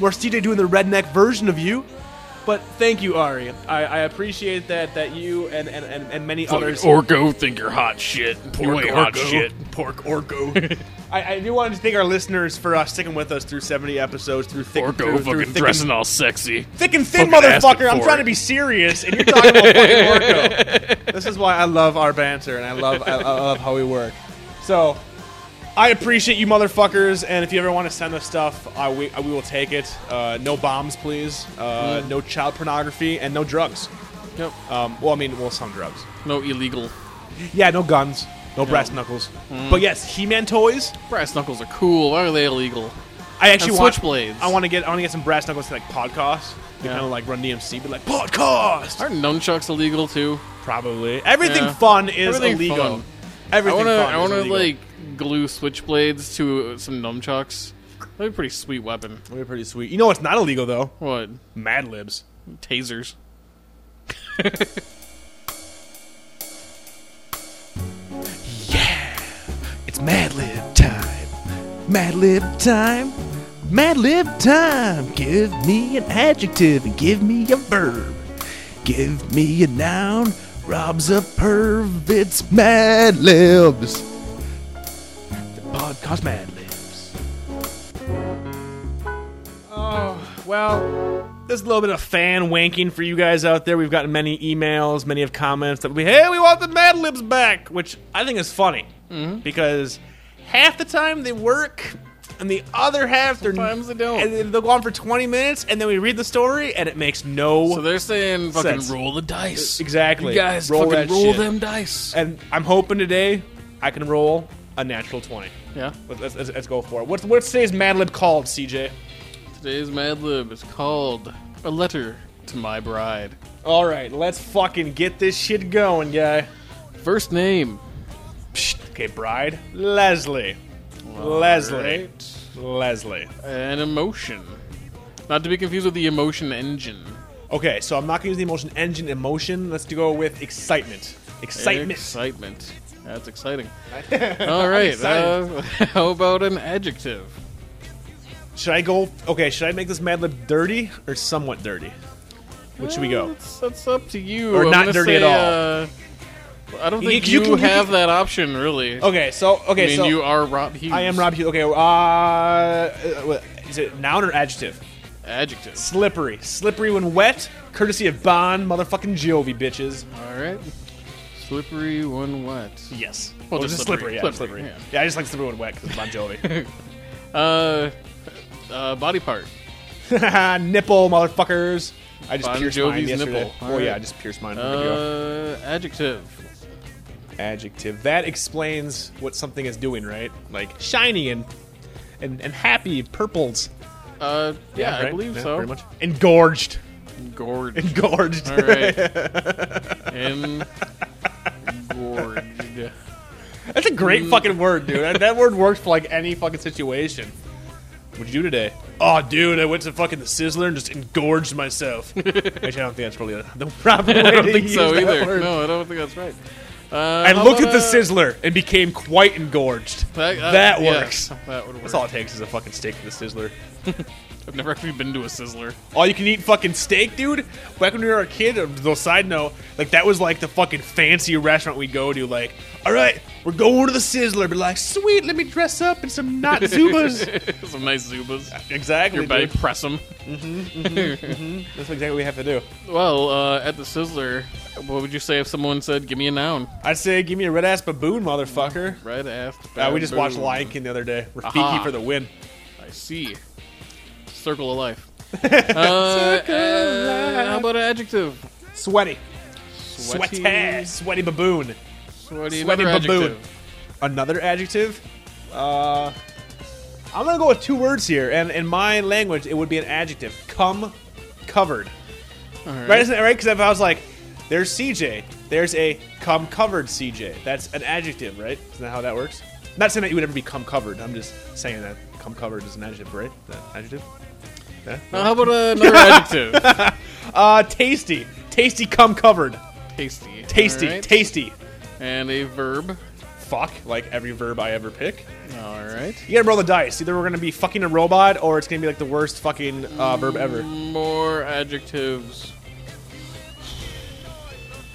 Speaker 1: more CJ doing the redneck version of you. But thank you, Ari. I, I appreciate that that you and and, and, and many others.
Speaker 2: Orgo think you're hot shit. Poor
Speaker 1: Pork orgo. *laughs* I, I do want to thank our listeners for uh, sticking with us through 70 episodes, through thick, through, through thick and,
Speaker 2: all sexy. Oh,
Speaker 1: thick and thin,
Speaker 2: fucking asking
Speaker 1: motherfucker. I'm
Speaker 2: for
Speaker 1: trying
Speaker 2: it.
Speaker 1: to be serious, and you're talking about fucking
Speaker 2: *laughs*
Speaker 1: orgo. This is why I love our banter, and I love I, I love how we work. So, I appreciate you, motherfuckers. And if you ever want to send us stuff, I, we, I, we will take it. Uh, no bombs, please. Uh, No child pornography, and no drugs.
Speaker 2: Yep.
Speaker 1: Um, well, I mean, well, some drugs.
Speaker 2: No illegal.
Speaker 1: Yeah, Mm. no guns, no brass knuckles. But yes, He-Man toys.
Speaker 2: Brass knuckles are cool. Why are they illegal?
Speaker 1: I actually
Speaker 2: And
Speaker 1: want
Speaker 2: switchblades.
Speaker 1: I want to get I want to get some brass knuckles to like podcasts. To
Speaker 2: Yeah.
Speaker 1: kind of like run DMC, be like podcast.
Speaker 2: Are nunchucks illegal too?
Speaker 1: Probably everything
Speaker 2: Yeah.
Speaker 1: fun is
Speaker 2: Everything
Speaker 1: illegal.
Speaker 2: fun. I
Speaker 1: Everything
Speaker 2: want to.
Speaker 1: fun.
Speaker 2: I want
Speaker 1: is
Speaker 2: to
Speaker 1: illegal.
Speaker 2: like glue switchblades to uh, some nunchucks. That'd be a pretty sweet weapon.
Speaker 1: That'd be pretty sweet. You know what's not illegal though?
Speaker 2: What?
Speaker 1: Mad Libs. *laughs*
Speaker 2: Tasers.
Speaker 1: It's Mad Lib time. Mad Lib time. Mad Lib time. Give me an adjective and give me a verb. Give me a noun. Rob's a perv. It's Mad Libs. The podcast Mad Libs. Oh, well. There's a little bit of fan wanking for you guys out there. We've gotten many emails, many of comments that we, hey, we want the Mad Libs back, which I think is funny
Speaker 2: Mm-hmm.
Speaker 1: because half the time they work and the other half they're
Speaker 2: Sometimes they don't.
Speaker 1: and then they'll go on for 20 minutes and then we read the story and it makes no
Speaker 2: So they're saying fucking
Speaker 1: Sense.
Speaker 2: roll the dice.
Speaker 1: exactly
Speaker 2: You guys
Speaker 1: roll that
Speaker 2: fucking roll
Speaker 1: shit.
Speaker 2: them dice.
Speaker 1: and i'm hoping today i can roll a natural 20
Speaker 2: Yeah.
Speaker 1: Let- let's, let's, let's go for it what's, what's today's mad lib called cj
Speaker 2: Today's Mad Lib is called "A Letter to My Bride."
Speaker 1: all right let's fucking get this shit going guy
Speaker 2: First name.
Speaker 1: Psht. okay bride leslie leslie
Speaker 2: Alright.
Speaker 1: leslie
Speaker 2: An emotion. Not to be confused with the emotion engine.
Speaker 1: okay so i'm not gonna use the emotion engine emotion let's go with excitement excitement
Speaker 2: Excitement. That's exciting. All right. Uh, *laughs* how about an adjective?
Speaker 1: Should I go? Okay, should I make this Mad Lib dirty or somewhat dirty? Which should we
Speaker 2: Uh,
Speaker 1: go?
Speaker 2: That's, that's up to you.
Speaker 1: Or
Speaker 2: I'm
Speaker 1: not
Speaker 2: gonna
Speaker 1: dirty
Speaker 2: say,
Speaker 1: at all.
Speaker 2: Uh, I don't
Speaker 1: You-
Speaker 2: think
Speaker 1: you
Speaker 2: you,
Speaker 1: can- you
Speaker 2: have
Speaker 1: can-
Speaker 2: that option, really.
Speaker 1: Okay, so okay,
Speaker 2: I mean,
Speaker 1: so
Speaker 2: you are Rob Hughes.
Speaker 1: uh, I am Rob Hughes. Okay, uh, uh, what- is it noun or adjective?
Speaker 2: Adjective.
Speaker 1: Slippery. Slippery when wet, courtesy of Bon motherfucking Jovi, bitches.
Speaker 2: All right. Slippery one wet.
Speaker 1: Yes.
Speaker 2: Well,
Speaker 1: Or
Speaker 2: just slippery,
Speaker 1: Yeah,
Speaker 2: slippery,
Speaker 1: slippery. Yeah.
Speaker 2: yeah.
Speaker 1: I just like slippery when wet because it's Bon Jovi. *laughs*
Speaker 2: Uh, uh, body part.
Speaker 1: nipple, motherfuckers. I just
Speaker 2: Bon
Speaker 1: pierced mine
Speaker 2: Jovi's
Speaker 1: yesterday.
Speaker 2: nipple.
Speaker 1: Oh,
Speaker 2: All right.
Speaker 1: yeah, I just pierced mine. There we go.
Speaker 2: Uh, adjective.
Speaker 1: adjective. That explains what something is doing, right? Like shiny and and, and happy purples.
Speaker 2: Uh, yeah, I
Speaker 1: right?
Speaker 2: believe
Speaker 1: Yeah,
Speaker 2: so.
Speaker 1: Pretty much. Engorged. *laughs*
Speaker 2: Gorge.
Speaker 1: Engorged. *laughs*
Speaker 2: All right. In. *laughs* Gorged.
Speaker 1: That's a great fucking word, dude. That- that word works for like any fucking situation. What'd you do today? Oh, dude, I went to fucking the Sizzler and just engorged myself. *laughs* Actually, I don't think that's probably the- *laughs* the proper way
Speaker 2: I don't
Speaker 1: to
Speaker 2: think
Speaker 1: use
Speaker 2: so
Speaker 1: that
Speaker 2: either.
Speaker 1: word.
Speaker 2: No, I don't think that's right. Uh,
Speaker 1: I
Speaker 2: how
Speaker 1: looked at
Speaker 2: about,
Speaker 1: the
Speaker 2: uh,
Speaker 1: Sizzler and became quite engorged.
Speaker 2: That, uh,
Speaker 1: That
Speaker 2: yeah,
Speaker 1: works.
Speaker 2: *laughs* that would work.
Speaker 1: That's all it takes is a fucking steak to the Sizzler.
Speaker 2: I've never actually been to a Sizzler.
Speaker 1: All you can eat fucking steak, dude. Back when we were a kid, uh, though, side note, like that was like the fucking fancy restaurant we'd go to. Like, all right, we're going to the Sizzler. Be like, sweet, let me dress up in some not *laughs* Zubas.
Speaker 2: *laughs* Some nice Zubas.
Speaker 1: exactly,
Speaker 2: Your bag press them.
Speaker 1: That's exactly what we have to do.
Speaker 2: Well, uh, at the Sizzler, what would you say if someone said, "Give me a noun"?
Speaker 1: I'd say, give me a red ass baboon, motherfucker.
Speaker 2: Right aft.
Speaker 1: Uh, we just watched
Speaker 2: baboon.
Speaker 1: Lion King the other day. Rafiki
Speaker 2: Aha.
Speaker 1: for the win.
Speaker 2: I see. Circle of life.
Speaker 1: *laughs*
Speaker 2: uh, uh, How about an adjective?
Speaker 1: Sweaty,
Speaker 2: Sweaty.
Speaker 1: sweaty, sweaty baboon.
Speaker 2: Sweaty.
Speaker 1: Sweaty
Speaker 2: another
Speaker 1: baboon.
Speaker 2: adjective.
Speaker 1: another adjective. Uh, I'm gonna go with two words here, and in my language, it would be an adjective. Cum covered.
Speaker 2: All
Speaker 1: Right? Isn't that right? Because if I was like, "There's CJ," there's a cum covered CJ. That's an adjective, right? Isn't that how that works? I'm not saying that you would ever be cum covered. I'm just saying that cum covered is an adjective, right? Is that an adjective. Yeah. *laughs*
Speaker 2: Uh, how about another adjective?
Speaker 1: Uh, tasty, tasty cum covered,
Speaker 2: Tasty.
Speaker 1: tasty,
Speaker 2: All right.
Speaker 1: tasty.
Speaker 2: And a verb.
Speaker 1: Fuck, like every verb I ever pick.
Speaker 2: All right.
Speaker 1: You gotta roll the dice. Either we're gonna be fucking a robot, or it's gonna be like the worst fucking uh, verb ever.
Speaker 2: More adjectives.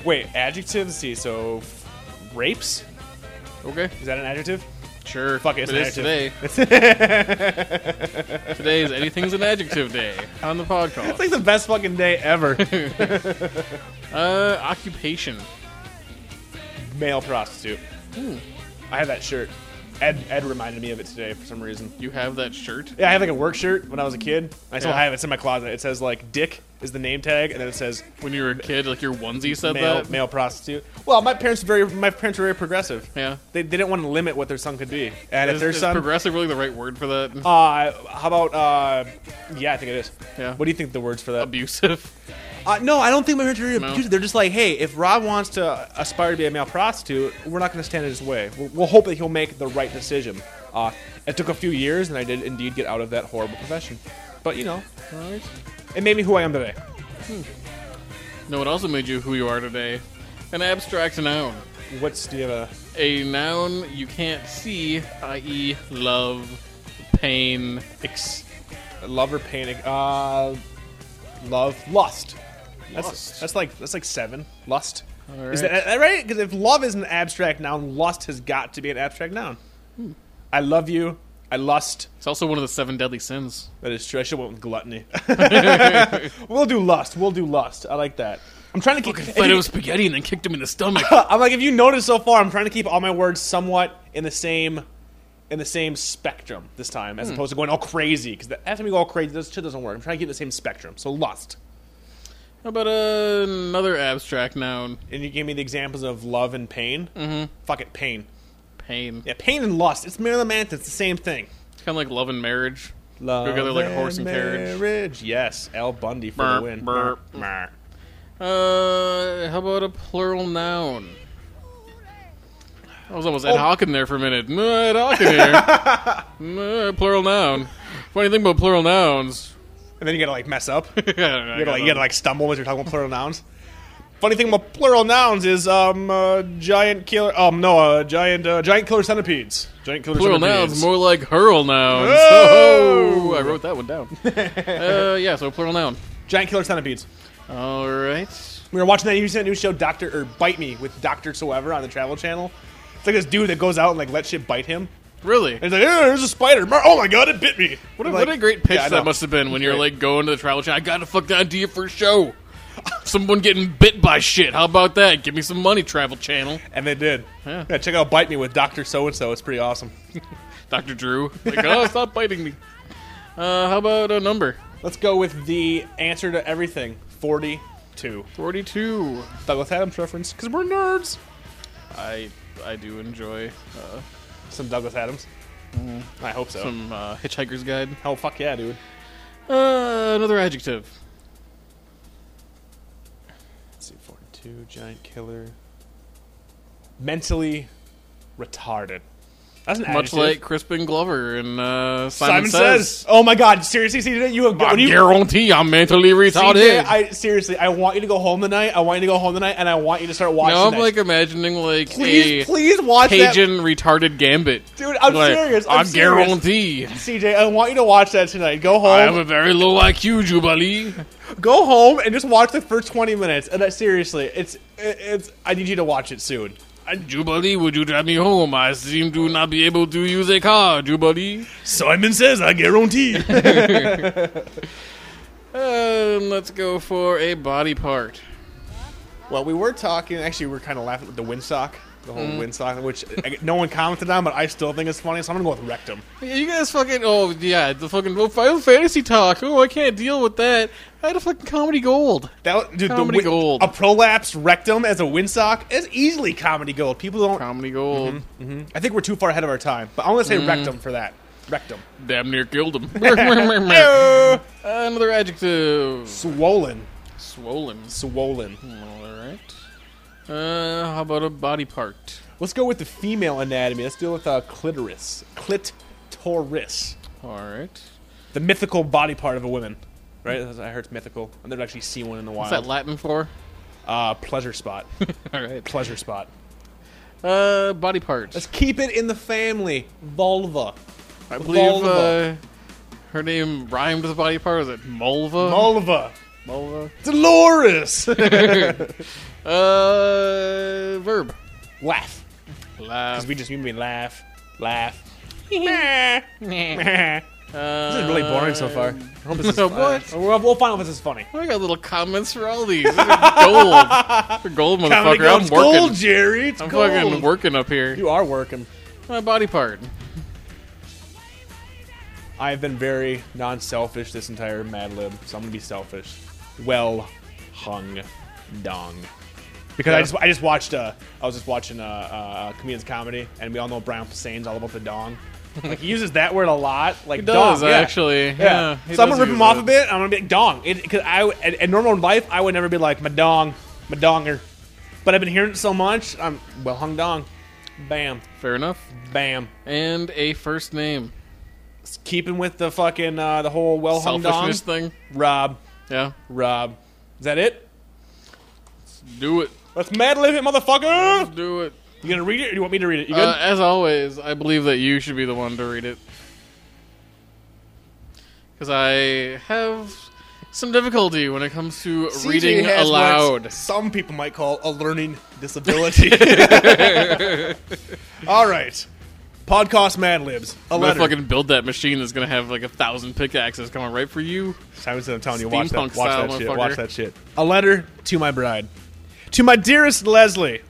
Speaker 1: Wait, adjectives. See, so rapes
Speaker 2: Okay.
Speaker 1: is that an adjective?
Speaker 2: Sure.
Speaker 1: Fuck it, it's
Speaker 2: It
Speaker 1: an
Speaker 2: is today.
Speaker 1: *laughs*
Speaker 2: today is anything's an adjective day on the
Speaker 1: It's *laughs*
Speaker 2: podcast.
Speaker 1: like the best fucking day
Speaker 2: *laughs*
Speaker 1: ever.
Speaker 2: Uh, occupation.
Speaker 1: Male prostitute.
Speaker 2: Hmm.
Speaker 1: I have that shirt. Ed Ed reminded me of it today for some reason.
Speaker 2: You have that shirt.
Speaker 1: Yeah, I had like a work shirt when I was a kid. I still
Speaker 2: Yeah.
Speaker 1: have it. It's in my closet. It says like "Dick" is the name tag, and then it says
Speaker 2: When you were a kid, like your onesie said
Speaker 1: male,
Speaker 2: that.
Speaker 1: male prostitute. Well, my parents were very my parents were very progressive.
Speaker 2: Yeah.
Speaker 1: They, they didn't want to limit what their son could be, and if
Speaker 2: Is-
Speaker 1: their
Speaker 2: is
Speaker 1: son
Speaker 2: progressive really the right word for that?
Speaker 1: Uh, how about uh, yeah, I think it is.
Speaker 2: Yeah.
Speaker 1: What do you think the words for that?
Speaker 2: Abusive.
Speaker 1: Uh, no, I don't think my parents are
Speaker 2: No.
Speaker 1: They're just like, hey, if Rob wants to aspire to be a male prostitute, we're not going to stand in his way. We'll, we'll hope that he'll make the right decision. Uh, it took a few years, and I did indeed get out of that horrible profession. But you know,
Speaker 2: Alright.
Speaker 1: it made me who I am today.
Speaker 2: No, it also made you who you are today. An abstract noun.
Speaker 1: What's do you have a?
Speaker 2: A noun you can't see, i.e., love, pain,
Speaker 1: Ex- love or panic? Uh, love, lust. That's,
Speaker 2: Lust.
Speaker 1: that's like that's like seven. Lust.
Speaker 2: All
Speaker 1: Is
Speaker 2: right.
Speaker 1: that, that right? Because if love is an abstract noun, lust has got to be an abstract noun.
Speaker 2: Hmm.
Speaker 1: I love you. I lust.
Speaker 2: It's also one of the seven deadly sins.
Speaker 1: That is true. I should went with
Speaker 2: *laughs*
Speaker 1: gluttony. *laughs* we'll do lust. We'll do lust. I like that. I'm trying to keep. if
Speaker 2: Fed
Speaker 1: you-
Speaker 2: him spaghetti and then kicked him in the stomach.
Speaker 1: I'm like, if you notice so far, I'm trying to keep all my words somewhat in the same, in the same spectrum this time,
Speaker 2: Hmm.
Speaker 1: as opposed to going all crazy. Because after we go all crazy, this shit doesn't work. I'm trying to keep the same spectrum. So lust.
Speaker 2: How about uh, another abstract noun?
Speaker 1: And you gave me the examples of love and pain. Mm-hmm. Fuck it, pain.
Speaker 2: Pain.
Speaker 1: Yeah, pain and lust. It's Marilyn Manson. It's the same thing.
Speaker 2: It's kind of like love and marriage.
Speaker 1: Love
Speaker 2: together like a horse and carriage.
Speaker 1: marriage. Yes, Al Bundy for
Speaker 2: Burp,
Speaker 1: the win.
Speaker 2: burp.
Speaker 1: Burp.
Speaker 2: Uh, how about a plural noun? I was almost Ed
Speaker 1: Oh.
Speaker 2: Hockin there for a minute. No, Ed Hockin here.
Speaker 1: *laughs*
Speaker 2: No, plural noun. Funny thing about plural nouns. *laughs*
Speaker 1: And then you gotta like mess up.
Speaker 2: I don't know, I
Speaker 1: You gotta, like,
Speaker 2: got
Speaker 1: you gotta like stumble as you're talking about plural nouns. Funny thing about plural nouns is um uh, giant killer um no uh, giant uh, giant killer centipedes giant killer
Speaker 2: Plural
Speaker 1: centipedes.
Speaker 2: nouns, more like hurl nouns.
Speaker 1: Oh!
Speaker 2: Oh, *laughs* I wrote that
Speaker 1: *laughs*
Speaker 2: one down. uh, yeah, so plural noun.
Speaker 1: giant killer centipedes.
Speaker 2: All right.
Speaker 1: We were watching that recent new show Doctor or Bite Me with Doctor Soever on the Travel Channel. It's like this dude that goes out and like lets shit bite him.
Speaker 2: Really?
Speaker 1: And he's like, "Eh, there's a spider. Mar- Oh my god, it bit me.
Speaker 2: What a,
Speaker 1: I'm
Speaker 2: what a
Speaker 1: like,
Speaker 2: great pitch
Speaker 1: Yeah, I know.
Speaker 2: that must have been when you're like going to the travel channel. I got a fucking idea for a show. Someone getting bit by shit. How about that? Give me some money, Travel Channel.
Speaker 1: And they did.
Speaker 2: Yeah.
Speaker 1: Yeah. check out Bite Me with Dr. So and so. It's pretty awesome.
Speaker 2: Dr. Drew. Like,
Speaker 1: *laughs*
Speaker 2: oh, stop biting me. Uh, how about a number?
Speaker 1: Let's go with the answer to everything 42.
Speaker 2: 42.
Speaker 1: Douglas Adams reference, because we're nerds.
Speaker 2: I I do enjoy uh,
Speaker 1: Some Douglas Adams. I hope so.
Speaker 2: some uh, Hitchhiker's Guide.
Speaker 1: oh, fuck yeah, dude.
Speaker 2: Uh, another adjective.
Speaker 1: Let's see, 42, giant killer. Mentally retarded. That's an
Speaker 2: Much
Speaker 1: adjective.
Speaker 2: like Crispin Glover and uh, Simon,
Speaker 1: Simon, says. Oh my god, seriously, CJ, you have
Speaker 2: I
Speaker 1: when you,
Speaker 2: guarantee I'm mentally retarded.
Speaker 1: CJ, I seriously, I want you to go home tonight. I want you to go home tonight, and I want you to start watching.
Speaker 2: now I'm
Speaker 1: that.
Speaker 2: like imagining like
Speaker 1: please,
Speaker 2: a
Speaker 1: please watch that,
Speaker 2: Cajun retarded gambit.
Speaker 1: dude. I'm
Speaker 2: Like,
Speaker 1: serious. I'm,
Speaker 2: I
Speaker 1: serious.
Speaker 2: guarantee.
Speaker 1: CJ, I want you to watch that tonight. Go
Speaker 2: I have
Speaker 1: home,
Speaker 2: a very low IQ, Jubilee.
Speaker 1: go home, and just watch the first 20 minutes. And I, seriously, it's it- it's. I need you to watch it soon.
Speaker 2: Jubilee, would you drive me home? I seem to not be able to use a car, Jubilee.
Speaker 1: Simon says, I guarantee.
Speaker 2: Um, let's go for a body part.
Speaker 1: well, we were talking. Actually, we were kind of laughing with the windsock, the whole
Speaker 2: Mm.
Speaker 1: windsock, which I, no one commented on, but I still think it's funny. So I'm gonna go with rectum.
Speaker 2: You guys fucking oh yeah the fucking oh, Final Fantasy talk oh I can't deal with that I had a fucking comedy gold
Speaker 1: That was- dude,
Speaker 2: Comedy
Speaker 1: the, win-
Speaker 2: gold.
Speaker 1: A prolapse rectum as a windsock is easily comedy gold. People don't.
Speaker 2: comedy gold
Speaker 1: I think we're too far ahead of our time, but I want to
Speaker 2: Mm.
Speaker 1: say rectum for that.
Speaker 2: *laughs*
Speaker 1: Rectum.
Speaker 2: damn near
Speaker 1: *laughs*
Speaker 2: killed him *laughs*
Speaker 1: Err.
Speaker 2: another adjective
Speaker 1: Swollen.
Speaker 2: swollen
Speaker 1: Swollen.
Speaker 2: all right uh how about a body part
Speaker 1: Let's go with the female anatomy. Let's deal with uh, clitoris. Clitoris.
Speaker 2: all right
Speaker 1: The mythical body part of a woman. Right? That's- I heard it's mythical. I've never actually seen one in the
Speaker 2: what's that
Speaker 1: wild. *laughs*
Speaker 2: Latin for
Speaker 1: Uh, pleasure spot.
Speaker 2: all right
Speaker 1: pleasure spot.
Speaker 2: uh body parts
Speaker 1: Let's keep it in the family. Vulva.
Speaker 2: I believe uh,
Speaker 1: vulva.
Speaker 2: her name rhymed with body part was it Mulva
Speaker 1: Vulva.
Speaker 2: Mulva
Speaker 1: Dolores.
Speaker 2: uh verb
Speaker 1: *laughs* Laugh.
Speaker 2: laugh
Speaker 1: Because we just mean laugh, *laughs* laugh. Meh.
Speaker 2: *laughs*
Speaker 1: Meh.
Speaker 2: this
Speaker 1: *laughs* this is really boring so far. I hope this *laughs* is
Speaker 2: what?
Speaker 1: We'll, we'll find out if this is funny.
Speaker 2: Uh, I got little comments for all these.
Speaker 1: *laughs*
Speaker 2: These are gold. They're gold, motherfucker. I'm working.
Speaker 1: Jerry. It's
Speaker 2: I'm fucking working up here.
Speaker 1: You are working.
Speaker 2: My body part.
Speaker 1: I've been very non-selfish this entire Mad Lib, so I'm gonna be selfish. Well, hung, dong. Because I just I just watched uh I was just watching uh, uh comedians comedy, and we all know Brian Posehn's all about the
Speaker 2: *laughs*
Speaker 1: dong. Like he uses that word a lot. Like
Speaker 2: He does
Speaker 1: dong, yeah.
Speaker 2: actually. Yeah.
Speaker 1: Yeah.
Speaker 2: he
Speaker 1: so I'm gonna
Speaker 2: does
Speaker 1: rip
Speaker 2: use
Speaker 1: him off
Speaker 2: it.
Speaker 1: a bit. I'm gonna be like dong. Because I in, in normal life I would never be like my dong, my donger. But I've been hearing it so much. I'm well hung dong. Bam,
Speaker 2: Fair enough.
Speaker 1: bam.
Speaker 2: And a first name.
Speaker 1: It's keeping with the fucking uh, the whole well hung dong.
Speaker 2: Selfishness thing.
Speaker 1: Rob,
Speaker 2: Yeah.
Speaker 1: Rob. Is that it?
Speaker 2: Do it.
Speaker 1: Let's mad live it, motherfucker.
Speaker 2: Do it.
Speaker 1: You gonna read it? or You want me to read it? You good?
Speaker 2: Uh, as always, I believe that you should be the one to read it. Because I have some difficulty when it comes to reading aloud.
Speaker 1: some people might call a learning
Speaker 2: *laughs*
Speaker 1: disability. *laughs* All right. Podcast Mad Libs. A
Speaker 2: I'm gonna
Speaker 1: letter.
Speaker 2: fucking build that machine that's gonna have like a thousand pickaxes coming right for you.
Speaker 1: Simon said, I'm telling you, watch that,
Speaker 2: Steampunk
Speaker 1: watch
Speaker 2: style,
Speaker 1: that shit.
Speaker 2: motherfucker.
Speaker 1: Watch that shit. A letter to my bride. To my dearest Leslie,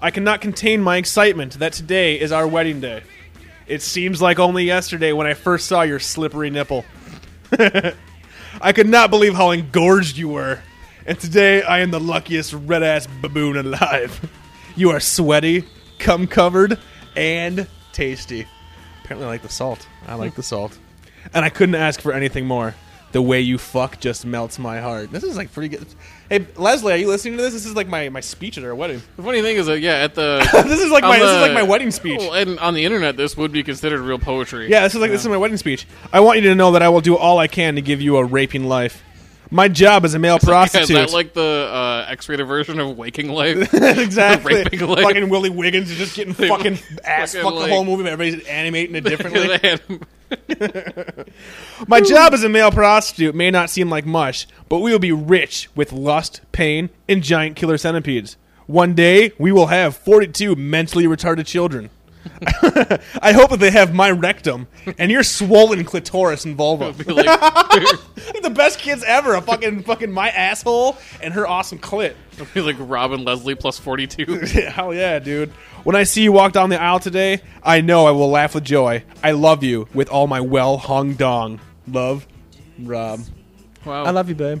Speaker 1: I cannot contain my excitement that today is our wedding day. It seems like only yesterday when I first saw your slippery nipple. *laughs* I could not believe how engorged you were. And today I am the luckiest red ass baboon alive. *laughs* You are sweaty, cum covered, and tasty. Apparently, I like the salt. I like the salt. And I couldn't ask for anything more. The way you fuck just melts my heart. This is like pretty good. Hey, Leslie, are you listening to this? This is like my, my speech at our wedding.
Speaker 2: The funny thing is that yeah, at the
Speaker 1: *laughs* This is like
Speaker 2: on
Speaker 1: my this
Speaker 2: the-
Speaker 1: is like my wedding speech.
Speaker 2: Well, and on the internet, this would be considered real poetry. *laughs*
Speaker 1: Yeah, this is like this is my wedding speech. I want you to know that I will do all I can to give you a raping life. My job as a male
Speaker 2: *laughs* Yeah,
Speaker 1: prostitute.
Speaker 2: is that like the uh, X-rated version of Waking
Speaker 1: *laughs*
Speaker 2: Life? *laughs*
Speaker 1: exactly.
Speaker 2: raping life?
Speaker 1: Fucking Willie Wiggins is just
Speaker 2: *laughs*
Speaker 1: getting fucking ass
Speaker 2: fucking
Speaker 1: fucked
Speaker 2: like-
Speaker 1: the whole movie. but Everybody's animating
Speaker 2: *laughs*
Speaker 1: it differently.
Speaker 2: Man,
Speaker 1: My job as a male prostitute may not seem like much, but we will be rich with lust, pain, and giant killer centipedes. One day, we will have 42 mentally retarded children. *laughs* I hope that they have my rectum and your swollen clitoris and
Speaker 2: *laughs*
Speaker 1: vulva.
Speaker 2: Be like,
Speaker 1: the best kids ever. A fucking fucking my asshole and her awesome clit. *laughs*
Speaker 2: *laughs* it'll be like Robin Leslie plus 42.
Speaker 1: Yeah, Hell yeah, dude. When I see you walk down the aisle today, I know I will laugh with joy. I love you with all my well hung dong. Love, Rob.
Speaker 2: Wow.
Speaker 1: I love you, babe.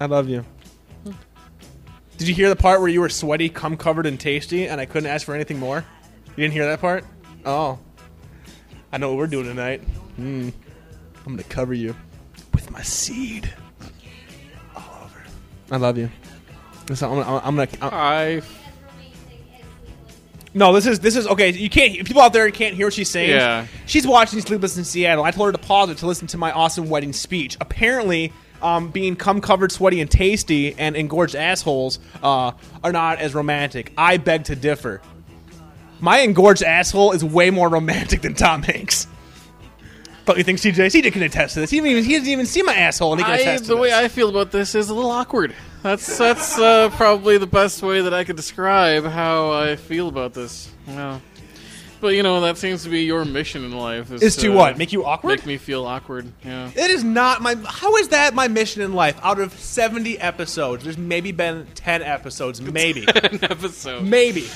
Speaker 1: I love you. Did you hear the part where you were sweaty, cum covered, and tasty, and I couldn't ask for anything more? You didn't hear that part? Oh. I know what we're doing tonight. Mm. I'm gonna cover you with my seed. All over. I love you. So I'm, gonna- I'm gonna. I'm,
Speaker 2: I
Speaker 1: no, this is this is okay. You can't. People out there can't hear what she's saying.
Speaker 2: Yeah.
Speaker 1: she's watching Sleepless in Seattle. I told her to pause it to listen to my awesome wedding speech. Apparently, um, being cum covered, sweaty, and tasty, and engorged assholes uh, are not as romantic. I beg to differ. My engorged asshole is way more romantic than Tom Hanks. But you think CJ? CJ can attest to this. He didn't even, he didn't even see my asshole, and he can
Speaker 2: I,
Speaker 1: attest to
Speaker 2: the way
Speaker 1: this.
Speaker 2: I feel about this is a little awkward. That's that's uh, probably the best way that I could describe how I feel about this. Well, but you know that seems to be your mission in life is,
Speaker 1: is to what make you awkward?
Speaker 2: make me feel awkward.
Speaker 1: *laughs*
Speaker 2: Yeah, *laughs*
Speaker 1: It is not my. How is that my mission in life? Out of seventy episodes, there's maybe been ten episodes,
Speaker 2: *laughs*
Speaker 1: maybe,
Speaker 2: an episode.
Speaker 1: maybe.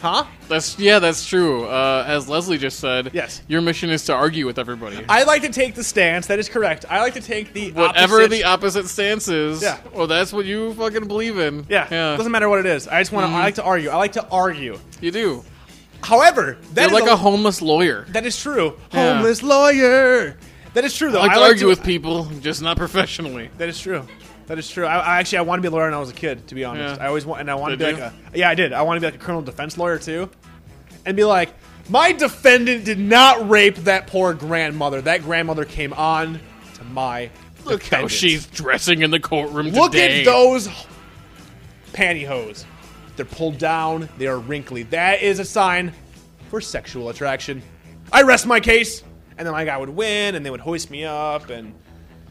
Speaker 1: Huh?
Speaker 2: That's yeah, that's true. Uh, as Leslie just said,
Speaker 1: Yes.
Speaker 2: your mission is to argue with everybody.
Speaker 1: I like to take the stance. That is correct. I like to take the
Speaker 2: Whatever
Speaker 1: opposite-
Speaker 2: the opposite stance is,
Speaker 1: Yeah.
Speaker 2: well, that's what you fucking believe in.
Speaker 1: yeah.
Speaker 2: yeah, Mm-hmm.
Speaker 1: Doesn't matter what it is. I just want to. I like to argue. I like to argue.
Speaker 2: you do.
Speaker 1: However, that
Speaker 2: You're
Speaker 1: is
Speaker 2: like
Speaker 1: a-
Speaker 2: a homeless lawyer.
Speaker 1: that is true.
Speaker 2: Yeah.
Speaker 1: Homeless lawyer. That is true though.
Speaker 2: I like to
Speaker 1: like
Speaker 2: argue
Speaker 1: to-
Speaker 2: with people, just not professionally.
Speaker 1: That is true. That is true. I, I actually I want to be a lawyer when I was a kid. To be honest,
Speaker 2: Yeah.
Speaker 1: I always want, and I wanted to
Speaker 2: Did
Speaker 1: be like a yeah, I did. I want to be like a criminal defense lawyer too, and be like, my defendant did not rape that poor grandmother. That grandmother came on to my
Speaker 2: Look how
Speaker 1: defendant.
Speaker 2: she's dressing in the courtroom
Speaker 1: look
Speaker 2: today.
Speaker 1: at those pantyhose. They're pulled down. They are wrinkly. That is a sign for sexual attraction. I rest my case, and then my guy would win, and they would hoist me up, and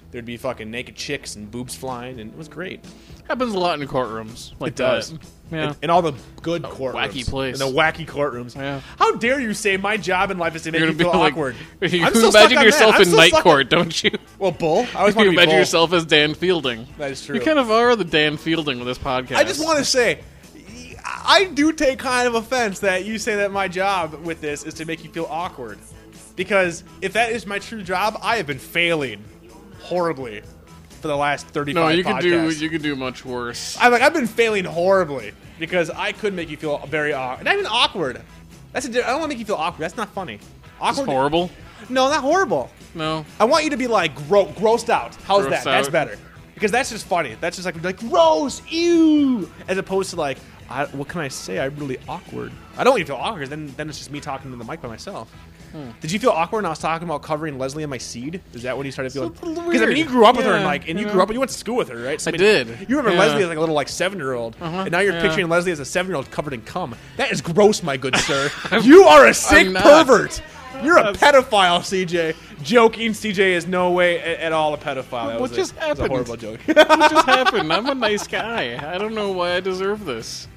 Speaker 1: there'd be fucking naked chicks and boobs flying, and it was great.
Speaker 2: Happens a lot in courtrooms. Like
Speaker 1: It does.
Speaker 2: that. Yeah.
Speaker 1: In, in all the good courtrooms.
Speaker 2: wacky place.
Speaker 1: In the wacky courtrooms.
Speaker 2: Yeah.
Speaker 1: How dare you say my job in life is to make
Speaker 2: You're
Speaker 1: you
Speaker 2: gonna be
Speaker 1: feel
Speaker 2: like,
Speaker 1: awkward?
Speaker 2: *laughs* You
Speaker 1: I'm still stuck
Speaker 2: imagine
Speaker 1: on
Speaker 2: yourself
Speaker 1: that. I'm
Speaker 2: in
Speaker 1: still
Speaker 2: night
Speaker 1: stuck-
Speaker 2: court, don't you?
Speaker 1: *laughs* Well, bull. I always
Speaker 2: *laughs*
Speaker 1: want
Speaker 2: You
Speaker 1: to be
Speaker 2: imagine
Speaker 1: bull.
Speaker 2: yourself as Dan Fielding.
Speaker 1: That is true.
Speaker 2: *laughs* You kind of are the Dan Fielding of this podcast.
Speaker 1: I just want to say, I do take kind of offense that you say that my job with this is to make you feel awkward. Because if that is my true job, I have been failing horribly for the last 35
Speaker 2: No, you could
Speaker 1: podcasts.
Speaker 2: do you could do much worse.
Speaker 1: I'm like, I've been failing horribly because I could make you feel very awkward. Not even awkward. That's a, di- I don't want to make you feel awkward. That's not funny.
Speaker 2: It's
Speaker 1: Awkward.
Speaker 2: horrible.
Speaker 1: No, not horrible.
Speaker 2: No.
Speaker 1: I want you to be like gro- grossed out. How's
Speaker 2: Grossed
Speaker 1: that? That's
Speaker 2: out.
Speaker 1: better because that's just funny. That's just like like gross, ew, as opposed to like I, what can I say? I'm really awkward. I don't want you to feel awkward. 'cause Then then it's just me talking to the mic by myself.
Speaker 2: Hmm.
Speaker 1: Did you feel awkward when I was talking about covering Leslie in my seed? Is that when you started feeling?
Speaker 2: It's a little
Speaker 1: I mean,
Speaker 2: weird.
Speaker 1: you grew up with her and
Speaker 2: Yeah,
Speaker 1: like, and you
Speaker 2: yeah.
Speaker 1: grew up, you went to school with her, right? So,
Speaker 2: I
Speaker 1: mean,
Speaker 2: did.
Speaker 1: You remember
Speaker 2: Yeah.
Speaker 1: Leslie as like a little like seven year old, and now you're
Speaker 2: Uh-huh. yeah.
Speaker 1: picturing Leslie as a seven year old covered in cum. That is gross, my good
Speaker 2: *laughs*
Speaker 1: sir. you are a sick
Speaker 2: not.
Speaker 1: pervert. You're a pedophile, CJ. Joking, CJ is no way a- at, all a pedophile. That
Speaker 2: What
Speaker 1: was a-
Speaker 2: just
Speaker 1: that was a
Speaker 2: happened?
Speaker 1: horrible
Speaker 2: *laughs*
Speaker 1: joke.
Speaker 2: What just happened? I'm a nice guy. I don't know why I deserve this.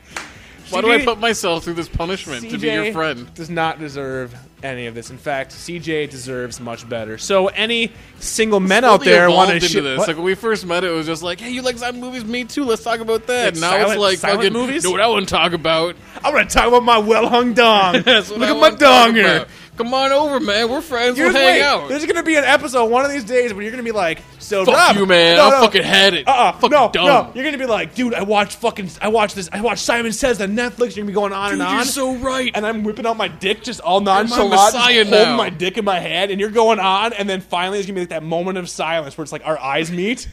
Speaker 2: Why do I
Speaker 1: CJ
Speaker 2: put myself through this punishment to be your
Speaker 1: CJ
Speaker 2: friend?
Speaker 1: does not deserve any of this. In fact, CJ deserves much better. So, any single men out
Speaker 2: totally
Speaker 1: there
Speaker 2: evolved
Speaker 1: want to
Speaker 2: into
Speaker 1: shit.
Speaker 2: this.
Speaker 1: what?
Speaker 2: Like when we first met, it was just like, "Hey, you like zombie movies? Me too. Let's talk about that."
Speaker 1: Like
Speaker 2: now it's
Speaker 1: silent-
Speaker 2: like
Speaker 1: silent
Speaker 2: fucking
Speaker 1: movies?
Speaker 2: No, what I want to talk about. *laughs*
Speaker 1: I'm gonna talk about my well hung dong. Look
Speaker 2: That's what I
Speaker 1: at my
Speaker 2: wanna talk
Speaker 1: dong here.
Speaker 2: about. Come on over, man. We're friends.
Speaker 1: Here's-
Speaker 2: we'll hang
Speaker 1: wait,
Speaker 2: out.
Speaker 1: There's gonna be an episode one of these days where you're gonna be like, "So
Speaker 2: Fuck
Speaker 1: Rob,
Speaker 2: you, man.
Speaker 1: no,
Speaker 2: I
Speaker 1: no,
Speaker 2: fucking had it.
Speaker 1: Uh-uh.
Speaker 2: Fucking
Speaker 1: no,
Speaker 2: dumb.
Speaker 1: no. You're gonna be like, dude, I watched fucking, I watched this, I watched Simon Says on Netflix. You're gonna be going on
Speaker 2: Dude,
Speaker 1: and on.
Speaker 2: you're so right.
Speaker 1: and I'm whipping out my dick just all nonchalant, just
Speaker 2: messiah
Speaker 1: holding
Speaker 2: now.
Speaker 1: my dick in my hand, and you're going on, and then finally it's gonna be like that moment of silence where it's like our eyes meet.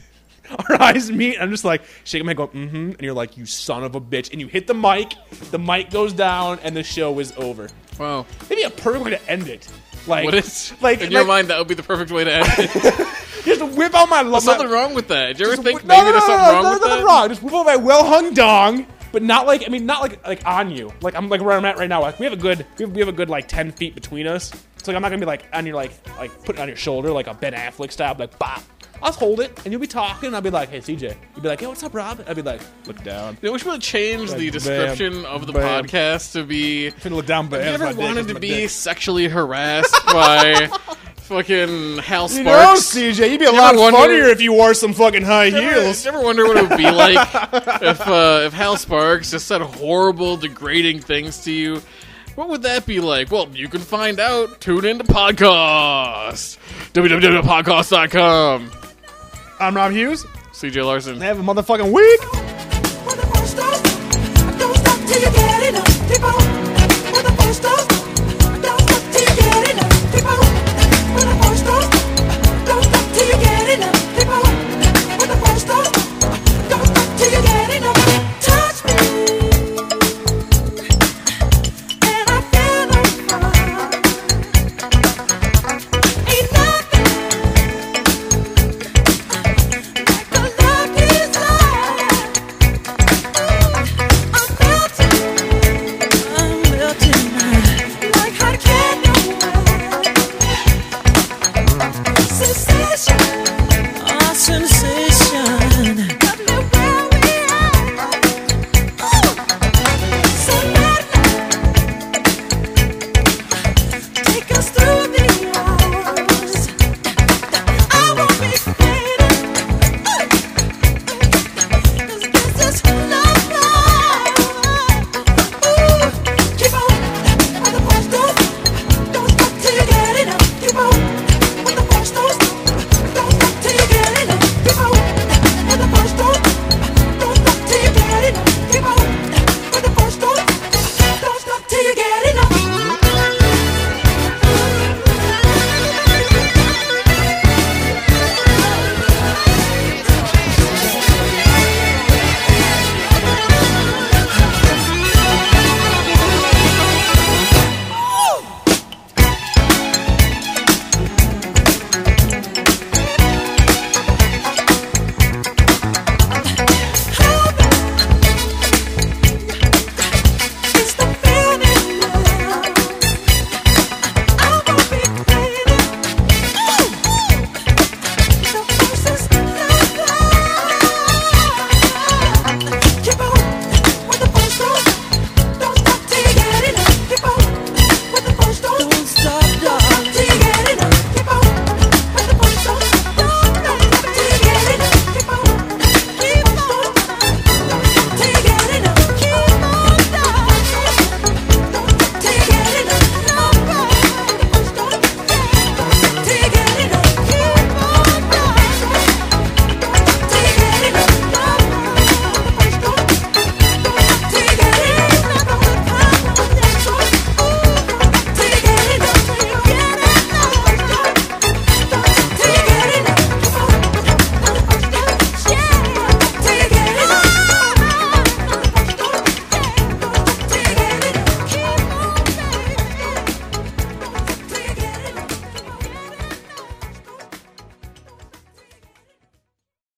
Speaker 1: *laughs* Our eyes meet. And I'm just like shaking my head, going, mm-hmm, and you're like, "You son of a bitch!" And you hit the mic. The mic goes down, and the show is over.
Speaker 2: wow.
Speaker 1: Maybe a perfect way to end it. Like,
Speaker 2: What is
Speaker 1: like,
Speaker 2: in your
Speaker 1: like,
Speaker 2: mind? That would be the perfect way
Speaker 1: *laughs*
Speaker 2: to end it.
Speaker 1: just whip out my love.
Speaker 2: something wrong with that. Did you ever
Speaker 1: Just
Speaker 2: think
Speaker 1: w-
Speaker 2: maybe there's something wrong
Speaker 1: there's
Speaker 2: with
Speaker 1: nothing
Speaker 2: that?
Speaker 1: wrong. Just whip out my well hung dong, but not like I mean, not like like on you. Like I'm like where I'm at right now. Like we have a good we have, we have a good like ten feet between us. So like, I'm not gonna be like on your like like put it on your shoulder like a Ben Affleck style like bop I'll hold it, and you'll be talking. And I'll be like, "Hey, CJ," you'd be like, "Hey, what's up, Rob?" I'd be like, "Look down."
Speaker 2: You know, we should change the
Speaker 1: Bam,
Speaker 2: description of the
Speaker 1: bam.
Speaker 2: podcast to be. If
Speaker 1: Finna look down, but
Speaker 2: you
Speaker 1: that's my
Speaker 2: ever
Speaker 1: dick,
Speaker 2: wanted
Speaker 1: that's
Speaker 2: to
Speaker 1: my
Speaker 2: be
Speaker 1: dick.
Speaker 2: sexually harassed
Speaker 1: *laughs*
Speaker 2: by fucking Hal Sparks?
Speaker 1: You know, CJ, you'd be a lot
Speaker 2: ever wonder-
Speaker 1: funnier if you wore some fucking high
Speaker 2: You ever, *laughs*
Speaker 1: heels.
Speaker 2: you ever wonder what it would be like
Speaker 1: *laughs*
Speaker 2: if uh, if Hal Sparks just said horrible, degrading things to you? What would that be like? Well, you can find out. Tune into podcast www.podcast.com.
Speaker 1: I'm Rob Hughes.
Speaker 2: CJ Larson.
Speaker 1: Have a motherfucking week.